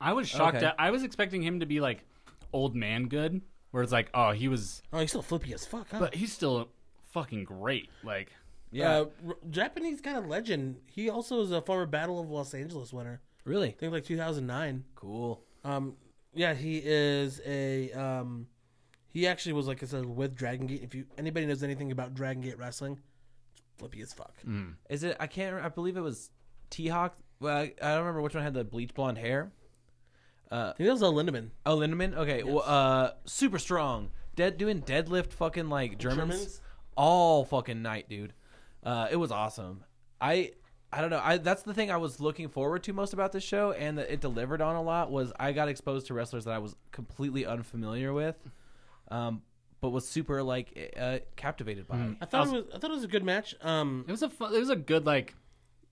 Speaker 1: I was shocked.
Speaker 3: Okay.
Speaker 1: At, I was expecting him to be like old man good, where it's like, oh, he was,
Speaker 4: Oh, he's still flippy as fuck, huh?
Speaker 1: but he's still fucking great. Like,
Speaker 3: Yeah.
Speaker 4: Uh, r- Japanese kind of legend. He also is a former Battle of Los Angeles winner.
Speaker 3: really
Speaker 4: I think like 2009.
Speaker 3: cool.
Speaker 4: Um, yeah, he is a um, he actually was like I said with Dragon Gate. If you anybody knows anything about Dragon Gate wrestling, it's flippy as fuck.
Speaker 1: Mm.
Speaker 3: Is it? I can't. I believe it was T Hawk. Well, I, I don't remember which one had the bleach blonde hair.
Speaker 4: I think that was a Lindemann.
Speaker 3: Oh, Lindemann. Okay. Well, uh, super strong. Dead doing deadlift. Fucking like Germans,
Speaker 4: Germans?
Speaker 3: all fucking night, dude. Uh, it was awesome. I I don't know. I that's the thing I was looking forward to most about this show, and that it delivered on a lot was I got exposed to wrestlers that I was completely unfamiliar with, um, but was super like uh, captivated by.
Speaker 4: I thought it was I thought it was a good match. Um,
Speaker 1: it was a fun, it was a good like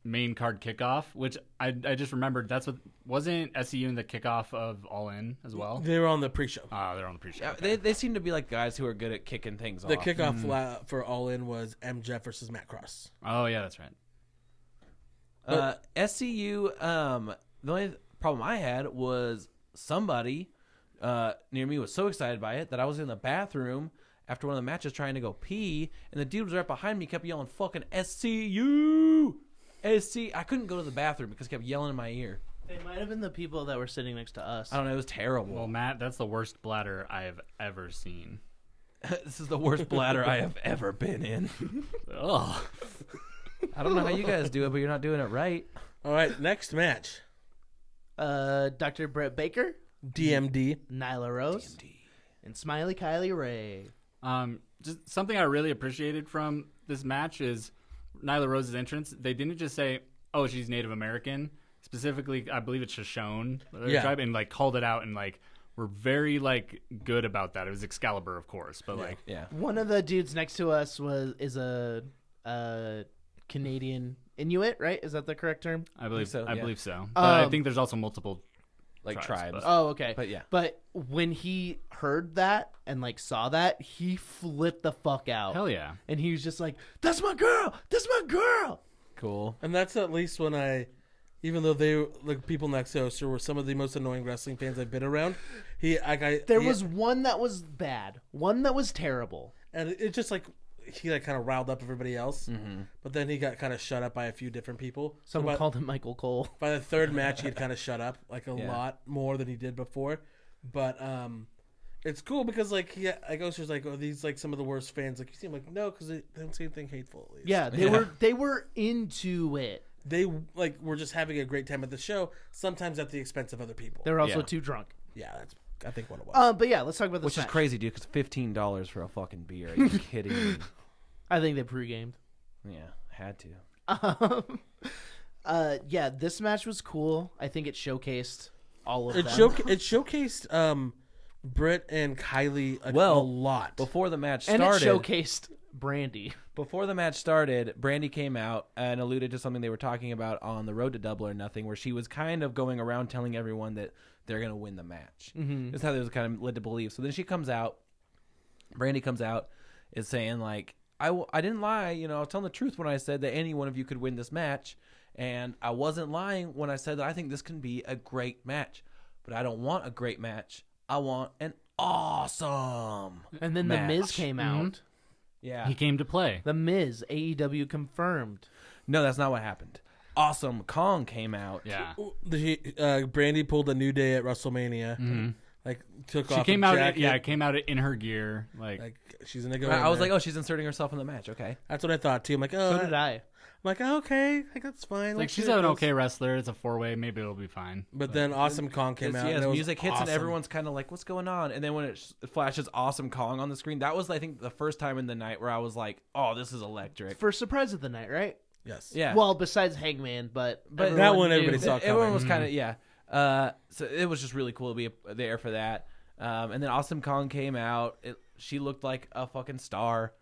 Speaker 1: main card kickoff, which I I just remembered that's what wasn't SEU in the kickoff of All In as well.
Speaker 4: they were on the pre-show.
Speaker 1: Ah, they're on the pre-show.
Speaker 3: Yeah, Uh, they they seem to be like guys who are good at kicking things
Speaker 4: The
Speaker 3: off.
Speaker 4: kickoff la- for All In was M. Jeff versus Matt Cross.
Speaker 1: Oh yeah, that's right.
Speaker 3: Uh, SCU. Um, the only problem I had was somebody uh, near me was so excited by it that I was in the bathroom after one of the matches trying to go pee, and the dude was right behind me, kept yelling "fucking SCU, SC." I couldn't go to the bathroom because he kept yelling in my ear.
Speaker 2: they might have been the people that were sitting next to us.
Speaker 3: I don't know. It was
Speaker 1: Well,
Speaker 3: terrible.
Speaker 1: Matt, that's the worst bladder I have ever seen.
Speaker 3: (laughs) this is the worst bladder I (laughs) have ever been in.
Speaker 1: Ugh.
Speaker 3: I don't know how you guys do it, but you're not doing it right.
Speaker 4: All right, next match.
Speaker 2: Uh, Dr. Brett Baker,
Speaker 4: DMD.
Speaker 2: Nyla Rose, and Smiley Kylie Ray.
Speaker 1: Um, just something I really appreciated from this match is Nyla Rose's entrance. They didn't just say, "Oh, she's Native American." Specifically, I believe it's Shoshone their
Speaker 4: Yeah.
Speaker 1: tribe, and like called it out and like were very like good about that. It was Excalibur, of course, but like
Speaker 3: Yeah.
Speaker 2: One of the dudes next to us was is a, a Canadian Inuit, right? Is that the correct term?
Speaker 1: I believe
Speaker 3: so,
Speaker 1: I
Speaker 3: yeah.
Speaker 1: believe so. But I
Speaker 2: Um,
Speaker 1: think there's also multiple.
Speaker 3: Like
Speaker 1: Tribes,
Speaker 3: tribes. Uh,
Speaker 1: but-
Speaker 2: Oh, okay.
Speaker 3: But yeah.
Speaker 2: But when he heard that and like saw that, he flipped the fuck out.
Speaker 1: Hell yeah!
Speaker 2: And he was just like, "That's my girl. That's my girl."
Speaker 3: Cool.
Speaker 4: And that's at least when I, even though they like people next to us were some of the most annoying wrestling fans I've been around. He like I
Speaker 2: There
Speaker 4: he-
Speaker 2: was one that was bad, one that was terrible.
Speaker 4: and it just like he like kind of riled up everybody else. But then he got kind of shut up by a few different people. So
Speaker 2: Someone
Speaker 4: by,
Speaker 2: called him Michael Cole.
Speaker 4: by the third match, he had kind of shut up like a
Speaker 3: Yeah.
Speaker 4: lot more than he did before. But um, it's cool because like he like Oster's like oh these like some of the worst fans like you seem like no because they, they don't say anything hateful at least.
Speaker 2: Yeah, they were they were into it.
Speaker 4: they like were just having a great time at the show. Sometimes at the expense of other people.
Speaker 2: They were also
Speaker 1: Yeah.
Speaker 2: too drunk.
Speaker 4: yeah, that's I think what it was.
Speaker 2: Um, but yeah, let's talk about the
Speaker 3: Which is
Speaker 2: match.
Speaker 3: crazy, dude, because fifteen dollars for a fucking beer. Are you (laughs) kidding me?
Speaker 2: I think they pre-gamed.
Speaker 3: Yeah, had to.
Speaker 2: Um, uh, yeah, this match was cool. I think it showcased all of
Speaker 4: It
Speaker 2: them.
Speaker 4: show it showcased um Britt and Kylie a,
Speaker 3: Well,
Speaker 4: a lot.
Speaker 3: Before the match
Speaker 2: and
Speaker 3: started,
Speaker 2: it showcased Brandy.
Speaker 3: before the match started, Brandy came out and alluded to something they were talking about on the road to Double or Nothing, where she was kind of going around telling everyone that they're going to win the match. Mm-hmm. That's how they was kind of led to believe. So then she comes out. Brandy comes out, is saying like, I, w- I didn't lie. You know, I was telling the truth when I said that any one of you could win this match, and I wasn't lying when I said that I think this can be a great match. But I don't want a great match. I want an awesome.
Speaker 2: And then
Speaker 3: match."
Speaker 2: the Miz came out.
Speaker 3: Yeah,
Speaker 1: He came to play.
Speaker 2: The Miz AEW confirmed.
Speaker 3: No, that's not what happened. Awesome Kong came out.
Speaker 1: Yeah,
Speaker 4: the, uh, Brandy pulled a new day at WrestleMania. Like took
Speaker 1: she
Speaker 4: off.
Speaker 1: came
Speaker 4: her
Speaker 1: out.
Speaker 4: Jacket.
Speaker 1: Yeah, came out in her gear. Like,
Speaker 4: Like she's gonna go.
Speaker 3: I, I was like,
Speaker 4: there.
Speaker 3: oh, she's inserting herself in the match. Okay.
Speaker 4: that's what I thought too. I'm like, oh,
Speaker 2: So did
Speaker 4: I. am
Speaker 2: I.
Speaker 4: like oh, okay, like that's fine.
Speaker 1: like
Speaker 4: Let's
Speaker 1: she's
Speaker 4: see how
Speaker 1: an
Speaker 4: it
Speaker 1: okay
Speaker 4: goes.
Speaker 1: wrestler. It's a four way. Maybe it'll be fine.
Speaker 4: But then Awesome Kong came
Speaker 3: It's-
Speaker 4: out.
Speaker 3: yeah,
Speaker 4: and
Speaker 3: the
Speaker 4: it was
Speaker 3: music hits and
Speaker 4: awesome.
Speaker 3: everyone's kind of like, "What's going on?" And then when it sh- flashes "Awesome Kong" on the screen, that was I think the first time in the night where I was like, "Oh, this is electric."
Speaker 2: First surprise of the night, right?
Speaker 4: Yes.
Speaker 3: Yeah.
Speaker 2: Well, besides Hangman, but but
Speaker 4: That one
Speaker 2: knew-
Speaker 4: everybody saw.
Speaker 3: E- everyone
Speaker 4: coming.
Speaker 3: was kind of yeah. Uh, so it was just really cool to be there for that. Um, and then Awesome Kong came out. It, she looked like a fucking star.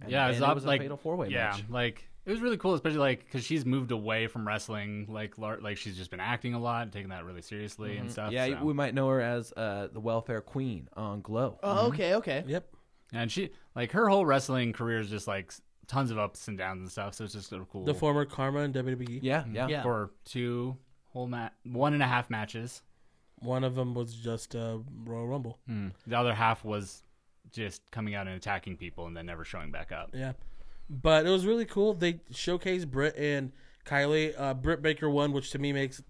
Speaker 3: And-
Speaker 1: yeah,
Speaker 3: and
Speaker 1: it's not
Speaker 3: was
Speaker 1: like
Speaker 3: a fatal four way
Speaker 1: yeah,
Speaker 3: match.
Speaker 1: like it was really cool, especially like because she's moved away from wrestling. Like, lar- like she's just been acting a lot, and taking that really seriously and stuff.
Speaker 3: Yeah,
Speaker 1: so.
Speaker 3: we might know her as uh, the Welfare Queen on Glow.
Speaker 2: Oh, okay, okay.
Speaker 4: Yep.
Speaker 1: and she like her whole wrestling career is just like s- tons of ups and downs and stuff. So it's just a cool
Speaker 4: The former Karma and E. WWE.
Speaker 3: Yeah, yeah,
Speaker 2: Yeah.
Speaker 1: for two whole mat one and a half matches.
Speaker 4: One of them was just uh, Royal Rumble.
Speaker 1: The other half was just coming out and attacking people and then never showing back up.
Speaker 4: Yeah, but it was really cool. They showcased Britt and Kylie. Uh, Britt Baker won, which to me makes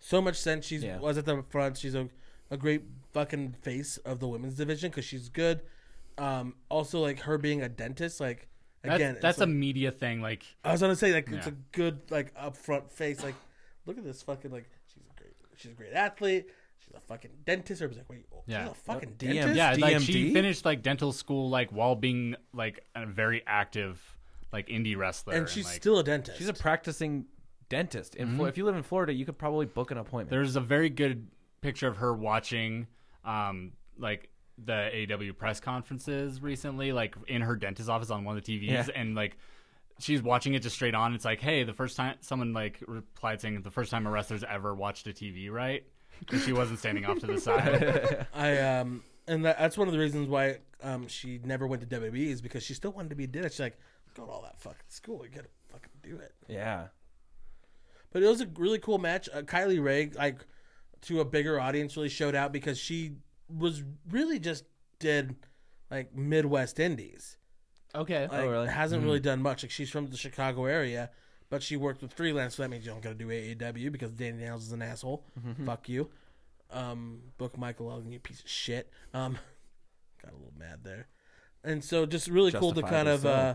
Speaker 4: so much sense. She
Speaker 3: Yeah.
Speaker 4: was at the front. She's a, a great fucking face of the women's division because she's good. Um, also, like her being a dentist, like
Speaker 1: That's,
Speaker 4: again,
Speaker 1: that's
Speaker 4: it's
Speaker 1: a
Speaker 4: like-
Speaker 1: media thing. Like,
Speaker 4: I was gonna say like it's a
Speaker 1: Yeah.
Speaker 4: good like upfront face. Like, look at this fucking like she's a great she's a great athlete. She's a fucking dentist. I was like, wait,
Speaker 1: Yeah.
Speaker 4: she's a fucking
Speaker 3: DM.
Speaker 4: dentist.
Speaker 1: yeah, like she
Speaker 3: DMD?
Speaker 1: finished like dental school like while being like a very active like indie wrestler.
Speaker 4: and she's
Speaker 1: like,
Speaker 4: still a dentist.
Speaker 3: She's a practicing dentist. In Flo- if you live in Florida, you could probably book an appointment.
Speaker 1: There's a very good picture of her watching, um, like the AW press conferences recently, like in her dentist office on one of the TVs,
Speaker 3: Yeah.
Speaker 1: and like she's watching it just straight on. It's like, hey, the first time someone like replied saying the first time a wrestler's ever watched a TV, right? And she wasn't standing off to the side.
Speaker 4: I um, and that, that's one of the reasons why um she never went to WWE is because she still wanted to be a dentist. She's like, go to all that fucking school, you gotta fucking do it.
Speaker 3: yeah.
Speaker 4: But it was a really cool match. Uh, Kylie Rae, like to a bigger audience, really showed out because she was really just did like Midwest Indies.
Speaker 2: Okay.
Speaker 4: Like,
Speaker 3: Oh, really? Mm.
Speaker 4: hasn't really done much. Like she's from the Chicago area, but she worked with freelance, so that means you don't gotta do AAW because Danny Daniels is an asshole.
Speaker 3: Mm-hmm.
Speaker 4: Fuck you. Um, book Michael Elgin, you piece of shit. Um, (laughs) got a little mad there, and so just really cool to kind
Speaker 3: Justifiably
Speaker 4: of uh,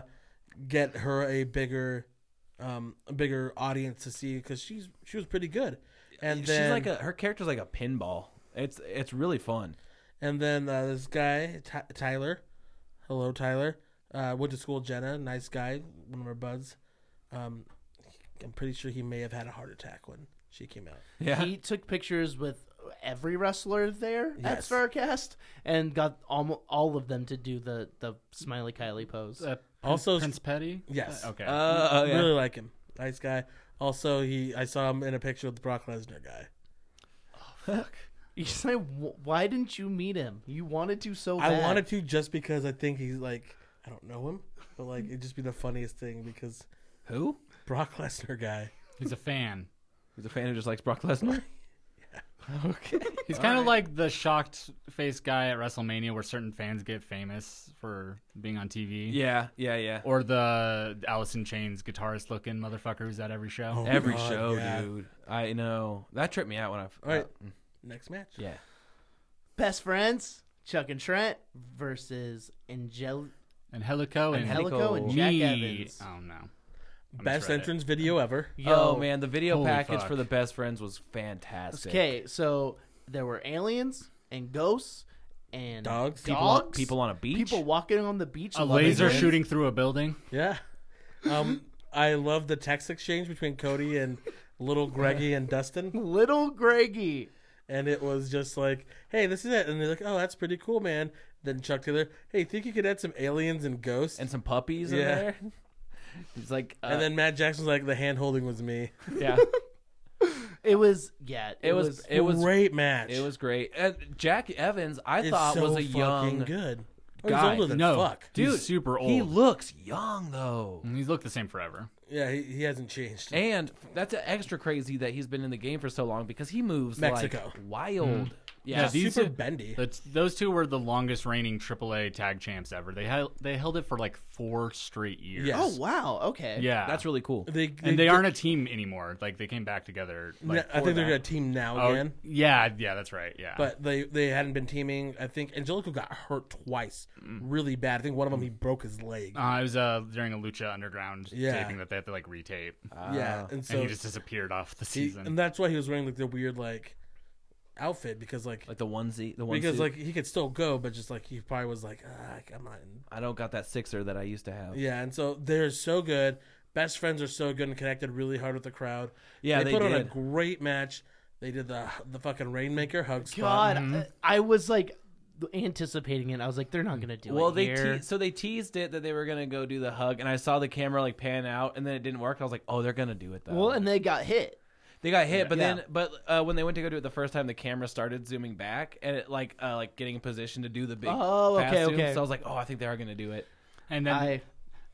Speaker 4: get her a bigger, um, a bigger audience to see because she's she was pretty good. And
Speaker 3: She's
Speaker 4: then
Speaker 3: like a her character's like a pinball. It's it's really fun.
Speaker 4: And then uh, this guy, Ty Tyler, hello Tyler, uh, went to school with Jenna, nice guy, one of our buds. Um, I'm pretty sure he may have had a heart attack when she
Speaker 3: (laughs)
Speaker 4: came out.
Speaker 3: Yeah.
Speaker 2: He took pictures with every wrestler there
Speaker 4: Yes.
Speaker 2: at Starcast and got almost all of them to do the the smiley Kylie pose.
Speaker 1: Uh,
Speaker 4: Also-
Speaker 1: Prince Petty.
Speaker 4: Yes.
Speaker 1: Okay.
Speaker 3: Uh,
Speaker 4: Really like him, nice guy. Also, he I saw him in a picture with the Brock Lesnar guy.
Speaker 2: You say, "Wh- why didn't you meet him? You wanted to so Oh, bad.
Speaker 4: I wanted to just because I think he's like I don't know him, but like it'd just be the funniest thing because
Speaker 3: Who?
Speaker 4: Brock (laughs) Lesnar guy.
Speaker 1: He's a fan.
Speaker 3: He's a fan who just likes Brock Lesnar. Okay.
Speaker 1: He's kind of like the shocked face guy at WrestleMania, where certain fans get famous for being on
Speaker 3: (laughs)
Speaker 1: TV.
Speaker 3: Yeah, yeah, yeah.
Speaker 1: Or the Allison Chains guitarist looking motherfucker who's at every show.
Speaker 4: Oh,
Speaker 3: Every
Speaker 4: God,
Speaker 3: show,
Speaker 4: yeah.
Speaker 3: dude. I know that tripped me out when I. uh,
Speaker 4: All right, next match.
Speaker 3: yeah.
Speaker 2: best friends Chuck and Trent versus Angel-
Speaker 1: And Helico and
Speaker 3: Helico
Speaker 2: Angelico and
Speaker 3: Helico.
Speaker 2: Jack
Speaker 1: me.
Speaker 2: Evans.
Speaker 1: Oh no. I
Speaker 4: Best
Speaker 1: misread it.
Speaker 4: entrance video ever.
Speaker 2: Yo,
Speaker 3: oh man, the video
Speaker 1: Holy
Speaker 3: package
Speaker 1: fuck.
Speaker 3: for the best friends was fantastic.
Speaker 2: Okay, so there were aliens and ghosts and
Speaker 4: Dogs.
Speaker 3: People, On,
Speaker 2: dogs,
Speaker 3: people on a beach.
Speaker 2: people walking on the beach.
Speaker 1: A
Speaker 2: loving
Speaker 1: laser
Speaker 2: it.
Speaker 1: shooting through a building.
Speaker 4: Yeah. Um, I love the text exchange between Cody and little Greggy and Dustin,
Speaker 2: Little Greggy.
Speaker 4: and it was just like, "Hey, this is it," and they're like, "Oh, that's pretty cool, man." Then Chuck Taylor, "Hey, think you could add some aliens and ghosts?"
Speaker 3: and some puppies in
Speaker 4: Yeah.
Speaker 3: there. He's like, uh,
Speaker 4: and then Matt Jackson's like, "The hand holding was me."
Speaker 3: (laughs) yeah,
Speaker 2: It was yeah. It,
Speaker 3: it was, it was,
Speaker 4: great match.
Speaker 3: it was great. And Jack Evans, I
Speaker 4: It's
Speaker 3: thought
Speaker 4: so
Speaker 3: was a
Speaker 4: fucking
Speaker 3: young
Speaker 4: good. Oh,
Speaker 3: guy.
Speaker 4: He's older than
Speaker 1: No,
Speaker 4: fuck.
Speaker 1: he's
Speaker 3: Dude,
Speaker 1: super old.
Speaker 3: He
Speaker 1: He
Speaker 3: looks young though.
Speaker 1: he's looked the same forever.
Speaker 4: Yeah, he, he hasn't changed.
Speaker 3: And that's extra crazy that he's been in the game for so long because he moves
Speaker 4: Mexico.
Speaker 3: like wild. Hmm. Yeah,
Speaker 1: Yeah, these
Speaker 4: Super
Speaker 1: two-
Speaker 4: bendy.
Speaker 1: The t- those two were the longest reigning AAA tag champs ever. They held they held it for like four straight years.
Speaker 4: Yes.
Speaker 2: Oh wow. Okay.
Speaker 1: yeah,
Speaker 3: that's really cool.
Speaker 4: They,
Speaker 1: and they aren't a team anymore. Like they came back together. Like,
Speaker 4: I think
Speaker 3: that.
Speaker 4: they're a team now
Speaker 1: oh,
Speaker 4: again.
Speaker 1: yeah, yeah, that's right. Yeah,
Speaker 4: But they they hadn't been teaming. I think Angelico got hurt twice,
Speaker 3: Mm.
Speaker 4: really bad. I think one of them he broke his leg.
Speaker 3: Ah.
Speaker 1: uh, it was uh, during a Lucha Underground
Speaker 4: Yeah.
Speaker 1: taping that they had to like retape,
Speaker 3: Uh, Ah.
Speaker 4: yeah, and so
Speaker 1: and he just disappeared off the
Speaker 4: he-
Speaker 1: season.
Speaker 4: and that's why he was wearing like the weird like outfit because like,
Speaker 3: Like the onesie, the one
Speaker 4: because
Speaker 3: suit.
Speaker 4: like he could still go, but just like he probably was like ah, I'm not. In.
Speaker 3: I don't got that sixer that I used to have.
Speaker 4: Yeah, and so they're so good. Best friends are so good and connected really hard with the crowd.
Speaker 3: Yeah, they
Speaker 4: put on a
Speaker 3: did.
Speaker 4: great match. They did the the fucking rainmaker hug spot.
Speaker 2: God,
Speaker 3: Mm-hmm.
Speaker 2: uh, I, I was like anticipating it. I was like, they're not gonna do
Speaker 3: Well,
Speaker 2: it.
Speaker 3: they
Speaker 2: here.
Speaker 3: te- so they teased it that they were gonna go do the hug, and I saw the camera like pan out, and then it didn't work. I was like, oh, they're gonna do it though.
Speaker 2: well, and they got hit.
Speaker 3: They got hit, but
Speaker 2: Yeah.
Speaker 3: then but uh, when they went to go do it the first time, the camera started zooming back and it like uh, like getting in position to do the big.
Speaker 2: Oh,
Speaker 3: fast
Speaker 2: okay,
Speaker 3: zoom.
Speaker 2: okay.
Speaker 3: So I was like, oh, I think they are gonna do it.
Speaker 1: And then
Speaker 2: I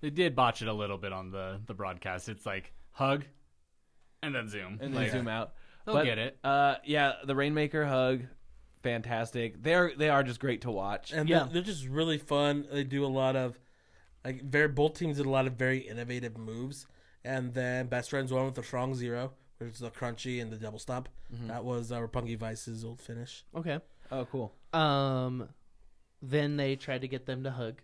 Speaker 1: they did botch it a little bit on the the broadcast. It's like hug, and then zoom.
Speaker 3: and then
Speaker 1: like,
Speaker 3: zoom out.
Speaker 1: They'll get it.
Speaker 3: Uh, yeah, the Rainmaker hug, fantastic. They're they are just great to watch.
Speaker 4: and
Speaker 2: Yeah.
Speaker 4: they're, they're just really fun. They do a lot of like very both teams did a lot of very innovative moves, and then best friends won with the strong zero, which is the crunchy and the double stomp. That was uh, Rapungi Vice's old finish.
Speaker 2: okay.
Speaker 3: Oh, cool.
Speaker 2: Um, then they tried to get them to hug.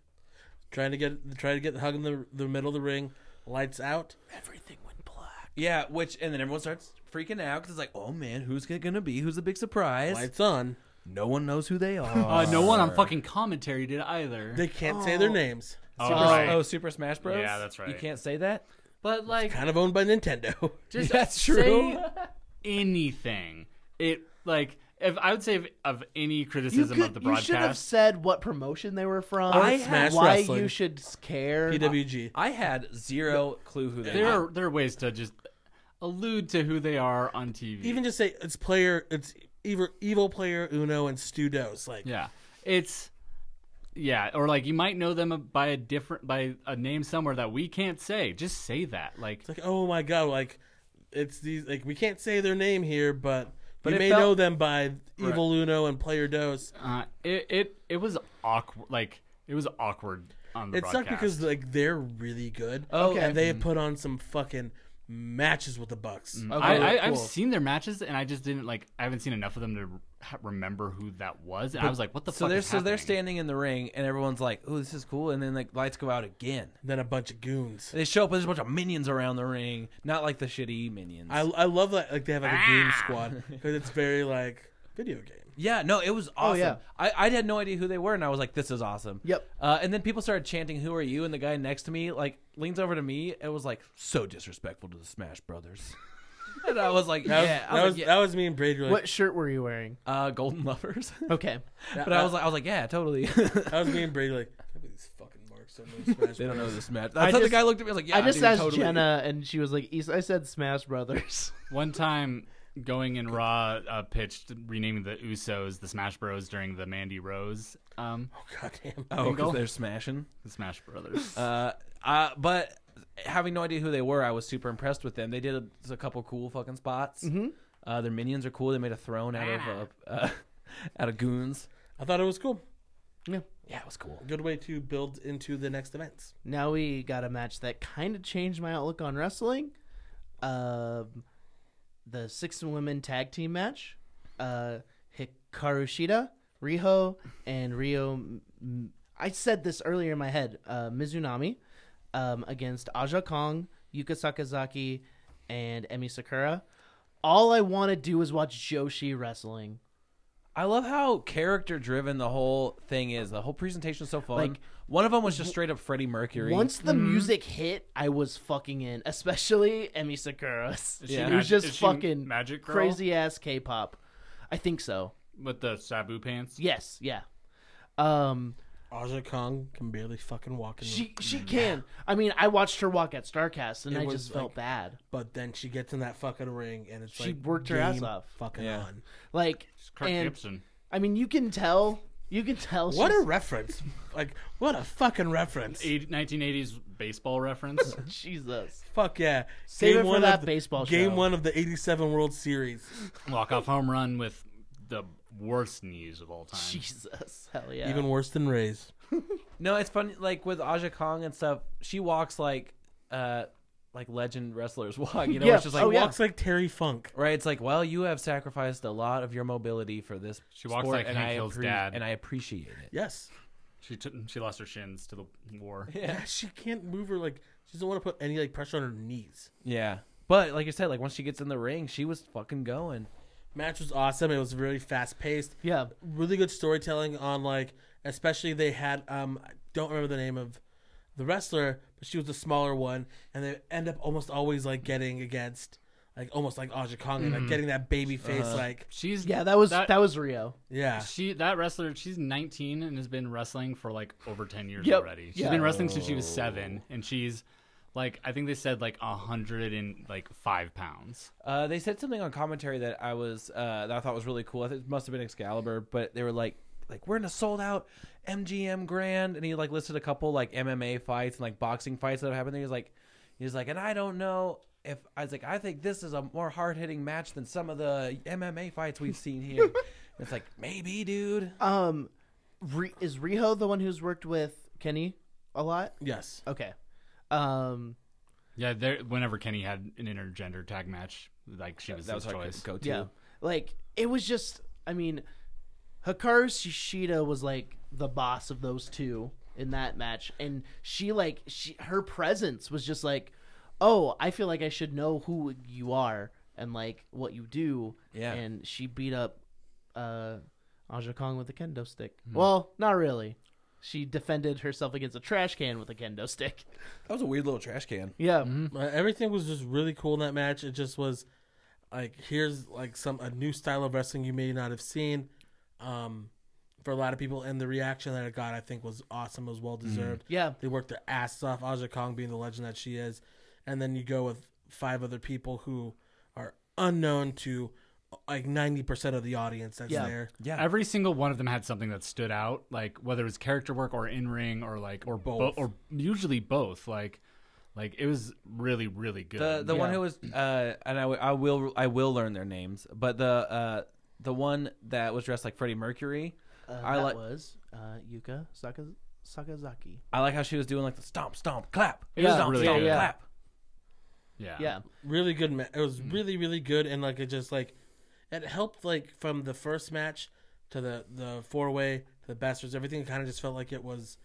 Speaker 4: Trying to get trying to get the hug in the, the middle of the ring, lights out.
Speaker 2: Everything went black.
Speaker 3: Yeah, which and then everyone starts freaking out because it's like, oh man, who's it gonna be? Who's the big surprise?
Speaker 4: Lights on.
Speaker 3: No one knows who (laughs) they are.
Speaker 1: Uh, no one on fucking commentary did either.
Speaker 4: They can't say their names.
Speaker 1: oh,
Speaker 3: Super,
Speaker 1: right.
Speaker 3: Oh, Super Smash Bros.
Speaker 1: Yeah, that's right.
Speaker 3: You can't say that. (laughs)
Speaker 1: but like
Speaker 4: Kind of owned by Nintendo.
Speaker 1: just
Speaker 3: That's
Speaker 1: say
Speaker 3: true.
Speaker 1: anything. It like if I would say of, of any criticism of the
Speaker 2: should have
Speaker 1: broadcast,
Speaker 2: said what promotion they were from.
Speaker 3: I Smash
Speaker 2: why
Speaker 4: Wrestling.
Speaker 2: you should care.
Speaker 4: PWG.
Speaker 3: I had zero clue who they
Speaker 1: there
Speaker 3: are.
Speaker 1: are there are ways to just allude to who they are on TV.
Speaker 4: Even just say it's player. It's evil, evil player Uno and Stu Dose. Like
Speaker 1: yeah, it's yeah, or like you might know them by a different by a name somewhere that we can't say. Just say that. Like
Speaker 4: It's like, oh my god, like it's these like we can't say their name here, but,
Speaker 3: But
Speaker 4: you
Speaker 3: it
Speaker 4: may
Speaker 3: felt-
Speaker 4: know them by Evil Uno and Player Dose.
Speaker 1: uh, it it it was awkward. Like it was awkward on the
Speaker 4: It
Speaker 1: broadcast.
Speaker 4: sucked because like they're really good.
Speaker 3: Okay.
Speaker 4: and they have put on some fucking matches with the Bucks.
Speaker 3: Mm.
Speaker 1: I, I, I've
Speaker 3: cool.
Speaker 1: seen their matches and I just didn't like. I haven't seen enough of them to ha- remember who that was. And I was like, "What the
Speaker 3: So
Speaker 1: fuck?"
Speaker 3: they're
Speaker 1: is
Speaker 3: so they're
Speaker 1: happening?
Speaker 3: standing in the ring, and everyone's like, "Oh, this is cool," and then like lights go out again.
Speaker 4: Then a bunch of goons.
Speaker 3: They show up, and there's a bunch of minions around the ring, not like the shitty minions. Ah!
Speaker 4: I I love that like they have like a goon squad because it's very like video game.
Speaker 3: Yeah, no, it was awesome.
Speaker 2: Oh, yeah.
Speaker 3: I, I had no idea who they were, and I was like, this is awesome.
Speaker 2: Yep.
Speaker 3: Uh, and then people started chanting, who are you? And the guy next to me, like, leans over to me and was like, so disrespectful to the Smash Brothers. (laughs) and I was like,
Speaker 4: That was,
Speaker 3: Oh, yeah.
Speaker 4: that,
Speaker 3: I was,
Speaker 4: was, that was me and Brady. Like,
Speaker 2: What shirt were you wearing?
Speaker 3: uh, Golden
Speaker 2: (laughs)
Speaker 3: Lovers.
Speaker 2: Okay.
Speaker 3: but I was like, I was like, yeah, totally. (laughs) they
Speaker 4: (laughs) That was me and Brady. Like, "Can't believe these fucking marks
Speaker 3: (laughs)
Speaker 4: don't know Smash
Speaker 3: don't know
Speaker 4: Bros."
Speaker 3: the Smash.
Speaker 2: I
Speaker 3: That's how the
Speaker 2: just-
Speaker 3: guy looked at me. I was like, yeah,
Speaker 2: I just
Speaker 3: dude,
Speaker 2: asked
Speaker 3: totally.
Speaker 2: Jenna, and she was like, East, I said Smash Brothers. (laughs)
Speaker 1: One time, going in Raw uh, pitched renaming the Usos the Smash Bros during the Mandy Rose, um,
Speaker 4: (laughs) Oh, goddamn.
Speaker 3: Oh, 'cause
Speaker 1: Angle.
Speaker 3: they're smashing.
Speaker 1: the Smash Brothers.
Speaker 3: Uh, uh, but having no idea who they were, I was super impressed with them. They did a, a couple cool fucking spots. Uh, their minions are cool. They made a throne out of uh, uh, (laughs) out of goons.
Speaker 4: I thought it was cool.
Speaker 3: Yeah, it was cool.
Speaker 4: Good way to build into the next events.
Speaker 2: now we got a match that kind of changed my outlook on wrestling. Um, the six women tag team match. Uh, Hikaru Shida, Riho, and Rio. M- I said this earlier in my head. Uh, Mizunami um, against Aja Kong, Yuka Sakazaki, and Emi Sakura. All I want to do is watch Joshi wrestling.
Speaker 3: I love how character driven the whole thing is. The whole presentation is so fun.
Speaker 2: Like-
Speaker 3: One of them was just straight up Freddie Mercury.
Speaker 2: Once the music hit, I was fucking in, especially (laughs) Emi Sakura's.
Speaker 1: Is she
Speaker 3: Yeah.
Speaker 2: It was
Speaker 1: magi-
Speaker 2: just
Speaker 1: is she
Speaker 2: fucking
Speaker 1: magic girl?
Speaker 2: crazy ass K-pop. I think so.
Speaker 1: (laughs) with the Sabu pants.
Speaker 2: Yes, yeah. Um,
Speaker 4: Aja Kong can barely fucking walk in the
Speaker 2: she
Speaker 1: Mm.
Speaker 2: she can. I mean, I watched her walk at Starcast, and
Speaker 4: It
Speaker 2: I
Speaker 4: was
Speaker 2: just felt
Speaker 4: like-
Speaker 2: bad.
Speaker 4: But then she gets in that fucking ring and it's
Speaker 2: She
Speaker 4: like
Speaker 2: worked her ass
Speaker 4: game
Speaker 2: off.
Speaker 4: Fucking
Speaker 3: Yeah.
Speaker 4: on.
Speaker 2: Like,
Speaker 1: It's Kirk
Speaker 2: and
Speaker 1: Gibson.
Speaker 2: I mean, you can tell. You can tell.
Speaker 4: What a
Speaker 2: she's-
Speaker 4: reference! (laughs) like what a fucking reference!
Speaker 1: Eight- 1980s baseball reference.
Speaker 2: Jesus.
Speaker 4: Fuck yeah!
Speaker 2: Save it for
Speaker 4: of
Speaker 2: that
Speaker 4: the-
Speaker 2: baseball
Speaker 4: game
Speaker 2: show.
Speaker 4: one of the '87 World Series.
Speaker 1: Walk off home run with the worst knees of all time.
Speaker 2: Jesus. Hell yeah.
Speaker 4: Even worse than Rays.
Speaker 3: No, it's funny. Like with Aja Kong and stuff, she walks like uh like legend wrestlers (laughs) walk. You know,
Speaker 2: Yeah.
Speaker 3: it's just like
Speaker 2: Oh, yeah.
Speaker 4: Walks like Terry Funk.
Speaker 3: Right, it's like, well, you have sacrificed a lot of your mobility for this
Speaker 1: She walks
Speaker 3: sport,
Speaker 1: like
Speaker 3: and
Speaker 1: Hank
Speaker 3: I
Speaker 1: Hill's
Speaker 3: appre-
Speaker 1: dad.
Speaker 3: and I appreciate it.
Speaker 4: Yes.
Speaker 1: She took she lost her shins to the war.
Speaker 4: Yeah, she can't move her. Like she doesn't want to put any like pressure on her knees.
Speaker 3: Yeah, but like you said, like once she gets in the ring, she was fucking going.
Speaker 4: Match was awesome. It was really fast paced.
Speaker 2: Yeah.
Speaker 4: really good storytelling on like especially they had um I don't remember the name of the wrestler, but she was the smaller one, and they end up almost always like getting against like almost like Aja Kong,
Speaker 2: Mm-hmm.
Speaker 4: and like getting that baby face
Speaker 2: Uh-huh.
Speaker 4: like
Speaker 1: (laughs) She's
Speaker 2: Yeah. That was that,
Speaker 1: that,
Speaker 2: was Rio.
Speaker 4: yeah.
Speaker 1: she that wrestler. She's 19 and has been wrestling for like over 10 years
Speaker 2: Yep.
Speaker 1: already. She's
Speaker 2: Yeah.
Speaker 1: been wrestling since she was seven, and she's like I think they said like a hundred and like five pounds.
Speaker 3: Uh, they said something on commentary that I was uh, that I thought was really cool. I think it must have been Excalibur, but they were like, like we're in a sold out MGM Grand, and he like listed a couple like MMA fights and like boxing fights that have happened. There. He was like, he was like, and I don't know if I was like, I think this is a more hard hitting match than some of the MMA fights we've seen here. it's like maybe, dude.
Speaker 2: Um, Ri- is Riho the one who's worked with Kenny a lot?
Speaker 4: Yes.
Speaker 2: Okay. Um.
Speaker 1: Yeah, there. Whenever Kenny had an intergender tag match, like she was
Speaker 3: that
Speaker 1: his
Speaker 3: was our
Speaker 1: choice.
Speaker 3: go to.
Speaker 2: Yeah. Like it was just I mean Hikaru Shishida was like the boss of those two in that match and she like she her presence was just like oh I feel like I should know who you are and like what you do
Speaker 3: Yeah.
Speaker 2: and she beat up uh Aja Kong with a kendo stick.
Speaker 3: Hmm.
Speaker 2: Well, not really. She defended herself against a trash can with a kendo stick. (laughs)
Speaker 3: That was a weird little trash can.
Speaker 2: Yeah.
Speaker 4: Uh, Everything was just really cool in that match. It just was like here's like some a new style of wrestling you may not have seen um for a lot of people and the reaction that it got I think was awesome. It was well deserved.
Speaker 2: Mm. Yeah.
Speaker 4: They worked their asses off. Aja Kong being the legend that she is, and then you go with five other people who are unknown to like ninety percent of the audience that's
Speaker 2: Yeah.
Speaker 4: there.
Speaker 3: Yeah.
Speaker 1: Every single one of them had something that stood out, like whether it was character work or in ring or like or
Speaker 4: Both.
Speaker 1: both or usually both. Like, like it was really really good.
Speaker 3: The the one
Speaker 2: Yeah.
Speaker 3: who was uh, and I, w- I will I will learn their names, but the uh, the one that was dressed like Freddie Mercury,
Speaker 2: Uh,
Speaker 3: I
Speaker 2: that
Speaker 3: like
Speaker 2: was uh, Yuka Saka- Sakazaki.
Speaker 3: I like how she was doing like the stomp stomp clap,
Speaker 1: It was
Speaker 3: stomp
Speaker 1: really
Speaker 3: stomp
Speaker 1: good.
Speaker 3: clap.
Speaker 1: yeah
Speaker 3: Um,
Speaker 2: Yeah.
Speaker 4: Really good. Ma- it was really really good, and like it just like it helped like from the first match to the the four way to the bastards. Everything kind of just felt like it was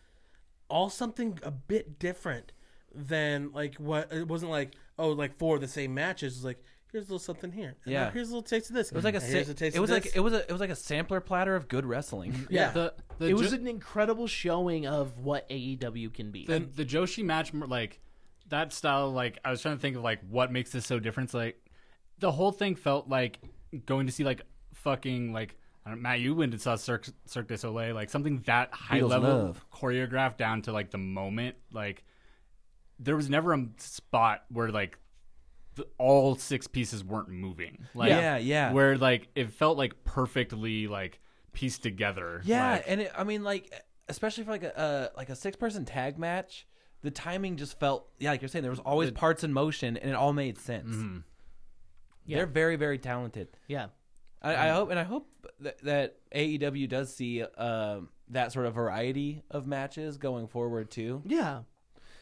Speaker 4: all something a bit different than like what it wasn't like oh like four of the same matches. It was like here's a little something here. And
Speaker 3: Yeah.
Speaker 4: now here's a little taste of this.
Speaker 3: It was like a,
Speaker 4: here's
Speaker 3: sa-
Speaker 4: a taste
Speaker 3: it was
Speaker 4: of
Speaker 3: like
Speaker 4: this.
Speaker 3: it was a it was like a sampler platter of good
Speaker 1: (laughs)
Speaker 3: wrestling.
Speaker 4: yeah.
Speaker 1: The, the
Speaker 2: it was
Speaker 1: Jo-
Speaker 2: an incredible showing of what AEW can be.
Speaker 3: Mm-hmm.
Speaker 1: the, the Joshi match, more like that style, like I was trying to think of like what makes this so different. It's like the whole thing felt like going to see like fucking like I don't, Matt, you went and saw Cirque, Cirque du Soleil, like something that high
Speaker 3: Beatles
Speaker 1: level
Speaker 3: love.
Speaker 1: choreographed down to like the moment. Like there was never a spot where like the, all six pieces weren't moving. Like,
Speaker 3: Yeah, yeah.
Speaker 1: Where like it felt like perfectly like pieced together.
Speaker 3: Yeah,
Speaker 1: Like,
Speaker 3: and it, I mean, like especially for like a, a like a six person tag match, the timing just felt yeah, like you're saying there was always parts in motion and it all made sense.
Speaker 1: Mm-hmm.
Speaker 3: They're very very talented.
Speaker 2: yeah.
Speaker 3: I, I hope and I hope that, that AEW does see um, that sort of variety of matches going forward too.
Speaker 2: Yeah.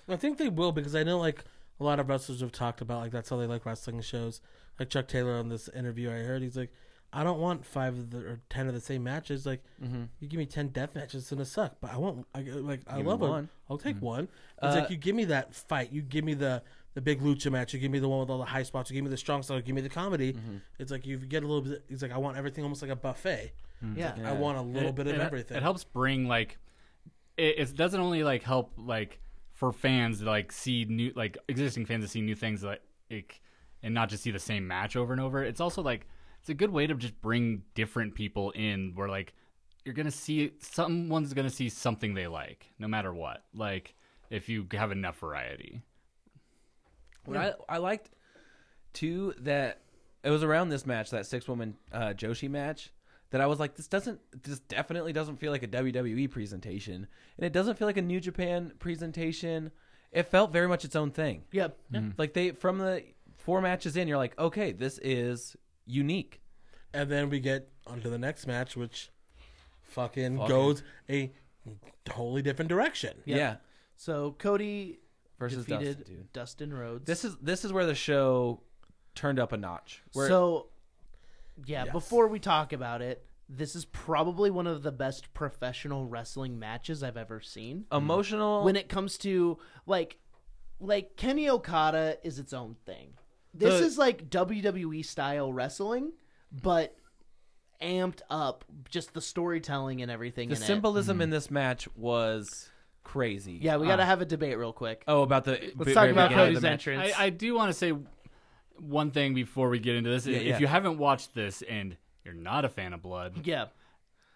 Speaker 4: I think they will because I know like a lot of wrestlers have talked about like that's how they like wrestling shows. Like Chuck Taylor on this interview I heard, he's like, I don't want five of the, or ten of the same matches. Like,
Speaker 3: Mm-hmm.
Speaker 4: you give me ten death matches, it's gonna suck. But I want I, like I
Speaker 3: Give me
Speaker 4: love one.
Speaker 3: one. Mm-hmm. Uh,
Speaker 4: I'll take one. It's like you give me that fight. You give me the the big lucha match. You give me the one with all the high spots. You give me the strong style. You give me the comedy.
Speaker 3: Mm-hmm.
Speaker 4: It's like you get a little bit. It's like I want everything almost like a buffet.
Speaker 3: Mm-hmm. Mm,
Speaker 2: Yeah.
Speaker 4: I want a little
Speaker 1: it-
Speaker 4: bit of
Speaker 1: it-
Speaker 4: everything.
Speaker 1: It helps bring like it, it doesn't only like help like for fans to like see new like existing fans to see new things like it, and not just see the same match over and over. It's also like it's a good way to just bring different people in where like you're gonna see someone's gonna see something they like no matter what. Like if you have enough variety.
Speaker 3: What I, I liked too that it was around this match, that six woman uh, Joshi match, that I was like, this doesn't, this definitely doesn't feel like a WWE presentation, and it doesn't feel like a New Japan presentation. It felt very much its own thing.
Speaker 2: Yep.
Speaker 3: Like they from the four matches in, you're like, okay, this is unique.
Speaker 4: And then we get onto the next match, which fucking goes a totally different direction.
Speaker 3: Yeah.
Speaker 2: So Cody
Speaker 3: Versus
Speaker 2: defeated
Speaker 3: Dustin, dude.
Speaker 2: Rhodes.
Speaker 3: This is this is where the show turned up a notch. Where
Speaker 2: so yeah, before we talk about it, this is probably one of the best professional wrestling matches I've ever seen.
Speaker 3: emotional
Speaker 2: When it comes to like like Kenny Okada is its own thing. This
Speaker 1: The-
Speaker 2: is like WWE style wrestling, but amped up just the storytelling and everything
Speaker 3: the
Speaker 2: in it.
Speaker 3: symbolism in this match was crazy.
Speaker 2: Yeah, we got to have a debate real quick.
Speaker 3: Ah. Oh, about the
Speaker 2: Let's talk about
Speaker 1: beginning of
Speaker 2: Cody's
Speaker 1: the
Speaker 2: entrance.
Speaker 1: I, I do want to say one thing before we get into this. if
Speaker 3: yeah.
Speaker 1: you haven't watched this and you're not a fan of blood,
Speaker 2: yeah.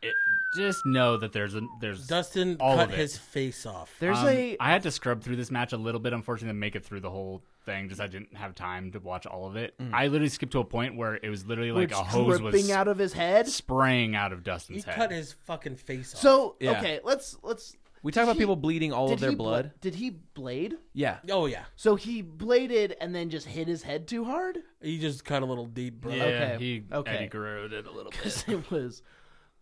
Speaker 1: it, just know that there's a there's
Speaker 4: Dustin
Speaker 1: All
Speaker 4: cut
Speaker 1: of it.
Speaker 4: his face off.
Speaker 2: There's
Speaker 1: um,
Speaker 2: a
Speaker 1: I had to scrub through this match a little bit, unfortunately, to make it through the whole thing. Just I didn't have time to watch all of it. I literally skipped to a point where it was literally like
Speaker 2: which
Speaker 1: a hose
Speaker 2: dripping
Speaker 1: was
Speaker 2: out of his head.
Speaker 1: spraying out of Dustin's
Speaker 4: he
Speaker 1: head.
Speaker 4: cut his fucking face off.
Speaker 2: So
Speaker 3: Yeah.
Speaker 2: okay, let's let's.
Speaker 3: We talk about
Speaker 2: he-
Speaker 3: people bleeding all of
Speaker 2: did
Speaker 3: their
Speaker 2: he bl-
Speaker 3: blood.
Speaker 2: did he blade?
Speaker 3: yeah.
Speaker 4: oh yeah,
Speaker 2: So he bladed and then just hit his head too hard. (laughs)
Speaker 4: he just cut a little deep breath.
Speaker 1: yeah,
Speaker 2: okay,
Speaker 1: he
Speaker 2: okay.
Speaker 1: Eddie Guerrero did a little
Speaker 2: (laughs)
Speaker 1: bit.
Speaker 2: 'Cause it was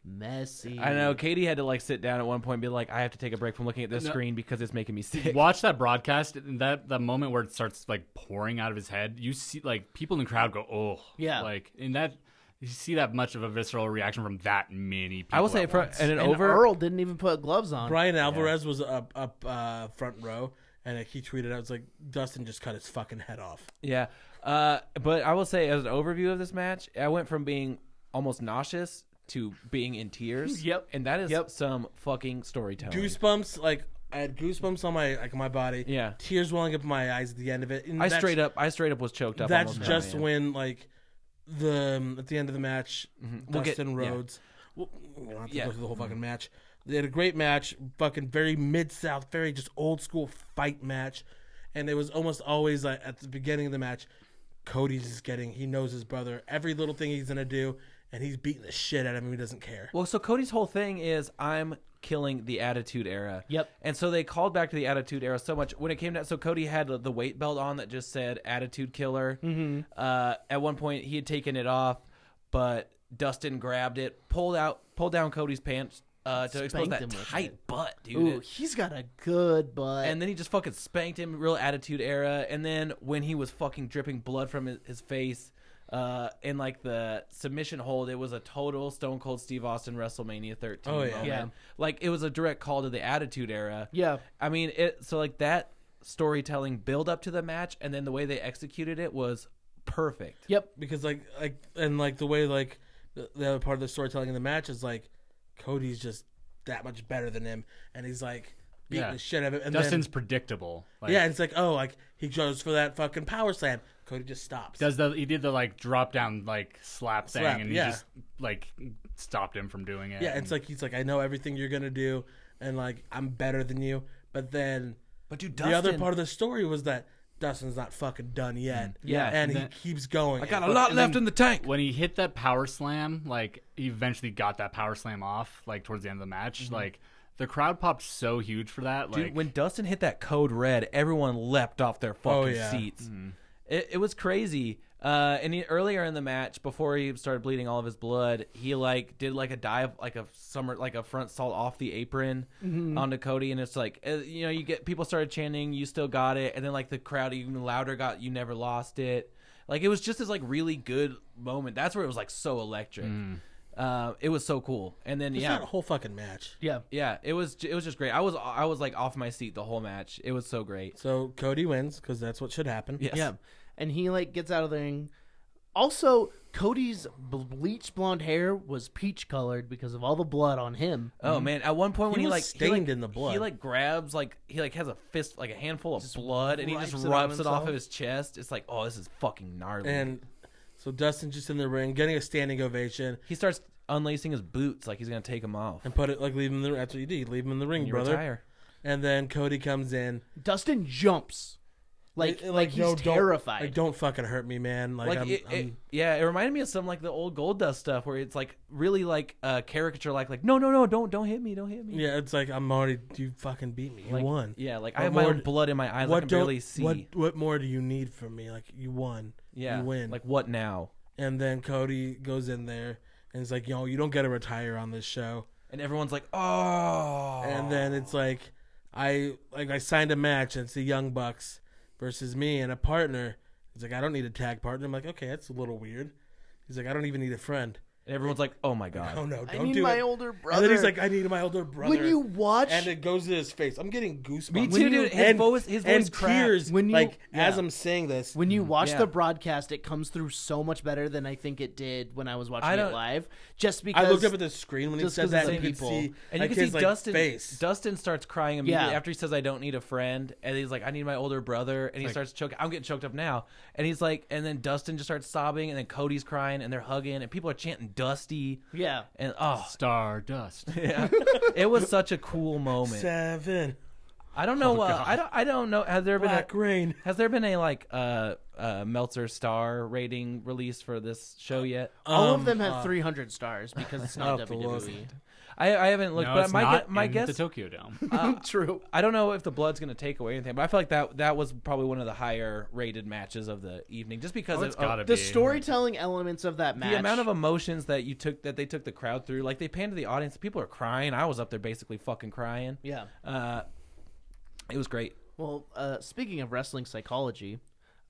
Speaker 2: messy.
Speaker 3: I know. Katie had to like sit down at one point and be like, I have to take a break from looking at this screen because it's making me sick.
Speaker 1: Watch that broadcast. and That that moment where it starts like pouring out of his head, you see like people in the crowd go, "Oh,
Speaker 2: Yeah.
Speaker 1: Like in that, you see that much of a visceral reaction from that many. people
Speaker 3: I will say,
Speaker 1: at
Speaker 3: for,
Speaker 1: once.
Speaker 3: and an
Speaker 2: And
Speaker 3: over.
Speaker 2: Earl didn't even put gloves on.
Speaker 4: Brian Alvarez was up up uh, front row, and like, he tweeted out, "It's like Dustin just cut his fucking head off."
Speaker 3: Yeah. Uh, but I will say, as an overview of this match, I went from being almost nauseous to being in tears.
Speaker 2: (laughs) Yep.
Speaker 3: And that is
Speaker 2: Yep.
Speaker 3: some fucking storytelling.
Speaker 4: Goosebumps, like I had goosebumps on my like my body.
Speaker 3: Yeah.
Speaker 4: tears welling up in my eyes at the end of it. And
Speaker 3: I
Speaker 4: that's-
Speaker 3: straight up, I straight up was choked up.
Speaker 4: That's
Speaker 3: almost
Speaker 4: just
Speaker 3: crying.
Speaker 4: when like the um, at the end of the match,
Speaker 3: Mm-hmm. We'll get-
Speaker 4: Dustin
Speaker 3: yeah.
Speaker 4: Rhodes. Well, we don't have to
Speaker 3: Yeah. Mm-hmm.
Speaker 4: go through the whole fucking match. They had a great match, fucking very mid south, very just old school fight match, and it was almost always like at the beginning of the match, Cody's just getting he knows his brother every little thing he's gonna do, and he's beating the shit out of him. He doesn't care.
Speaker 3: Well, so Cody's whole thing is I'm killing the Attitude Era.
Speaker 2: Yep.
Speaker 3: And so they called back to the Attitude Era so much when it came down. So Cody had the weight belt on that just said Attitude Killer. Mm-hmm. Uh, at one point, he had taken it off, but Dustin grabbed it, pulled out, pulled down Cody's pants uh, to expose
Speaker 2: Spanked him
Speaker 3: that
Speaker 2: with
Speaker 3: tight butt, dude.
Speaker 2: Ooh, he's got a good butt.
Speaker 3: And then he just fucking spanked him, real attitude era. And then when he was fucking dripping blood from his, his face uh, in like the submission hold, it was a total Stone Cold Steve Austin WrestleMania 13.
Speaker 4: Oh, yeah.
Speaker 3: moment.
Speaker 2: Yeah.
Speaker 3: Like it was a direct call to the attitude era.
Speaker 2: Yeah.
Speaker 3: I mean, it so like that storytelling build up to the match and then the way they executed it was perfect.
Speaker 2: Yep.
Speaker 4: because like like and like the way like the, the other part of the storytelling in the match is like Cody's just that much better than him, and he's like beating
Speaker 1: Yeah.
Speaker 4: the shit out of him. And
Speaker 1: Dustin's
Speaker 4: then,
Speaker 1: predictable. Like,
Speaker 4: yeah, and it's like oh like he goes for that fucking power slam. Cody just stops.
Speaker 1: does the he did the like drop down like slap thing,
Speaker 4: Slap,
Speaker 1: and he
Speaker 4: yeah.
Speaker 1: just like stopped him from doing it.
Speaker 4: yeah,
Speaker 1: and-
Speaker 4: it's like he's like I know everything you're gonna do, and like I'm better than you. But then
Speaker 3: But dude,
Speaker 4: the other part of the story was that Dustin's not fucking done yet.
Speaker 3: Yeah,
Speaker 4: and,
Speaker 1: and
Speaker 4: he
Speaker 1: then-
Speaker 4: keeps going.
Speaker 3: I got a
Speaker 4: And-
Speaker 3: lot
Speaker 1: and
Speaker 3: left
Speaker 1: then-
Speaker 3: in the tank.
Speaker 1: when he hit that power slam, like he eventually got that power slam off, like towards the end of the match, like the crowd popped so huge for that. Like
Speaker 3: Dude, when Dustin hit that code red, everyone leapt off their fucking
Speaker 4: Oh, yeah.
Speaker 3: seats. It, it was crazy. Uh, and he, earlier in the match, before he started bleeding all of his blood, he like did like a dive, like a summer, like a front salt off the apron
Speaker 4: Mm-hmm.
Speaker 3: onto Cody, and it's like uh, you know you get people started chanting, "You still got it," and then like the crowd even louder got, "You never lost it." Like it was just this like really good moment. That's where it was like so electric.
Speaker 4: Mm.
Speaker 3: Uh, it was so cool. And then
Speaker 4: It's
Speaker 3: yeah,
Speaker 4: not a whole fucking match.
Speaker 2: Yeah.
Speaker 3: yeah, it was it was just great. I was I was like off my seat the whole match. It was so great.
Speaker 4: So Cody wins because that's what should happen.
Speaker 3: Yes.
Speaker 2: Yeah. And he like gets out of the ring. Also, Cody's bleach blonde hair was peach colored because of all the blood on him.
Speaker 3: Oh man, at one point when
Speaker 4: Mm-hmm. He
Speaker 3: he,
Speaker 4: was
Speaker 3: like
Speaker 4: stained
Speaker 3: like-
Speaker 4: in the blood.
Speaker 3: he like grabs like he like has a fist like a handful of blood and he just
Speaker 2: wipes it on
Speaker 3: rubs it, off
Speaker 2: himself.
Speaker 3: of his chest. It's like oh, this is fucking gnarly.
Speaker 4: And so Dustin just in the ring, getting a standing ovation,
Speaker 3: he starts unlacing his boots like he's gonna take them off.
Speaker 4: and put it like leave him in the that's what you did, leave him in the ring,
Speaker 3: You
Speaker 4: brother.
Speaker 3: retire.
Speaker 4: And then Cody comes in,
Speaker 2: Dustin jumps. Like,
Speaker 4: And,
Speaker 2: like, he's
Speaker 4: no, don't-
Speaker 2: terrified.
Speaker 4: Like don't fucking hurt me, man. Like,
Speaker 3: Like
Speaker 4: I'm,
Speaker 3: it, it,
Speaker 4: I'm
Speaker 3: yeah, it reminded me of some like the old gold dust stuff where it's like really like uh, caricature like like no no no don't don't hit me don't hit me.
Speaker 4: yeah, it's like I'm already you fucking beat me. You
Speaker 3: Like,
Speaker 4: won.
Speaker 3: Yeah, like
Speaker 4: What
Speaker 3: I have my
Speaker 4: more
Speaker 3: own
Speaker 4: d-
Speaker 3: blood in my eyes. I can
Speaker 4: don't-
Speaker 3: barely see.
Speaker 4: What what more do you need from me? Like you won.
Speaker 3: yeah,
Speaker 4: You win.
Speaker 3: Like what now?
Speaker 4: and then Cody goes in there and is like, yo, you don't get to retire on this show.
Speaker 3: And everyone's like, oh.
Speaker 4: and then it's like I like I signed a match and it's the Young Bucks versus me and a partner. He's like, I don't need a tag partner. I'm like, okay, that's a little weird. He's like, I don't even need a friend.
Speaker 3: And everyone's like, oh my
Speaker 4: (laughs) Oh
Speaker 3: god.
Speaker 4: no, don't
Speaker 2: I need
Speaker 4: do
Speaker 2: my
Speaker 4: it.
Speaker 2: older
Speaker 4: And
Speaker 2: brother.
Speaker 4: then he's like, I need my older brother.
Speaker 2: when you watch
Speaker 4: and it goes to his face. I'm getting goosebumps.
Speaker 3: Me
Speaker 2: too, dude.
Speaker 3: His voice- his
Speaker 4: and
Speaker 3: voice cracked.
Speaker 4: tears.
Speaker 2: When you-
Speaker 4: like as
Speaker 2: yeah.
Speaker 4: I'm saying this,
Speaker 2: When you watch
Speaker 3: Yeah.
Speaker 2: the broadcast, it comes through so much better than I think it did when I was watching
Speaker 3: I
Speaker 2: it
Speaker 3: don't-
Speaker 2: live. Just because
Speaker 4: I looked up at the screen when he
Speaker 2: just
Speaker 4: said
Speaker 2: 'cause
Speaker 4: that,
Speaker 2: it's
Speaker 4: you
Speaker 2: like
Speaker 4: could
Speaker 2: people.
Speaker 4: see
Speaker 3: And
Speaker 4: like
Speaker 3: you can
Speaker 4: his
Speaker 3: see
Speaker 4: like
Speaker 3: Dustin.
Speaker 4: face.
Speaker 3: Dustin starts crying immediately
Speaker 2: Yeah.
Speaker 3: after he says, "I don't need a friend," and he's like, "I need my older brother," and he starts choking. I'm getting choked up now. And he's like, and then Dustin just starts sobbing, and then Cody's crying, and they're hugging, and people are chanting "Dusty."
Speaker 2: Yeah.
Speaker 3: And oh,
Speaker 1: Stardust.
Speaker 3: yeah. it was such a cool moment.
Speaker 4: Seven
Speaker 3: I don't know. uh, I don't. I don't know. Has there been
Speaker 4: Oh, black
Speaker 3: a,
Speaker 4: rain.
Speaker 3: has there been a like uh, uh Meltzer star rating released for this show yet?
Speaker 4: Uh,
Speaker 2: All
Speaker 4: Um,
Speaker 2: of them have 300 stars because it's
Speaker 4: (laughs)
Speaker 2: not E.
Speaker 4: have to look.
Speaker 2: WWE.
Speaker 3: I, I haven't looked,
Speaker 1: no,
Speaker 3: but
Speaker 1: it's
Speaker 3: my
Speaker 1: not
Speaker 3: gue- my
Speaker 1: in
Speaker 3: guess
Speaker 1: the Tokyo Dome.
Speaker 2: True.
Speaker 3: I don't know if the blood's going to take away anything, but I feel like that that was probably one of the higher rated matches of the evening, just because
Speaker 1: Oh,
Speaker 3: of,
Speaker 1: it's gotta
Speaker 3: of
Speaker 1: be.
Speaker 2: The storytelling elements of that match.
Speaker 3: the amount of emotions that you took that they took the crowd through. Like they panned to the audience, people are crying. I was up there basically fucking crying.
Speaker 2: Yeah.
Speaker 3: uh, it was great.
Speaker 2: Well, uh, speaking of wrestling psychology,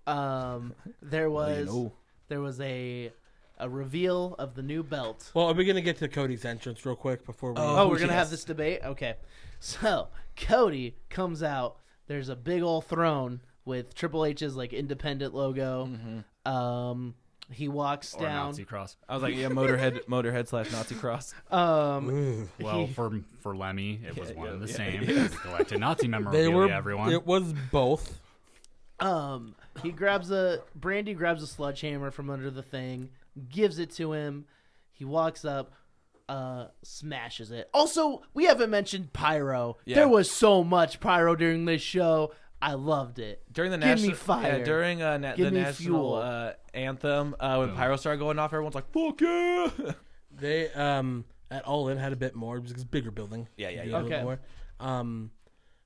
Speaker 2: um, (laughs) there was
Speaker 3: know.
Speaker 2: there was a a reveal of the new belt.
Speaker 4: Well, are we gonna get to Cody's entrance real quick before we?
Speaker 2: Oh, we're gonna have this debate. Okay, so Cody comes out. There's a big old throne with Triple H's like independent logo.
Speaker 3: Mm-hmm.
Speaker 2: Um, he walks
Speaker 1: or
Speaker 2: down.
Speaker 1: Nazi cross.
Speaker 3: I was like, yeah, Motorhead, (laughs) Motorhead slash Nazi Cross.
Speaker 2: Um,
Speaker 1: Well, for for Lemmy, it was one and the same. He collected Nazi memorabilia.
Speaker 4: They were
Speaker 1: everyone.
Speaker 4: It was both.
Speaker 2: um, he grabs a Brandy grabs a sledgehammer from under the thing, gives it to him. He walks up. Uh, smashes it. Also, we haven't mentioned pyro.
Speaker 3: Yeah.
Speaker 2: There was so much pyro during this show. I loved it.
Speaker 3: (laughs) during the
Speaker 2: Give
Speaker 3: national
Speaker 2: me fire.
Speaker 3: yeah, during uh, na-
Speaker 2: Give
Speaker 3: the
Speaker 2: me
Speaker 3: national
Speaker 2: fuel.
Speaker 3: uh, anthem uh, when pyro started going off, everyone's like, "Fuck yeah!" (laughs)
Speaker 4: They um at All In had a bit more because it's a bigger building.
Speaker 3: Yeah, yeah,
Speaker 4: Bigger
Speaker 3: yeah.
Speaker 4: building
Speaker 2: Okay.
Speaker 4: more. Um,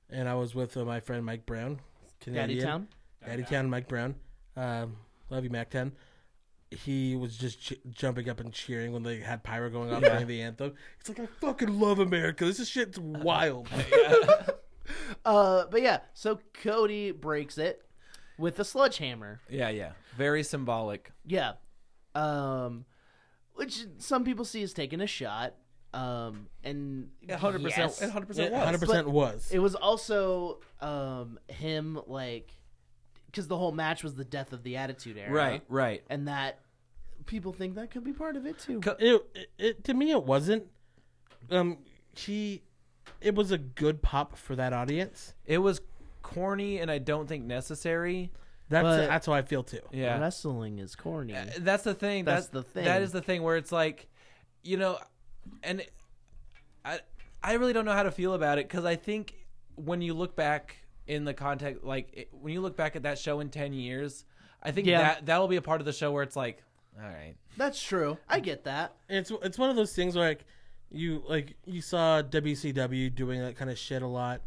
Speaker 4: and I was with uh, my friend Mike Brown, Canadian.
Speaker 2: Daddy Town?
Speaker 4: Daddy Town, Mike Brown. Um, love you, Mac Ten. He was just ch- jumping up and cheering when they had pyro going off during the anthem. It's like I fucking love America. This is
Speaker 2: (laughs)
Speaker 4: shit's wild.
Speaker 2: Uh, but yeah, so Cody breaks it with a sledgehammer.
Speaker 3: yeah, yeah. Very symbolic.
Speaker 2: Yeah. Um, which some people see as taking a shot. Um, and
Speaker 3: hundred percent.
Speaker 2: yes.
Speaker 3: Hundred percent.
Speaker 4: Hundred percent was.
Speaker 2: It was also um him like because the whole match was the death of the Attitude Era,
Speaker 3: Right, right.
Speaker 2: And that people think that could be part of it too.
Speaker 3: Co-
Speaker 4: It, it, it to me it wasn't. Um, she, it was a good pop for that audience.
Speaker 3: It was corny and I don't think necessary.
Speaker 4: That's
Speaker 2: But-
Speaker 4: that's how I feel too.
Speaker 3: Yeah. Uh,
Speaker 2: Wrestling is corny.
Speaker 3: that's the thing.
Speaker 2: That's
Speaker 3: That's,
Speaker 2: the thing.
Speaker 3: That is the thing where it's like, you know, and I, I really don't know how to feel about it because I think when you look back in the context, like it, when you look back at that show in ten years, I think
Speaker 2: Yeah.
Speaker 3: that that'll be a part of the show where it's like, all right,
Speaker 2: That's true. I get that.
Speaker 4: It's it's one of those things where like you like you saw WCW doing that kind of shit a lot,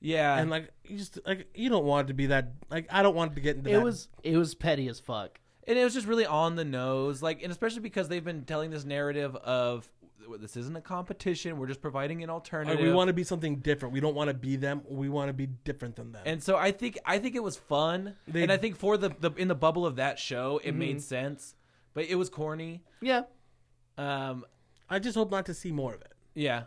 Speaker 3: yeah,
Speaker 4: and like you just like you don't want it to be that. Like I don't want it to get into
Speaker 2: It
Speaker 4: that.
Speaker 2: was it was petty as fuck.
Speaker 3: and it was just really on the nose like and especially because they've been telling this narrative of this isn't a competition we're just providing an
Speaker 4: like,
Speaker 3: alternative
Speaker 4: we want to be something different. We don't want to be them. We want to be different than them.
Speaker 3: and so i think i think it was fun
Speaker 4: They- Mm-hmm.
Speaker 3: and i think for the, the in the bubble of that show it made sense but it was corny
Speaker 2: Yeah.
Speaker 3: um
Speaker 4: I just hope not to see more of it.
Speaker 3: yeah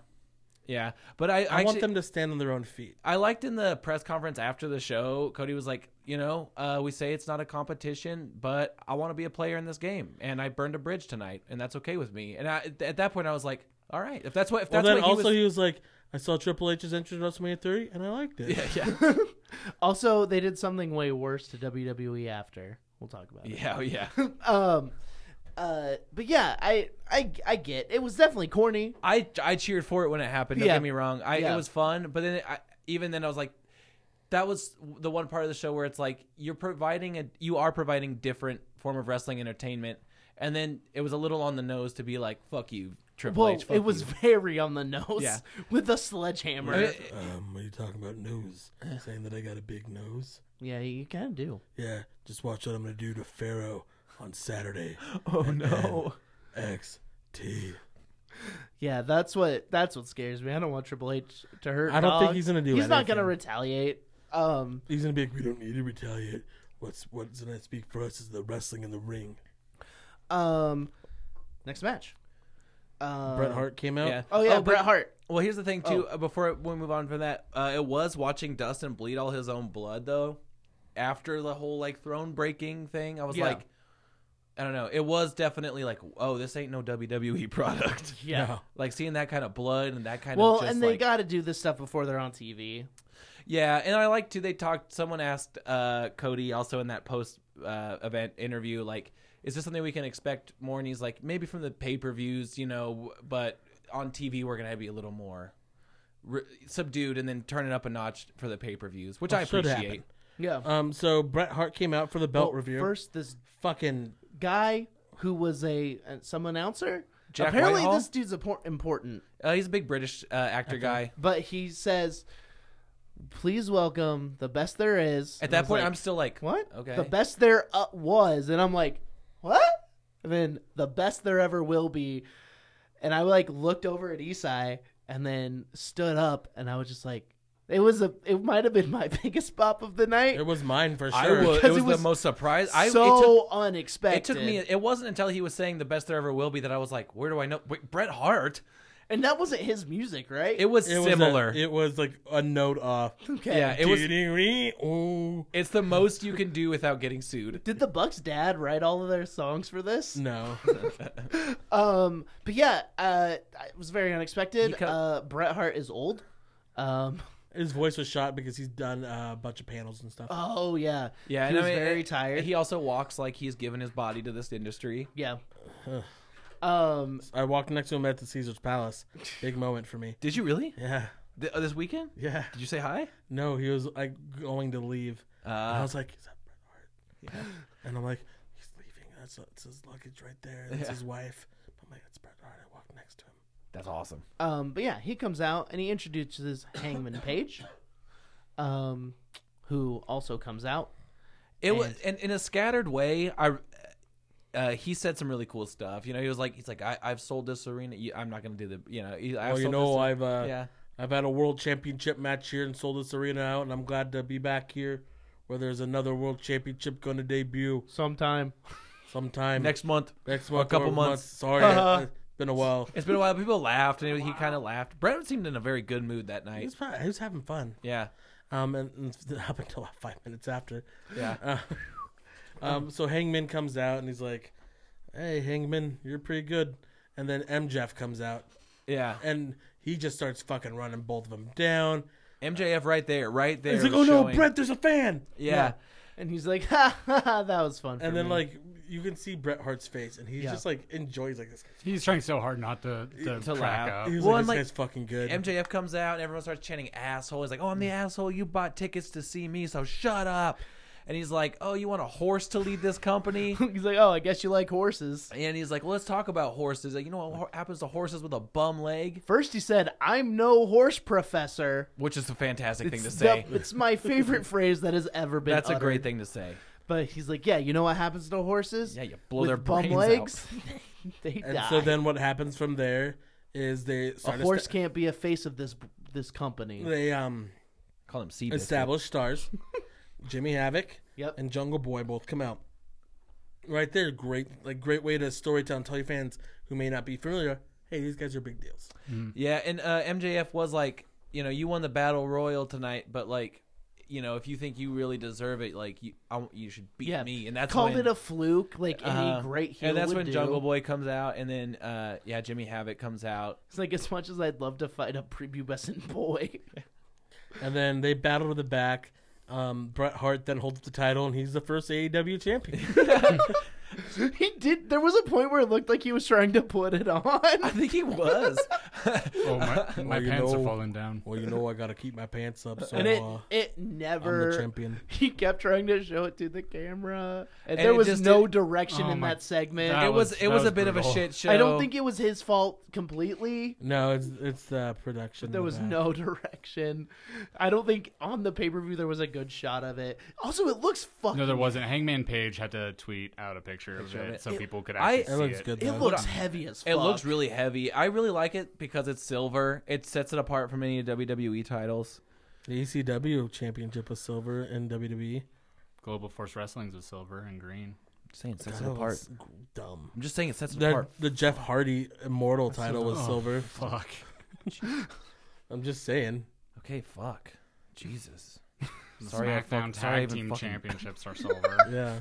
Speaker 3: yeah but i i,
Speaker 4: I want
Speaker 3: actually-
Speaker 4: them to stand on their own feet.
Speaker 3: I liked in the press conference after the show, Cody was like, you know, uh, we say it's not a competition, but I want to be a player in this game, and I burned a bridge tonight, and that's okay with me. And I, at that point, I was like, all right, if that's what, if
Speaker 4: Well,
Speaker 3: that's
Speaker 4: then
Speaker 3: what he
Speaker 4: also
Speaker 3: was,
Speaker 4: he was like, I saw Triple H's entrance at WrestleMania 30, and I liked it.
Speaker 3: yeah,
Speaker 2: Also, they did something way worse to WWE after. We'll talk about it.
Speaker 3: (laughs) yeah, oh, yeah.
Speaker 2: Um uh but yeah, I I I get. It was definitely corny.
Speaker 3: I I cheered for it when it happened. Don't
Speaker 2: Yeah.
Speaker 3: get me wrong. I
Speaker 2: Yeah.
Speaker 3: it was fun, but then I, even then I was like, that was the one part of the show where it's like you're providing a you are providing different form of wrestling entertainment, and then it was a little on the nose to be like, fuck you, Triple
Speaker 2: Well,
Speaker 3: H. fuck
Speaker 2: it was (laughs)
Speaker 3: you."
Speaker 2: very on the nose
Speaker 3: Yeah.
Speaker 2: (laughs) with a sledgehammer.
Speaker 3: I mean,
Speaker 4: (laughs) Um, are you talking about nose? Saying that I got a big nose?
Speaker 2: yeah, you kind of do.
Speaker 4: Yeah, just watch what I'm going to do to Pharaoh on Saturday.
Speaker 3: oh no.
Speaker 4: XT.
Speaker 2: (laughs) Yeah, that's what that's what scares me. I don't want Triple H to hurt.
Speaker 4: I don't think
Speaker 2: dog.
Speaker 4: he's gonna do
Speaker 2: He's not gonna
Speaker 4: anything.
Speaker 2: retaliate. Um,
Speaker 4: He's going to be like, we don't need to retaliate. What's what's going to speak for us is the wrestling in the ring.
Speaker 2: um, next match. Um,
Speaker 4: Bret Hart came out.
Speaker 3: Yeah.
Speaker 2: Oh
Speaker 3: Oh,
Speaker 2: yeah,
Speaker 3: but-
Speaker 2: Bret Hart.
Speaker 3: Well, here's the thing too.
Speaker 2: Oh.
Speaker 3: uh Before we move on from that, uh, it was watching Dustin bleed all his own blood though. After the whole like throne breaking thing, I was
Speaker 2: Yeah.
Speaker 3: like, I don't know. It was definitely like, oh, this ain't no WWE (laughs) product.
Speaker 2: Yeah.
Speaker 4: No.
Speaker 3: like seeing that kind of blood and that kind
Speaker 2: Well,
Speaker 3: of just
Speaker 2: and they
Speaker 3: like,
Speaker 2: got to do this stuff before they're on TV.
Speaker 3: yeah and i like too they talked someone asked uh cody also in that post uh event interview like is this something we can expect more and he's like maybe from the pay-per-views you know but on tv we're gonna be a little more re- subdued and then turn it up a notch for the pay-per-views which i
Speaker 4: Well, should
Speaker 3: appreciate
Speaker 4: happen.
Speaker 2: Yeah.
Speaker 4: Um, so Bret Hart came out for the belt review.
Speaker 2: Oh, First, this
Speaker 4: Fucking
Speaker 2: guy who was a uh, some announcer.
Speaker 3: Jack
Speaker 2: Apparently,
Speaker 3: Whitehall?
Speaker 2: this dude's impor- important,
Speaker 3: uh, he's a big british uh, actor guy
Speaker 2: but he says, "Please welcome the best there is."
Speaker 3: at
Speaker 2: And I
Speaker 3: that
Speaker 2: was
Speaker 3: point
Speaker 2: like,
Speaker 3: i'm still like
Speaker 2: What?
Speaker 3: okay
Speaker 2: The best there uh, was, and I'm like, what? And then the best there ever will be, and I like looked over at Isai and then stood up, and I was just like, it was a, it might have been my (laughs) biggest pop of the night.
Speaker 4: it was mine for
Speaker 3: I
Speaker 4: sure.
Speaker 3: was, it
Speaker 2: Because
Speaker 3: was
Speaker 2: it was
Speaker 3: the most surprise. I, it
Speaker 2: so
Speaker 3: took-
Speaker 2: unexpected.
Speaker 3: It took me. It wasn't until he was saying the best there ever will be that I was like, "Where do I know?" Wait, Bret Hart.
Speaker 2: and that wasn't his music, right?
Speaker 3: It was
Speaker 4: It was a-
Speaker 3: similar.
Speaker 4: it was like a note off.
Speaker 2: okay.
Speaker 3: yeah, it was.
Speaker 4: Oh
Speaker 3: It's the most you can do without getting sued.
Speaker 2: Did the Bucks' dad write all of their songs for this?
Speaker 3: Mm.
Speaker 4: no. (laughs)
Speaker 2: Um, but yeah, uh, it was very unexpected.
Speaker 3: He cut-
Speaker 2: uh, Bret Hart is old. Um, (laughs)
Speaker 4: His voice was shot because he's done uh, a bunch of panels and stuff.
Speaker 2: oh yeah,
Speaker 3: Yeah,
Speaker 2: he
Speaker 3: and I
Speaker 2: was
Speaker 3: mean,
Speaker 2: very
Speaker 3: it-
Speaker 2: tired.
Speaker 3: He also walks like he's given his body to this industry.
Speaker 2: Yeah. Um.
Speaker 4: I walked next to him at the Caesar's Palace. Big moment for me.
Speaker 3: Did you really?
Speaker 4: Yeah.
Speaker 3: Th- uh, this weekend?
Speaker 4: Yeah.
Speaker 3: Did you say hi?
Speaker 4: No, he was like going to leave. and I
Speaker 3: Uh,
Speaker 4: was like, is that Bret Hart? Yeah. (gasps) And I'm like, he's leaving. That's it's his luggage right there. That's his wife. I'm like, that's Bret Hart. I walked next to him.
Speaker 3: that's awesome.
Speaker 2: Um. But yeah, he comes out and he introduces Hangman Page, um, who also comes out.
Speaker 3: It was,
Speaker 2: And-
Speaker 3: and in a scattered way, I. Uh, he said some really cool stuff. You know, he was like, he's like, I, I've sold this arena. You- I'm not gonna do the, you know, he- I've
Speaker 4: Well, you
Speaker 3: sold
Speaker 4: know,
Speaker 3: this-
Speaker 4: I've uh,
Speaker 3: yeah.
Speaker 4: I've had a world championship match here in Solis Arena out, and I'm glad to be back here where there's another world championship going to debut
Speaker 2: Sometime. (laughs)
Speaker 4: sometime
Speaker 3: next month.
Speaker 4: next month.
Speaker 3: a couple
Speaker 4: or
Speaker 3: months.
Speaker 4: Sorry,
Speaker 3: (laughs)
Speaker 4: it's been a while.
Speaker 3: It's been a while. People laughed, and he kind of laughed. Brett seemed in a very good mood that
Speaker 4: He
Speaker 3: night.
Speaker 4: was, fine. he was having fun.
Speaker 3: Yeah,
Speaker 4: um, and, and (laughs) up until about five minutes after.
Speaker 3: (laughs) Yeah.
Speaker 4: Uh, um, so Hangman comes out and he's like, "Hey, Hangman, you're pretty good." And then M Jeff comes out
Speaker 3: Yeah.
Speaker 4: and he just starts fucking running both of them down.
Speaker 3: MJF right there, right there.
Speaker 4: He's like, "Oh no,
Speaker 3: showing-
Speaker 4: Brett, there's a fan!"
Speaker 3: Yeah.
Speaker 2: And he's like, (laughs) ha, ha, ha that was fun. for
Speaker 4: And then
Speaker 2: me."
Speaker 4: like you can see Bret Hart's face, and he's
Speaker 2: Yeah.
Speaker 4: just like enjoys like this.
Speaker 1: He's trying so hard not to, to,
Speaker 3: To
Speaker 1: crack
Speaker 3: laugh.
Speaker 1: up.
Speaker 4: He's
Speaker 3: Well,
Speaker 4: like,
Speaker 3: and,
Speaker 4: "This
Speaker 3: like,
Speaker 4: guy's fucking good."
Speaker 3: MJF comes out and everyone starts chanting asshole. He's like, Oh, I'm the asshole. You bought tickets to see me, so shut up. And he's like, Oh, you want a horse to lead this (laughs) company?
Speaker 2: (laughs) he's like, oh, I guess you like horses.
Speaker 3: and he's like, Well, let's talk about horses. Like, you know what ho- happens to horses with a bum leg?
Speaker 2: First, he said, I'm no horse professor.
Speaker 3: Which is a fantastic thing to
Speaker 2: It's
Speaker 3: say.
Speaker 2: the- it's
Speaker 3: (laughs)
Speaker 2: my favorite phrase that has ever been.
Speaker 3: That's a great
Speaker 2: uttered.
Speaker 3: thing to say.
Speaker 2: But he's like, yeah, you know what happens to horses?
Speaker 3: Yeah, you blow
Speaker 2: With
Speaker 3: their
Speaker 2: bum
Speaker 3: brains out. (laughs)
Speaker 2: legs. (laughs) they
Speaker 4: And
Speaker 2: die.
Speaker 4: so then what happens from there is they
Speaker 2: a
Speaker 4: start
Speaker 2: horse
Speaker 4: esta-
Speaker 2: can't be a face of this this company.
Speaker 4: they um
Speaker 3: Call him C.
Speaker 4: established stars, Jimmy Havoc,
Speaker 2: Yep.
Speaker 4: and Jungle Boy both come out. Right there, great like great way to storytell and tell your fans who may not be familiar, hey, these guys are big deals.
Speaker 3: Yeah, and uh, MJF was like, you know, you won the battle royal tonight, but like, you know, if you think you really deserve it, like, you I, want- you should beat
Speaker 2: Yeah,
Speaker 3: me, and that's
Speaker 2: called
Speaker 3: when,
Speaker 2: it a fluke, like
Speaker 3: uh,
Speaker 2: any great heel
Speaker 3: And that's
Speaker 2: would
Speaker 3: when
Speaker 2: do.
Speaker 3: Jungle Boy comes out, and then uh, yeah, Jimmy Havoc comes
Speaker 2: (laughs)
Speaker 3: out.
Speaker 2: It's like as much as I'd love to fight a
Speaker 3: (laughs)
Speaker 2: prepubescent (laughs) boy.
Speaker 4: And then they battle to the back. Um, Bret Hart then holds up the title, and he's the first AEW champion.
Speaker 2: he did. There was a point where it looked like he was trying to put it
Speaker 3: I
Speaker 2: on.
Speaker 3: think he (laughs) was.
Speaker 1: Oh, my, my
Speaker 4: Well, you
Speaker 1: pants
Speaker 4: know-
Speaker 1: are falling down.
Speaker 4: (laughs) well, you know, I gotta keep my pants up,
Speaker 2: (laughs)
Speaker 4: so
Speaker 2: And it
Speaker 4: uh,
Speaker 2: it
Speaker 4: I'm
Speaker 2: never.
Speaker 4: the champion.
Speaker 2: (laughs) He kept trying to show it to the camera,
Speaker 3: And
Speaker 2: and, there
Speaker 3: it
Speaker 2: was
Speaker 3: just
Speaker 2: no
Speaker 3: didn't-
Speaker 2: direction
Speaker 1: Oh
Speaker 2: in
Speaker 1: my-
Speaker 2: that segment.
Speaker 1: That
Speaker 3: it was,
Speaker 1: was-
Speaker 3: it
Speaker 1: that
Speaker 3: was, a
Speaker 1: was
Speaker 3: bit of a
Speaker 1: brutal.
Speaker 3: shit show.
Speaker 2: I don't think it was his fault completely.
Speaker 4: No, it's it's the production.
Speaker 2: There
Speaker 4: in the
Speaker 2: was
Speaker 4: back.
Speaker 2: no (laughs) direction. I don't think on the pay per view there was a good shot of it. Also, it looks fucking.
Speaker 1: No, there wasn't. Hangman Page had to tweet out a picture,
Speaker 3: Picture
Speaker 1: of,
Speaker 3: of
Speaker 1: it
Speaker 3: it.
Speaker 1: so
Speaker 3: It-
Speaker 1: people could
Speaker 3: I-
Speaker 1: actually
Speaker 3: It
Speaker 1: see
Speaker 4: It looks good.
Speaker 2: It
Speaker 4: though.
Speaker 2: looks heavy as fuck.
Speaker 3: It looks really heavy. I really like it because it's silver. It sets it apart from any WWE E titles.
Speaker 4: The ECW championship was silver in E. WWE.
Speaker 1: Global Force Wrestling's was silver and
Speaker 3: I'm
Speaker 1: green.
Speaker 3: saying it sets
Speaker 4: God,
Speaker 3: it apart.
Speaker 4: that's Dumb.
Speaker 3: I'm just saying it sets it
Speaker 4: The,
Speaker 3: apart.
Speaker 4: the Jeff Hardy Immortal title was
Speaker 1: Oh,
Speaker 4: silver.
Speaker 1: Fuck.
Speaker 4: I'm just saying.
Speaker 3: Okay, fuck.
Speaker 1: (laughs)
Speaker 3: Jesus.
Speaker 1: The
Speaker 3: Sorry I
Speaker 1: SmackDown
Speaker 3: fuck- sorry I
Speaker 1: Tag
Speaker 3: even
Speaker 1: Team
Speaker 3: fucking- (laughs)
Speaker 1: Championships are silver.
Speaker 4: (laughs) Yeah.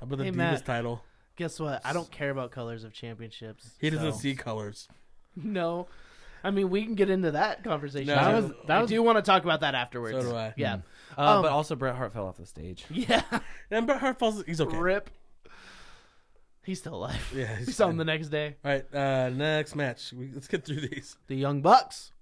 Speaker 4: How about the
Speaker 2: Hey,
Speaker 4: Divas
Speaker 2: Matt.
Speaker 4: title?
Speaker 2: Guess what? I don't care about colors of championships.
Speaker 4: He doesn't
Speaker 2: so-
Speaker 4: see colors.
Speaker 2: (laughs) No, I mean we can get into that conversation.
Speaker 4: No.
Speaker 1: That
Speaker 2: I-
Speaker 1: was- that
Speaker 2: I
Speaker 1: was- Hmm.
Speaker 2: do want to talk about that afterwards.
Speaker 4: So do I.
Speaker 2: Yeah,
Speaker 3: Uh,
Speaker 2: Um,
Speaker 3: but also, Bret Hart fell off the stage.
Speaker 2: (laughs) yeah.
Speaker 4: And Bret Hart falls. He's okay.
Speaker 2: Rip. He's still alive. (laughs)
Speaker 4: Yeah,
Speaker 2: he's,
Speaker 4: he's
Speaker 2: on
Speaker 4: fine.
Speaker 2: the next day.
Speaker 4: All right. Uh, next match. We, let's get through these.
Speaker 2: The Young Bucks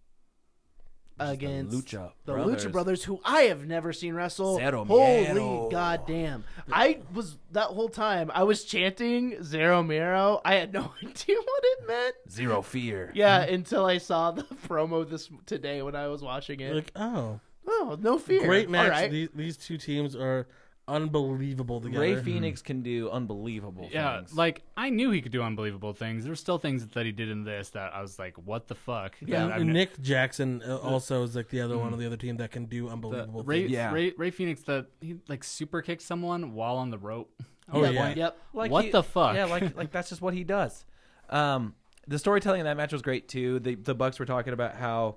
Speaker 3: Just
Speaker 2: against
Speaker 3: the Lucha
Speaker 2: the
Speaker 3: Brothers.
Speaker 2: Lucha Brothers, who I have never seen wrestle.
Speaker 3: Zero
Speaker 2: Holy
Speaker 3: miedo.
Speaker 2: goddamn! I was that whole time I was chanting Zero Miro. I had no (laughs) idea what it meant.
Speaker 3: Zero fear.
Speaker 4: (laughs)
Speaker 2: Yeah, until I saw the promo this today when I was watching it.
Speaker 4: (laughs) Like, oh,
Speaker 2: oh, no fear!
Speaker 4: great match.
Speaker 2: All right.
Speaker 4: These, these two teams are unbelievable together.
Speaker 3: Ray Phoenix can do unbelievable
Speaker 1: yeah,
Speaker 3: things.
Speaker 1: like I knew he could do unbelievable things. There's still things that he did in this that I was like, "What the fuck?"
Speaker 2: Yeah.
Speaker 1: That I've
Speaker 4: And
Speaker 1: ne-
Speaker 4: Nick Jackson uh, also is like the other one of the other team that can do unbelievable
Speaker 1: Ray,
Speaker 4: things.
Speaker 3: Yeah.
Speaker 1: Ray, Ray Phoenix that he like super kicked someone while on the rope. (laughs)
Speaker 4: Oh yeah.
Speaker 2: Yep. (laughs)
Speaker 3: Like
Speaker 1: What
Speaker 3: he-
Speaker 1: the fuck?
Speaker 3: Yeah, like like that's just what he does. Um, the storytelling in that match was great too. The the Bucks were talking about how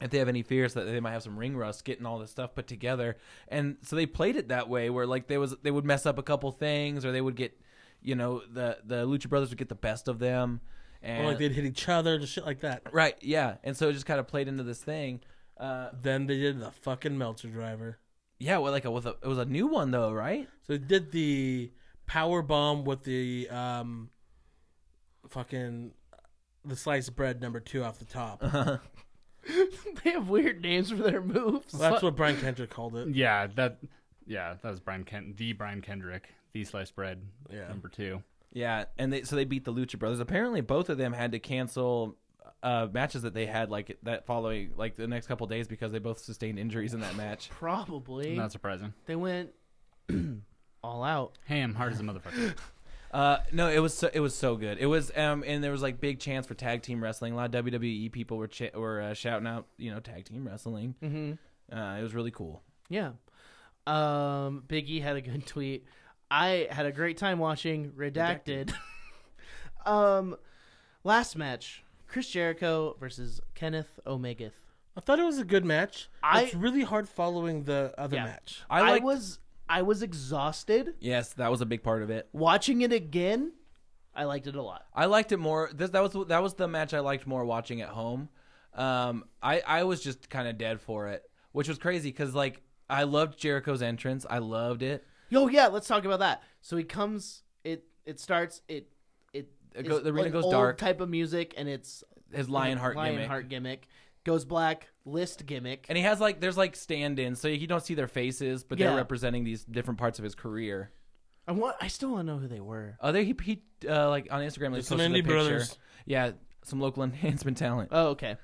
Speaker 3: if they have any fears that they might have some ring rust getting all this stuff put together, and so they played it that way where like they was they would mess up a couple things or they would get you know the the Lucha Brothers would get the best of them. And,
Speaker 4: Or like they'd hit each other, just shit like that.
Speaker 3: right, yeah, and so it just kind of played into this thing. Uh,
Speaker 4: Then they did the fucking Meltzer driver.
Speaker 3: yeah, well, like a, with a, it was a new one though, right?
Speaker 4: So they did the power bomb with the um, fucking the sliced bread number two off the top.
Speaker 2: Uh-huh. they have weird names for their moves.
Speaker 4: Well, that's what Brian Kendrick called it.
Speaker 1: yeah, that, yeah, that was Brian Kent, the Brian Kendrick, the sliced bread,
Speaker 4: Yeah.
Speaker 1: number two.
Speaker 3: Yeah, and they so they beat the Lucha Brothers. Apparently, both of them had to cancel uh, matches that they had like that following like the next couple days because they both sustained injuries in that match.
Speaker 2: Probably
Speaker 1: Not surprising.
Speaker 2: they went (clears throat) all out.
Speaker 1: Ham hard as a motherfucker.
Speaker 3: Uh, no, it was so, it was so good. It was um, and there was like big chance for tag team wrestling. A lot of WWE people were ch- were uh, shouting out, you know, tag team wrestling. Mm-hmm. Uh, it was really cool.
Speaker 2: Yeah. Um, Biggie had a good (laughs) tweet. I had a great time watching Redacted. (laughs) um, last match: Chris Jericho versus Kenneth Omegith.
Speaker 4: I thought it was a good match.
Speaker 2: I-
Speaker 4: it's really hard following the other
Speaker 2: Yeah.
Speaker 4: match.
Speaker 3: I
Speaker 2: I,
Speaker 3: like.
Speaker 2: was I was exhausted
Speaker 3: yes, that was a big part of it.
Speaker 2: watching it again. I liked it a lot.
Speaker 3: I liked it more. This, that was that was the match I liked more watching at home. Um, I I was just kind of dead for it, which was crazy because like I loved Jericho's entrance. I loved it.
Speaker 2: Yo, yeah, let's talk about that. So he comes. It it starts. It it,
Speaker 3: It go-
Speaker 2: is
Speaker 3: the arena
Speaker 2: an
Speaker 3: goes
Speaker 2: old
Speaker 3: dark.
Speaker 2: Type of music, and it's
Speaker 3: His Lionheart gimmick.
Speaker 2: Lionheart gimmick. Goes black. List gimmick.
Speaker 3: And he has like there's like stand-ins, so you don't see their faces, but they're
Speaker 2: Yeah.
Speaker 3: representing these different parts of his career.
Speaker 2: I want. I still want to know who they were.
Speaker 3: Other he, he uh, like on Instagram, like
Speaker 4: Just some
Speaker 3: posted a
Speaker 4: indie
Speaker 3: picture.
Speaker 4: brothers.
Speaker 3: Yeah, some local (laughs) enhancement talent.
Speaker 2: Oh, okay.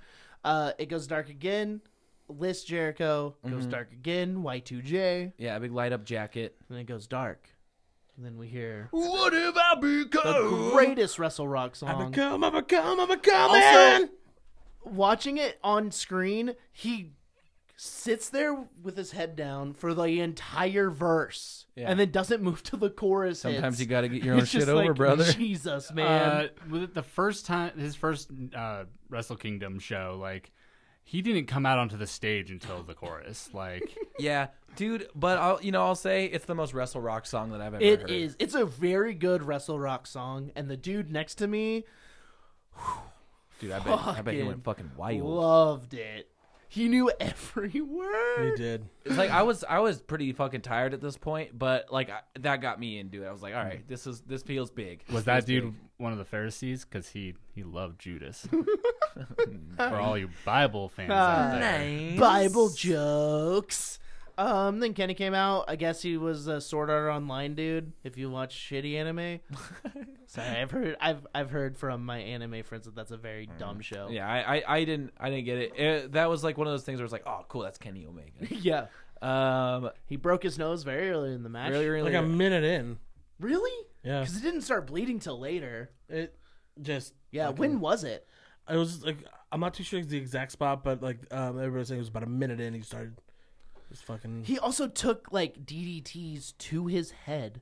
Speaker 2: Uh, it goes dark again. List Jericho goes
Speaker 3: Mm-hmm.
Speaker 2: dark again. Y two J.
Speaker 3: Yeah, a big light up jacket.
Speaker 2: And then it goes dark. And then we hear
Speaker 3: What have I
Speaker 2: the
Speaker 3: become?
Speaker 2: greatest Wrestle Rock
Speaker 4: I
Speaker 2: song.
Speaker 4: become, I become, I become.
Speaker 2: Also-
Speaker 4: man!
Speaker 2: Watching it on screen, he sits there with his head down for the entire verse,
Speaker 3: Yeah.
Speaker 2: and then doesn't move to the chorus.
Speaker 3: Sometimes
Speaker 2: hits.
Speaker 3: you gotta
Speaker 2: (laughs)
Speaker 3: get your own
Speaker 2: It's just
Speaker 3: shit over,
Speaker 2: like,
Speaker 3: brother.
Speaker 2: Jesus,
Speaker 1: Uh,
Speaker 2: man.
Speaker 1: with it the first time, his first uh, Wrestle Kingdom show, like he didn't come out onto the stage until the chorus. Like
Speaker 3: Yeah, dude. But I'll you know I'll say it's the most wrestle rock song that I've ever
Speaker 2: It
Speaker 3: heard.
Speaker 2: is. It's a very good Wrestle Rock song, and the dude next to me
Speaker 3: dude. I bet I bet he went
Speaker 2: Fucking
Speaker 3: fucking wild.
Speaker 2: loved it. He knew (laughs) every word.
Speaker 4: He did.
Speaker 3: It's like I was I was pretty fucking tired at this point, but like I, that got me into it. I was like, all right, this is this feels big.
Speaker 1: was that dude one of the Pharisees? Because he he
Speaker 3: (laughs)
Speaker 1: loved Judas. For all you Bible fans
Speaker 3: Ah.
Speaker 1: out there,
Speaker 2: Bible jokes. Um, then Kenny came out. I guess he was a Sword Art Online dude. If you watch shitty anime, sorry, I've heard I've I've heard from my anime friends that that's a very dumb show.
Speaker 3: Yeah, I, I, I didn't I didn't get it. it. That was like one of those things where it's like, oh, cool, that's Kenny Omega.
Speaker 2: (laughs) yeah.
Speaker 3: Um,
Speaker 2: He broke his nose very early in the match.
Speaker 3: really, really,
Speaker 4: Like a minute in.
Speaker 2: Really?
Speaker 4: Yeah.
Speaker 2: Because it didn't start bleeding till later.
Speaker 4: It just.
Speaker 2: Yeah. When was it?
Speaker 4: I was like, I'm not too sure the exact spot, but like um, everybody was saying it was about a minute in. He started. It's fucking.
Speaker 2: He also took like DDTs to his head,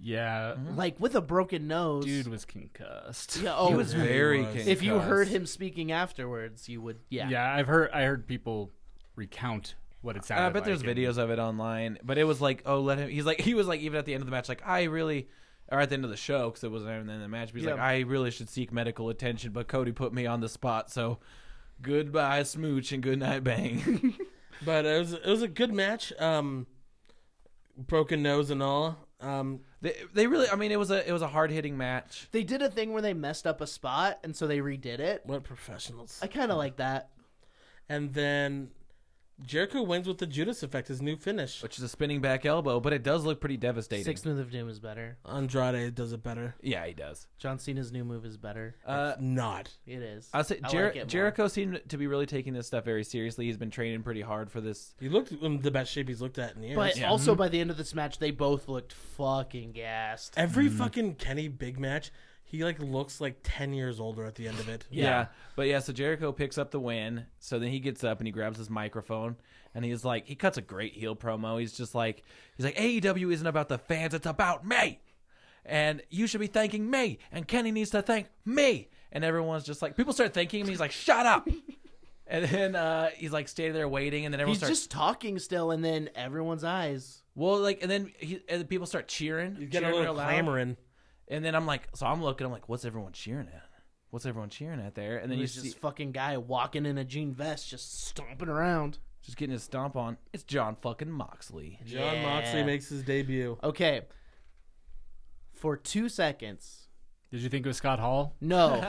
Speaker 1: yeah,
Speaker 2: like with a broken nose.
Speaker 1: dude was concussed.
Speaker 2: Yeah. Oh,
Speaker 3: he was very.
Speaker 4: was.
Speaker 2: if you
Speaker 3: concussed.
Speaker 2: heard him speaking afterwards, you would. Yeah.
Speaker 1: (laughs) Yeah, I've heard I heard people recount what it sounded.
Speaker 3: And I bet
Speaker 1: like
Speaker 3: there's
Speaker 1: and-
Speaker 3: videos of it online, but it was like, oh, let him. He's like, he was like, even at the end of the match, like, I really, or at the end of the show, because it wasn't even the end of the match. But he's
Speaker 2: Yeah.
Speaker 3: like, I really should seek medical attention, but Cody put me on the spot, so goodbye smooch and goodnight bang. (laughs)
Speaker 4: But it was it was a good match. Um, broken nose and all. Um,
Speaker 3: they, they really, I mean, it was a, it was a hard hitting match.
Speaker 2: They did a thing where they messed up a spot, and so they redid it.
Speaker 4: what professionals?
Speaker 2: I kind of like that.
Speaker 4: And then Jericho wins with the Judas effect, his new finish.
Speaker 3: Which is a spinning back elbow, but it does look pretty devastating.
Speaker 2: Sixteenth of Doom is better.
Speaker 4: Andrade does it better.
Speaker 3: Yeah, he does.
Speaker 2: John Cena's new move is better.
Speaker 3: Uh,
Speaker 4: Not.
Speaker 2: It is.
Speaker 3: I'll say
Speaker 2: I
Speaker 3: Jer-
Speaker 2: like it more.
Speaker 3: Jericho seemed to be really taking this stuff very seriously. He's been training pretty hard for this.
Speaker 4: He looked in the best shape he's looked at in years.
Speaker 2: But also by the end of this match, they both looked fucking gassed.
Speaker 4: Every fucking Kenny big match, he like looks like ten years older at the end of it.
Speaker 3: Yeah. But yeah, so Jericho picks up the win. So then he gets up and he grabs his microphone and he's like, he cuts a great heel promo. He's just like, he's like, AEW isn't about the fans, it's about me. And you should be thanking me. And Kenny needs to thank me. And everyone's just like, people start thanking him. He's like, shut up. and then uh, he's like standing there waiting. And then everyone
Speaker 2: He's
Speaker 3: starts,
Speaker 2: just talking still, and then everyone's eyes.
Speaker 3: well, like, and then he, and then people start cheering.
Speaker 4: He's getting a
Speaker 3: cheering
Speaker 4: little
Speaker 3: real loud.
Speaker 4: clamoring.
Speaker 3: And then I'm like, so I'm looking, I'm like, what's everyone cheering at? What's everyone cheering at there? And then you
Speaker 2: He's
Speaker 3: see,
Speaker 2: just fucking guy walking in a jean vest, just stomping around.
Speaker 3: just getting his stomp on. It's John fucking Moxley.
Speaker 4: John Moxley
Speaker 2: Yeah.
Speaker 4: makes his debut.
Speaker 2: Okay. For two seconds.
Speaker 1: Did you think it was Scott Hall?
Speaker 3: (laughs)
Speaker 2: No.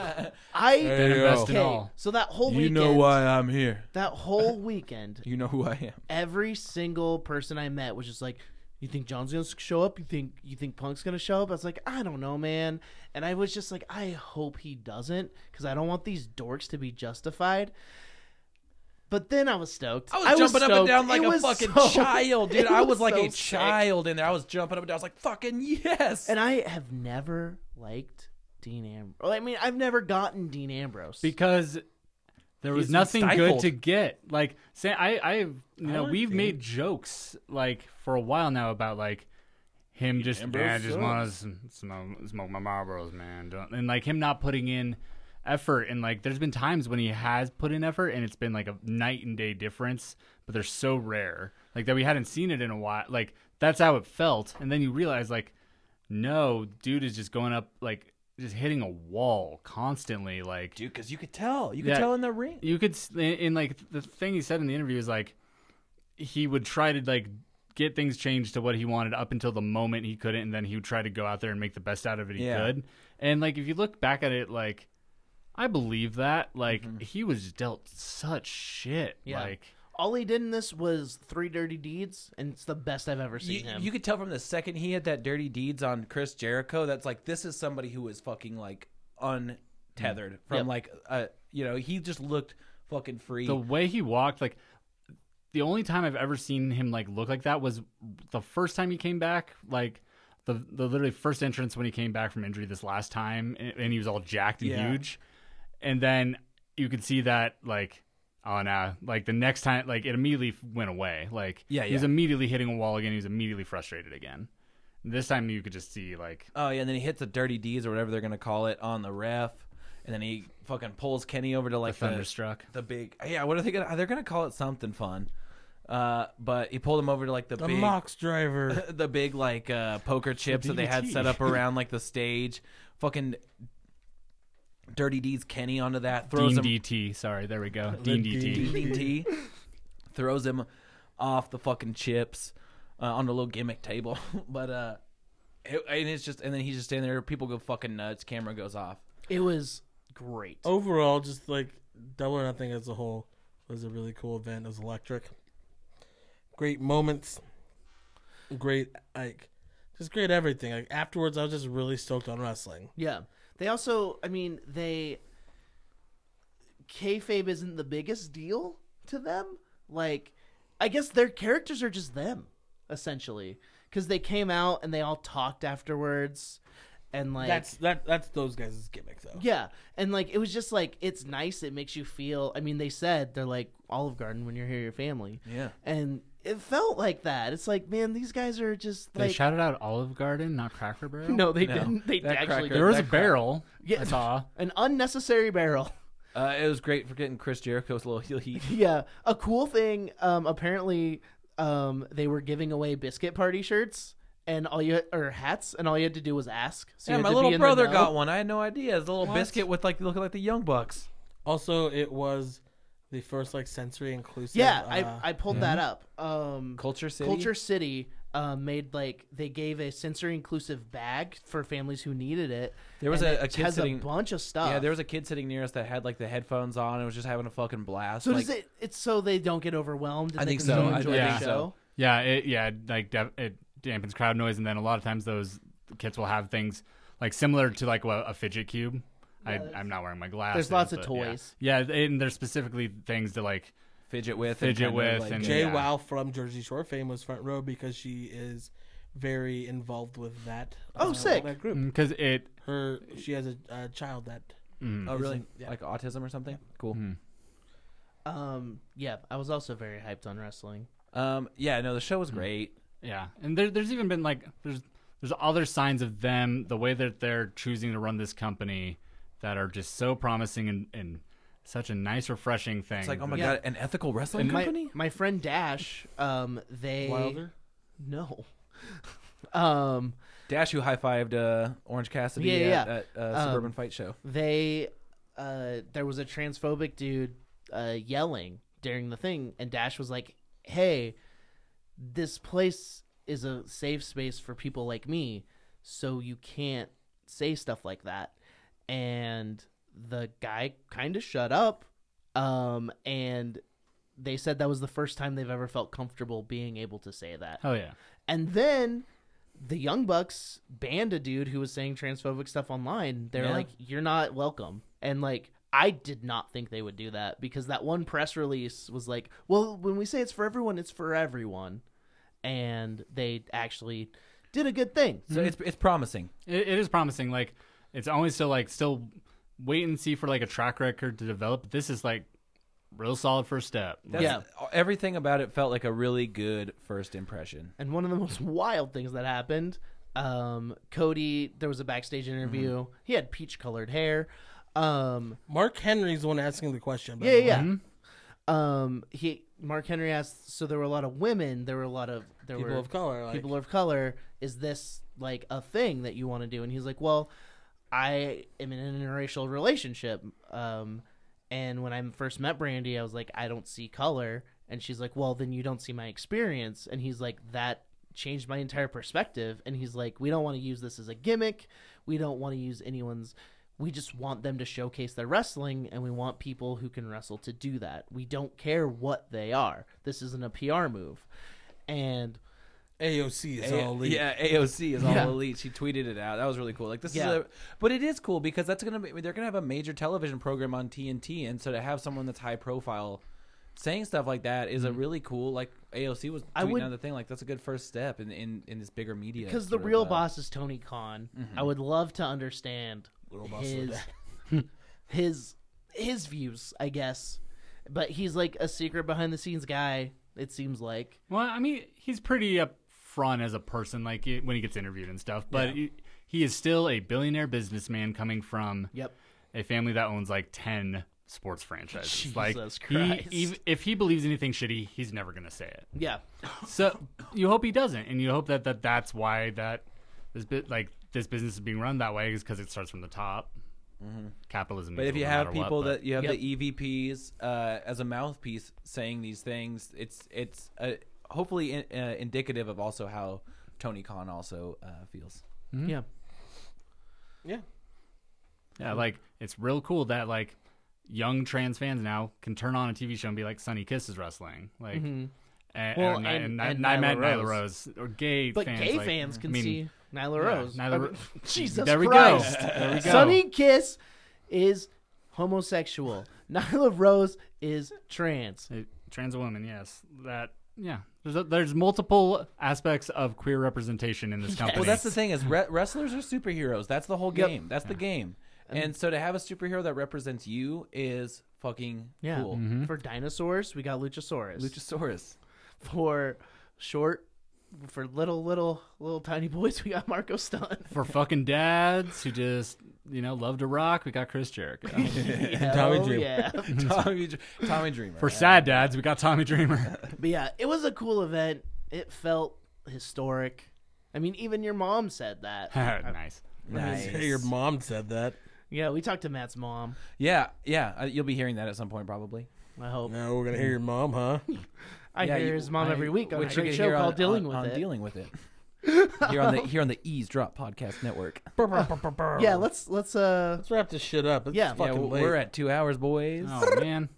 Speaker 2: I
Speaker 1: Didn't invest in
Speaker 2: okay.
Speaker 1: all.
Speaker 2: So that whole weekend
Speaker 3: I'm here. (laughs)
Speaker 2: that whole weekend
Speaker 3: You know who I am.
Speaker 2: every single person I met was just like, "You think John's gonna show up? You think you think Punk's gonna show up?" I was like, "I don't know, man." And I was just like, "I hope he doesn't, because I don't want these dorks to be justified." But then I was stoked.
Speaker 3: I was jumping up and
Speaker 2: stoked.
Speaker 3: down like
Speaker 2: It
Speaker 3: a
Speaker 2: was
Speaker 3: fucking
Speaker 2: so- (laughs)
Speaker 3: child, dude.
Speaker 2: it
Speaker 3: I
Speaker 2: (laughs)
Speaker 3: was like
Speaker 2: so
Speaker 3: a
Speaker 2: sick.
Speaker 3: child in there. I was jumping up and down. I was like, fucking yes.
Speaker 2: And I have never liked Dean Ambrose. I mean, I've never gotten Dean Ambrose.
Speaker 1: because there was
Speaker 3: He's been
Speaker 1: nothing
Speaker 3: stifled.
Speaker 1: good to get. Like say I I you know
Speaker 4: don't
Speaker 1: we've
Speaker 4: think-
Speaker 1: made jokes like for a while now about like him just man I just want to smoke, smoke my Marlboros man Don't-" and like him not putting in effort and like there's been times when he has put in effort and it's been like a night and day difference, but they're so rare. Like that we hadn't seen it in a while. Like that's how it felt. And then you realize like no, dude is just going up like just hitting a wall constantly like
Speaker 3: dude. Because you could tell, you could
Speaker 1: Yeah.
Speaker 3: tell in the ring.
Speaker 1: you could s- in, in like the thing he said in the interview is like he would try to like get things changed to what he wanted up until the moment he couldn't and then he would try to go out there and make the best out of it he
Speaker 3: Yeah.
Speaker 1: could and like if you look back at it like i believe that like he was dealt such shit
Speaker 2: Yeah.
Speaker 1: like
Speaker 2: All he did in this was three dirty deeds, and it's the best I've ever
Speaker 3: You,
Speaker 2: seen him.
Speaker 3: you could tell from the second he had that dirty deeds on Chris Jericho. That's like this is somebody who is fucking like untethered from
Speaker 2: Mm. Yep.
Speaker 3: like uh you know he just looked fucking free.
Speaker 1: the way he walked like the only time i've ever seen him like look like that was the first time he came back like the, the literally first entrance when he came back from injury this last time and, and he was all jacked and
Speaker 3: Yeah.
Speaker 1: huge and then you could see that like on uh like the next time like it immediately f- went away like
Speaker 3: Yeah,
Speaker 1: he was
Speaker 3: yeah.
Speaker 1: immediately hitting a wall again he was immediately frustrated again this time you could just see like
Speaker 3: Oh yeah, and then he hits the dirty deeds or whatever they're gonna call it on the ref, and then he fucking pulls Kenny over to like the,
Speaker 1: thunderstruck
Speaker 3: the big yeah. What are they gonna? They're gonna call it something fun. Uh, but he pulled him over to like the,
Speaker 4: The
Speaker 3: big
Speaker 4: Mox driver.
Speaker 3: (laughs) the big like uh, poker chips that they had
Speaker 1: DDT.
Speaker 3: set up around like the stage. Fucking dirty deeds Kenny onto that throws
Speaker 1: Dean
Speaker 3: him
Speaker 1: DT sorry there we go Dean DT
Speaker 4: DDT.
Speaker 3: (laughs) DDT, throws him off the fucking chips uh, on the little gimmick table. (laughs) but uh, it, and it's just and then he's just standing there. People go fucking nuts. Camera goes off.
Speaker 2: it was great.
Speaker 3: Oh.
Speaker 4: Overall, just like Double or Nothing as a whole was a really cool event. It was electric. Great moments. Great like just great everything. Like afterwards I was just really stoked on wrestling.
Speaker 2: Yeah. They also, I mean, they kayfabe isn't the biggest deal to them. Like, I guess their characters are just them, essentially, because they came out and they all talked afterwards, and like
Speaker 4: That's that that's those guys' gimmick though.
Speaker 2: yeah, and like it was just like it's nice. It makes you feel. I mean, they said they're like Olive Garden when you're here, your family.
Speaker 3: Yeah.
Speaker 2: and it felt like that. It's like, man, these guys are just
Speaker 1: they
Speaker 2: like
Speaker 1: shouted out Olive Garden not Cracker
Speaker 2: (laughs)
Speaker 1: Barrel
Speaker 2: no, they
Speaker 3: No.
Speaker 2: didn't. They
Speaker 3: That
Speaker 2: actually
Speaker 3: cracker-
Speaker 1: there was a
Speaker 3: That crap.
Speaker 1: barrel
Speaker 2: Yeah.
Speaker 1: I saw
Speaker 2: an unnecessary barrel. (laughs)
Speaker 3: Uh, it was great for getting Chris Jericho's little heel heat.
Speaker 2: Yeah, a cool thing. Um, apparently, um, they were giving away biscuit party shirts and all you or hats, and all you had to do was ask. So you
Speaker 3: Yeah,
Speaker 2: had
Speaker 3: my
Speaker 2: to be
Speaker 3: little
Speaker 2: in the
Speaker 3: brother
Speaker 2: know.
Speaker 3: got one. I had no idea. It's a little
Speaker 4: What?
Speaker 3: biscuit with like looking like the Young Bucks.
Speaker 4: Also it was the first like sensory inclusive
Speaker 2: Yeah,
Speaker 4: uh,
Speaker 2: I I pulled that up. Um,
Speaker 3: Culture City.
Speaker 2: Culture City uh, made like they gave a sensory inclusive bag for families who needed it.
Speaker 3: There was
Speaker 2: and
Speaker 3: a- a
Speaker 2: it
Speaker 3: kid
Speaker 2: has
Speaker 3: sitting-
Speaker 2: a bunch of stuff.
Speaker 3: Yeah, there was a kid sitting near us that had like the headphones on and was just having a fucking blast.
Speaker 2: So
Speaker 3: like,
Speaker 2: does it? It's so they don't get overwhelmed. And
Speaker 3: I
Speaker 2: they
Speaker 3: think
Speaker 2: can
Speaker 3: so.
Speaker 2: still
Speaker 1: I
Speaker 2: Enjoy the
Speaker 1: think so.
Speaker 2: show.
Speaker 1: Yeah, it, yeah, like def- it dampens crowd noise, and then a lot of times those kids will have things like similar to like a, a fidget cube. I, I'm not wearing my glasses.
Speaker 2: lots of
Speaker 1: but
Speaker 2: toys.
Speaker 1: Yeah. yeah, and there's specifically things to like.
Speaker 3: fidget with,
Speaker 1: Fidget
Speaker 3: and
Speaker 1: with
Speaker 3: kind of, like,
Speaker 1: and-
Speaker 4: Jay
Speaker 1: yeah.
Speaker 4: Wow from Jersey Shore fame was front row because she is very involved with that. uh,
Speaker 2: Oh, sick.
Speaker 4: That group.
Speaker 1: Because mm, it,
Speaker 4: Her she has a, a child that
Speaker 3: oh really? Hmm.
Speaker 4: yeah.
Speaker 3: Like autism or something? Cool.
Speaker 2: Um, yeah, I was also very hyped on wrestling.
Speaker 3: Um, yeah, no, the show was great.
Speaker 1: yeah, and there, there's even been like there's there's other signs of them the way that they're choosing to run this company that are just so promising and, and such a nice refreshing thing.
Speaker 3: It's like, oh my
Speaker 2: Yeah.
Speaker 3: god, an ethical wrestling
Speaker 2: my,
Speaker 3: company?
Speaker 2: My friend Dash, um, they
Speaker 4: Wilder.
Speaker 2: no, (laughs) um,
Speaker 3: Dash who high fived uh, Orange Cassidy
Speaker 2: Yeah,
Speaker 3: at,
Speaker 2: yeah. Um,
Speaker 3: at uh, Suburban Fight Show.
Speaker 2: they uh, there was a transphobic dude uh, yelling during the thing, and Dash was like, "Hey, this place is a safe space for people like me, so you can't say stuff like that." And the guy kind of shut up, um, and they said that was the first time they've ever felt comfortable being able to say that.
Speaker 1: oh yeah,
Speaker 2: And then the Young Bucks banned a dude who was saying transphobic stuff online. They're
Speaker 3: Yeah.
Speaker 2: like, you're not welcome. And like, I did not think they would do that because that one press release was like, well, when we say it's for everyone, it's for everyone. And they actually did a good thing.
Speaker 3: So it's it's promising.
Speaker 1: it, it is promising. Like it's always still like still wait and see for like a track record to develop. This is like real solid first step.
Speaker 3: That's- Everything about it felt like a really good first impression.
Speaker 2: And one of the most (laughs) wild things that happened, um, Cody, there was a backstage interview. He had peach colored hair. Um,
Speaker 4: Mark Henry's the one asking the question. by
Speaker 2: yeah,
Speaker 4: the
Speaker 2: yeah.
Speaker 4: way.
Speaker 2: yeah.
Speaker 4: Mm-hmm.
Speaker 2: Um, he Mark Henry asked. So there were a lot of women. There were a lot of there
Speaker 4: People
Speaker 2: were
Speaker 4: of color. Like,
Speaker 2: people of color is this like a thing that you want to do and he's like well i am in an interracial relationship um, and when i first met brandy i was like i don't see color and she's like well then you don't see my experience and he's like that changed my entire perspective and he's like we don't want to use this as a gimmick we don't want to use anyone's we just want them to showcase their wrestling and we want people who can wrestle to do that we don't care what they are this isn't a pr move and
Speaker 4: AOC is all elite.
Speaker 3: yeah, AOC is all
Speaker 2: (laughs) Yeah.
Speaker 3: elite. She tweeted it out. That was really cool. Like this
Speaker 2: Yeah.
Speaker 3: is a, but it is cool because that's gonna be they're gonna have a major television program on TNT, and so to have someone that's high profile saying stuff like that is a really cool. Like AOC was tweeting
Speaker 2: Mm-hmm. I would-
Speaker 3: out the thing. Like that's a good first step in in, in this bigger media.
Speaker 2: because the
Speaker 3: sort of,
Speaker 2: real
Speaker 3: uh,
Speaker 2: boss is Tony Khan.
Speaker 1: Mm-hmm.
Speaker 2: I would love to understand
Speaker 4: boss of the
Speaker 2: his (laughs)
Speaker 1: (laughs)
Speaker 2: his his views, I guess. But he's like a secret behind the scenes guy. It seems like
Speaker 1: Well, I mean, he's pretty upfront as a person, like it- when he gets interviewed and stuff. But he, he is still a billionaire businessman coming from
Speaker 2: Yep.
Speaker 1: a family that owns like ten sports franchises.
Speaker 2: (laughs) Jesus
Speaker 1: like, he-
Speaker 2: Christ.
Speaker 1: ev- if he believes anything shitty, he's never gonna say it.
Speaker 2: yeah,
Speaker 1: So you hope he doesn't, and you hope that, that that's why that this bit like this business is being run that way is because it starts from the top.
Speaker 2: Mm-hmm.
Speaker 1: Capitalism.
Speaker 3: But
Speaker 1: is
Speaker 3: if
Speaker 1: evil
Speaker 3: you
Speaker 1: no
Speaker 3: have
Speaker 1: matter what,
Speaker 3: people
Speaker 1: but-
Speaker 3: that you have
Speaker 2: Yep.
Speaker 3: the EVPs uh, as a mouthpiece saying these things, it's it's uh, hopefully in, uh, indicative of also how Tony Khan also uh, feels.
Speaker 1: Hmm?
Speaker 2: yeah,
Speaker 4: Yeah.
Speaker 1: Yeah, like it's real cool that like young trans fans now can turn on a TV show and be like, "Sunny Kiss is wrestling," like, and,
Speaker 2: Mm-hmm. Well,
Speaker 1: and, and,
Speaker 2: and-
Speaker 1: Ni-
Speaker 2: and
Speaker 1: Ni-
Speaker 2: Nyla
Speaker 1: Matt Nyla
Speaker 2: Rose.
Speaker 1: Rose. or gay,
Speaker 2: but
Speaker 1: fans,
Speaker 2: gay
Speaker 1: like,
Speaker 2: fans can
Speaker 1: I mean,
Speaker 2: see Nyla
Speaker 1: yeah,
Speaker 2: Rose.
Speaker 1: Nyla
Speaker 2: I
Speaker 1: Ro-
Speaker 2: mean, (laughs) Jesus
Speaker 1: There we go.
Speaker 2: Christ!
Speaker 1: (laughs) There we go.
Speaker 2: Sunny Kiss is homosexual. (laughs) Nyla Rose is trans.
Speaker 1: Uh, trans woman, yes. That yeah. There's a, there's multiple aspects of queer
Speaker 2: (laughs)
Speaker 1: representation in this company.
Speaker 3: Well, that's the thing is re- wrestlers are superheroes. That's the whole
Speaker 2: Yep.
Speaker 3: game. That's the game. And, so to have a superhero that represents you is fucking
Speaker 2: Yeah.
Speaker 3: cool.
Speaker 1: Mm. Mm-hmm.
Speaker 2: For dinosaurs, we got Luchasaurus.
Speaker 1: (laughs)
Speaker 3: Luchasaurus.
Speaker 2: for short for little little little tiny boys (laughs) we got marco stunt
Speaker 3: (laughs)
Speaker 1: for fucking dads who just you know love to rock. We got
Speaker 2: (laughs)
Speaker 1: Chris Jericho.
Speaker 4: Tommy
Speaker 2: Hell
Speaker 4: Dreamer.
Speaker 2: yeah
Speaker 3: Tommy, Dr- Tommy Dreamer.
Speaker 1: for sad dads, we got Tommy Dreamer. (laughs)
Speaker 2: but yeah it was a cool event it felt historic i mean even your mom said that
Speaker 3: (laughs)
Speaker 1: Ah,
Speaker 2: (laughs)
Speaker 1: nice.
Speaker 3: Nice.
Speaker 4: Your mom said that.
Speaker 2: yeah we talked to matt's mom
Speaker 3: Yeah, yeah. uh, You'll be hearing that at some point probably.
Speaker 2: i hope
Speaker 4: No, we're gonna hear your
Speaker 2: (laughs)
Speaker 4: mom, huh?
Speaker 2: i
Speaker 3: yeah,
Speaker 2: hear
Speaker 3: you-
Speaker 2: his mom
Speaker 3: I-
Speaker 2: every week on a
Speaker 3: which you
Speaker 2: great
Speaker 3: can
Speaker 2: show
Speaker 3: hear
Speaker 2: called
Speaker 3: on-
Speaker 2: dealing
Speaker 3: on-
Speaker 2: with
Speaker 3: on
Speaker 2: it
Speaker 3: Dealing
Speaker 2: (laughs)
Speaker 3: with it. here on the here on the Eavesdrop Podcast
Speaker 2: (laughs)
Speaker 3: Network.
Speaker 2: yeah
Speaker 4: yeah,
Speaker 2: let's let's uh
Speaker 4: let's wrap this shit up. It's
Speaker 2: Yeah. Yeah,
Speaker 4: fucking
Speaker 3: yeah,
Speaker 4: late.
Speaker 3: we're at two hours, boys.
Speaker 1: Oh man.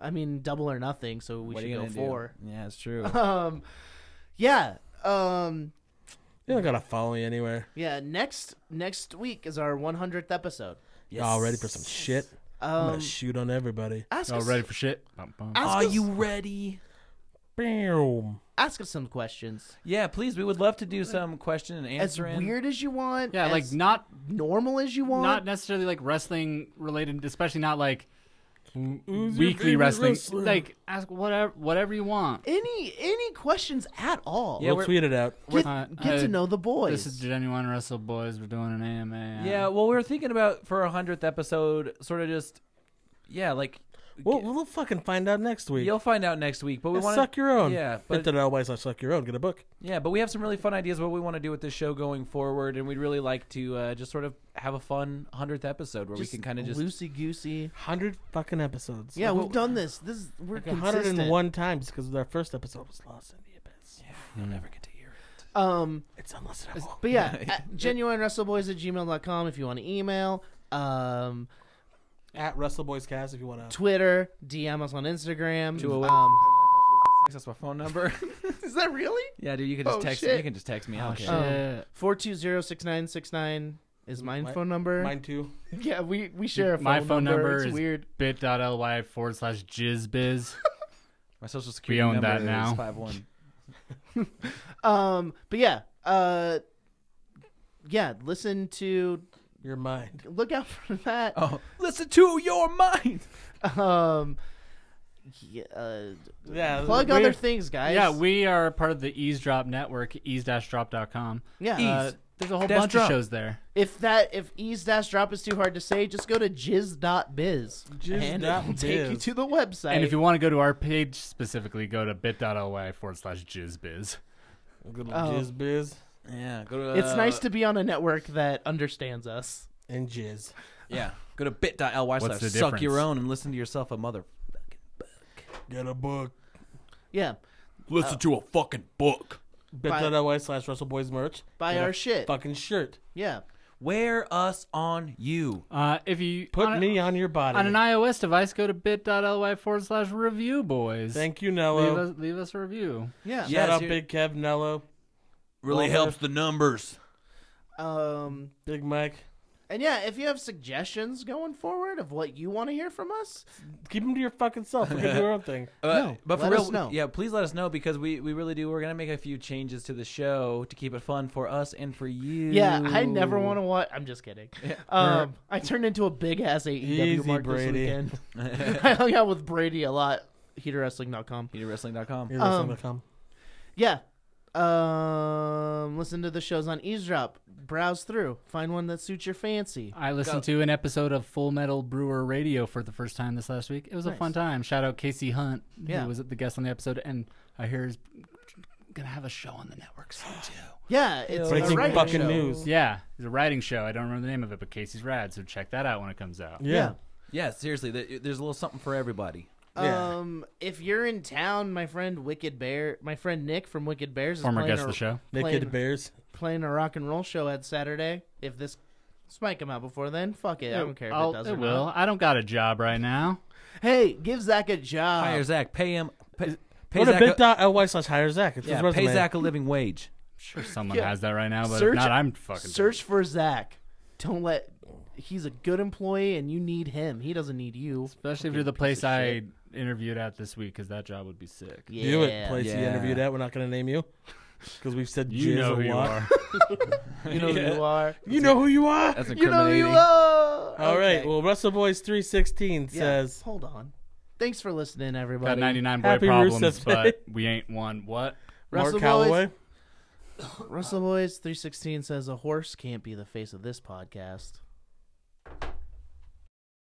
Speaker 2: i mean double or nothing so we
Speaker 3: what are
Speaker 2: should
Speaker 3: you
Speaker 2: go
Speaker 3: gonna
Speaker 2: four (laughs)
Speaker 3: do? Yeah, it's true.
Speaker 2: um yeah um
Speaker 4: You don't gotta follow me anywhere.
Speaker 2: yeah next next week is our 100th episode
Speaker 4: Y'all ready for some shit? I'm
Speaker 2: um
Speaker 4: gonna shoot on everybody.
Speaker 2: ask
Speaker 1: Y'all
Speaker 2: us,
Speaker 1: ready for shit? Bum, bum.
Speaker 2: ask
Speaker 3: Are
Speaker 2: us-
Speaker 3: Oh, you ready?
Speaker 4: Boom.
Speaker 2: ask us some questions
Speaker 3: Yeah, please. We would love to do some question and
Speaker 2: as
Speaker 3: answer. in.
Speaker 2: weird as you want.
Speaker 1: Yeah,
Speaker 2: as
Speaker 1: like not
Speaker 2: normal as you want.
Speaker 1: not necessarily like wrestling related, especially not like weekly wrestling. Like ask whatever whatever you want.
Speaker 2: any any questions at all.
Speaker 3: Yeah,
Speaker 4: We'll
Speaker 3: we're-
Speaker 4: tweet it out.
Speaker 2: get,
Speaker 1: Uh,
Speaker 2: get
Speaker 1: uh,
Speaker 2: to know the boys.
Speaker 1: This is genuine wrestle boys. We're doing an AMA.
Speaker 3: Yeah, well, we were thinking about for our hundredth episode, sort of just, yeah, like
Speaker 4: We'll, we'll fucking find out next week.
Speaker 3: you'll find out next week. But we
Speaker 4: And
Speaker 3: want
Speaker 4: suck your own.
Speaker 3: Yeah,
Speaker 4: But
Speaker 3: but
Speaker 4: then always I suck your own. Get a book.
Speaker 3: yeah, but we have some really fun ideas what we want to do with this show going forward, and we'd really like to uh, just sort of have a fun hundredth episode where we can kind of just
Speaker 2: loosey goosey.
Speaker 4: Hundred fucking episodes.
Speaker 2: Yeah, we've done this. This is we're
Speaker 4: like hundred
Speaker 2: consistent.
Speaker 4: and one times because our first episode was lost in the abyss.
Speaker 3: you'll never get to hear. it.
Speaker 2: Um,
Speaker 4: It's unlistenable.
Speaker 2: but yeah,
Speaker 4: (laughs)
Speaker 2: at genuine wrestleboys at gmail.com if you want to email. Um,
Speaker 4: At Russell Boys Cast if you want to.
Speaker 2: Twitter, DM us on Instagram.
Speaker 3: Two away.
Speaker 2: Um,
Speaker 3: That's my phone number.
Speaker 2: is that really?
Speaker 3: yeah, dude, you can just
Speaker 2: Oh,
Speaker 3: text.
Speaker 2: shit.
Speaker 3: You can just text me. I
Speaker 1: Oh,
Speaker 3: don't
Speaker 1: shit.
Speaker 3: care.
Speaker 2: Four two zero six nine six nine is my
Speaker 4: My-
Speaker 2: phone number.
Speaker 4: Mine too.
Speaker 2: um, yeah, we we share a phone
Speaker 1: My phone number,
Speaker 2: It's
Speaker 1: is
Speaker 2: weird.
Speaker 1: bit.ly forward slash jizzbiz.
Speaker 3: My social security
Speaker 1: own
Speaker 3: number
Speaker 1: that
Speaker 3: is
Speaker 1: now.
Speaker 3: five one.
Speaker 2: Um, but yeah, uh, yeah, listen to
Speaker 4: Your mind.
Speaker 2: look out (laughs) for that.
Speaker 3: Oh, listen to your mind.
Speaker 2: Um, yeah, uh,
Speaker 4: Yeah.
Speaker 2: plug
Speaker 4: we're-
Speaker 2: other things, guys.
Speaker 1: yeah, we are part of the Eavesdrop Network, ease-drop.com.
Speaker 2: yeah,
Speaker 3: Ease.
Speaker 1: Uh, There's a whole
Speaker 3: Dash
Speaker 1: bunch
Speaker 3: Drop.
Speaker 1: of shows there.
Speaker 2: If that if ease dash drop is too hard to say, just go to jizz.biz.
Speaker 4: Jizz
Speaker 2: and
Speaker 4: dot
Speaker 2: it'll take you
Speaker 4: biz.
Speaker 2: to the website.
Speaker 1: And if you want to go to our page specifically, go to bit.ly forward slash jizzbiz.
Speaker 4: Good old
Speaker 2: Oh.
Speaker 4: jizz biz
Speaker 3: Yeah, go to.
Speaker 2: it's nice to be on a network that understands us.
Speaker 4: and jizz.
Speaker 3: Yeah, go to bit.ly
Speaker 1: What's
Speaker 3: slash
Speaker 1: the
Speaker 3: suck your
Speaker 1: difference?
Speaker 3: own and listen to yourself a mother.
Speaker 4: Get a book.
Speaker 2: Yeah.
Speaker 3: Listen to a fucking book.
Speaker 4: Bit.ly slash Russell Boys merch.
Speaker 2: Buy
Speaker 4: Get a
Speaker 2: our shit.
Speaker 4: Fucking shirt.
Speaker 2: Yeah.
Speaker 3: Wear us on you.
Speaker 1: Uh, if you
Speaker 4: Put
Speaker 1: on a-
Speaker 4: me on your body.
Speaker 1: on an iOS device, go to bit.ly forward slash review boys.
Speaker 4: Thank you,
Speaker 1: leave
Speaker 4: Nello.
Speaker 1: us, leave us a review.
Speaker 2: Yeah.
Speaker 3: Yeah.
Speaker 4: Shout out
Speaker 3: dude.
Speaker 4: Big Kev, Nello,
Speaker 3: Really helps the numbers.
Speaker 2: Um
Speaker 4: Big Mike.
Speaker 2: and yeah, if you have suggestions going forward of what you want to hear from us,
Speaker 4: Keep them to your fucking self. We're gonna do our own thing.
Speaker 3: Uh,
Speaker 2: No,
Speaker 3: but for
Speaker 2: let
Speaker 3: real,
Speaker 2: us know.
Speaker 3: yeah, please let us know because we, we really do. We're gonna make a few changes to the show to keep it fun for us and for you.
Speaker 2: yeah, I never want to watch. I'm just kidding. Um, I turned into a big ass AEW
Speaker 4: Easy,
Speaker 2: mark
Speaker 4: Brady. (laughs)
Speaker 2: this weekend. (laughs) I hung out with Brady a lot. HeaterWrestling.com.
Speaker 3: HeatedWrestling.com.
Speaker 4: Here's um, come.
Speaker 2: Yeah. Um, listen to the shows on eavesdrop. Browse through. Find one that suits your fancy.
Speaker 1: I listened
Speaker 3: Go.
Speaker 1: to an episode of Full Metal Brewer Radio for the first time this last week. It was a
Speaker 2: Nice.
Speaker 1: fun time. Shout out Casey Hunt,
Speaker 2: Yeah.
Speaker 1: who was the guest on the episode, and I hear he's gonna have a show on the network soon too.
Speaker 2: Yeah, it's
Speaker 4: Breaking
Speaker 2: a writing
Speaker 4: fucking
Speaker 2: show.
Speaker 4: news.
Speaker 1: Yeah, it's a writing show. I don't remember the name of it, but Casey's rad. So check that out when it comes out.
Speaker 4: Yeah.
Speaker 2: Yeah.
Speaker 3: Yeah, seriously, th- there's a little something for everybody.
Speaker 4: Yeah.
Speaker 2: Um, if you're in town, my friend Wicked Bear, my friend Nick from Wicked Bears, is
Speaker 1: Former
Speaker 2: playing
Speaker 1: guest
Speaker 2: a,
Speaker 1: of the show.
Speaker 4: Naked
Speaker 2: Plain.
Speaker 4: Bears.
Speaker 2: playing a rock and roll show at Saturday. If this this might come out before then, fuck it. I don't care if
Speaker 1: I'll-
Speaker 2: it does or
Speaker 1: will.
Speaker 2: not.
Speaker 1: I don't got a job right now.
Speaker 2: Hey, give Zach a job.
Speaker 3: Hire Zach. Pay him. Pay, pay
Speaker 4: Go to
Speaker 3: Zach. A,
Speaker 4: bit.ly slash hire Zach. It's his
Speaker 3: yeah,
Speaker 4: resume.
Speaker 3: pay Zach a living wage.
Speaker 2: (laughs)
Speaker 1: Sure, someone
Speaker 2: Yeah.
Speaker 1: has that right now, but
Speaker 2: Search-
Speaker 1: if not, I'm fucking.
Speaker 2: Search for Zach. Don't let. He's a good employee, and you need him. He doesn't need you.
Speaker 1: especially if you're the place I interviewed at this week, because that job would be sick.
Speaker 2: Yeah.
Speaker 4: Do it. Place you
Speaker 3: Yeah.
Speaker 4: interviewed at. We're not gonna name you because we've said
Speaker 1: You
Speaker 4: jizz
Speaker 1: know
Speaker 4: a
Speaker 1: who you
Speaker 2: (laughs)
Speaker 4: lot.
Speaker 1: are.
Speaker 2: You know
Speaker 4: (laughs)
Speaker 2: who you are.
Speaker 4: You know who you are.
Speaker 3: That's
Speaker 2: You know who you
Speaker 3: incriminating.
Speaker 2: are.
Speaker 4: All right.
Speaker 2: Okay.
Speaker 4: Well, Russell Boys three sixteen
Speaker 2: Yeah,
Speaker 4: says
Speaker 2: Hold on. Thanks for listening,
Speaker 1: Got
Speaker 2: everybody.
Speaker 1: 99 boy
Speaker 4: Happy
Speaker 1: problems,
Speaker 4: Rusev Day.
Speaker 1: but we ain't one. What?
Speaker 4: Mark
Speaker 2: Russell
Speaker 4: Calloway.
Speaker 2: Boys. Russell Boys three sixteen says a horse can't be the face of this podcast.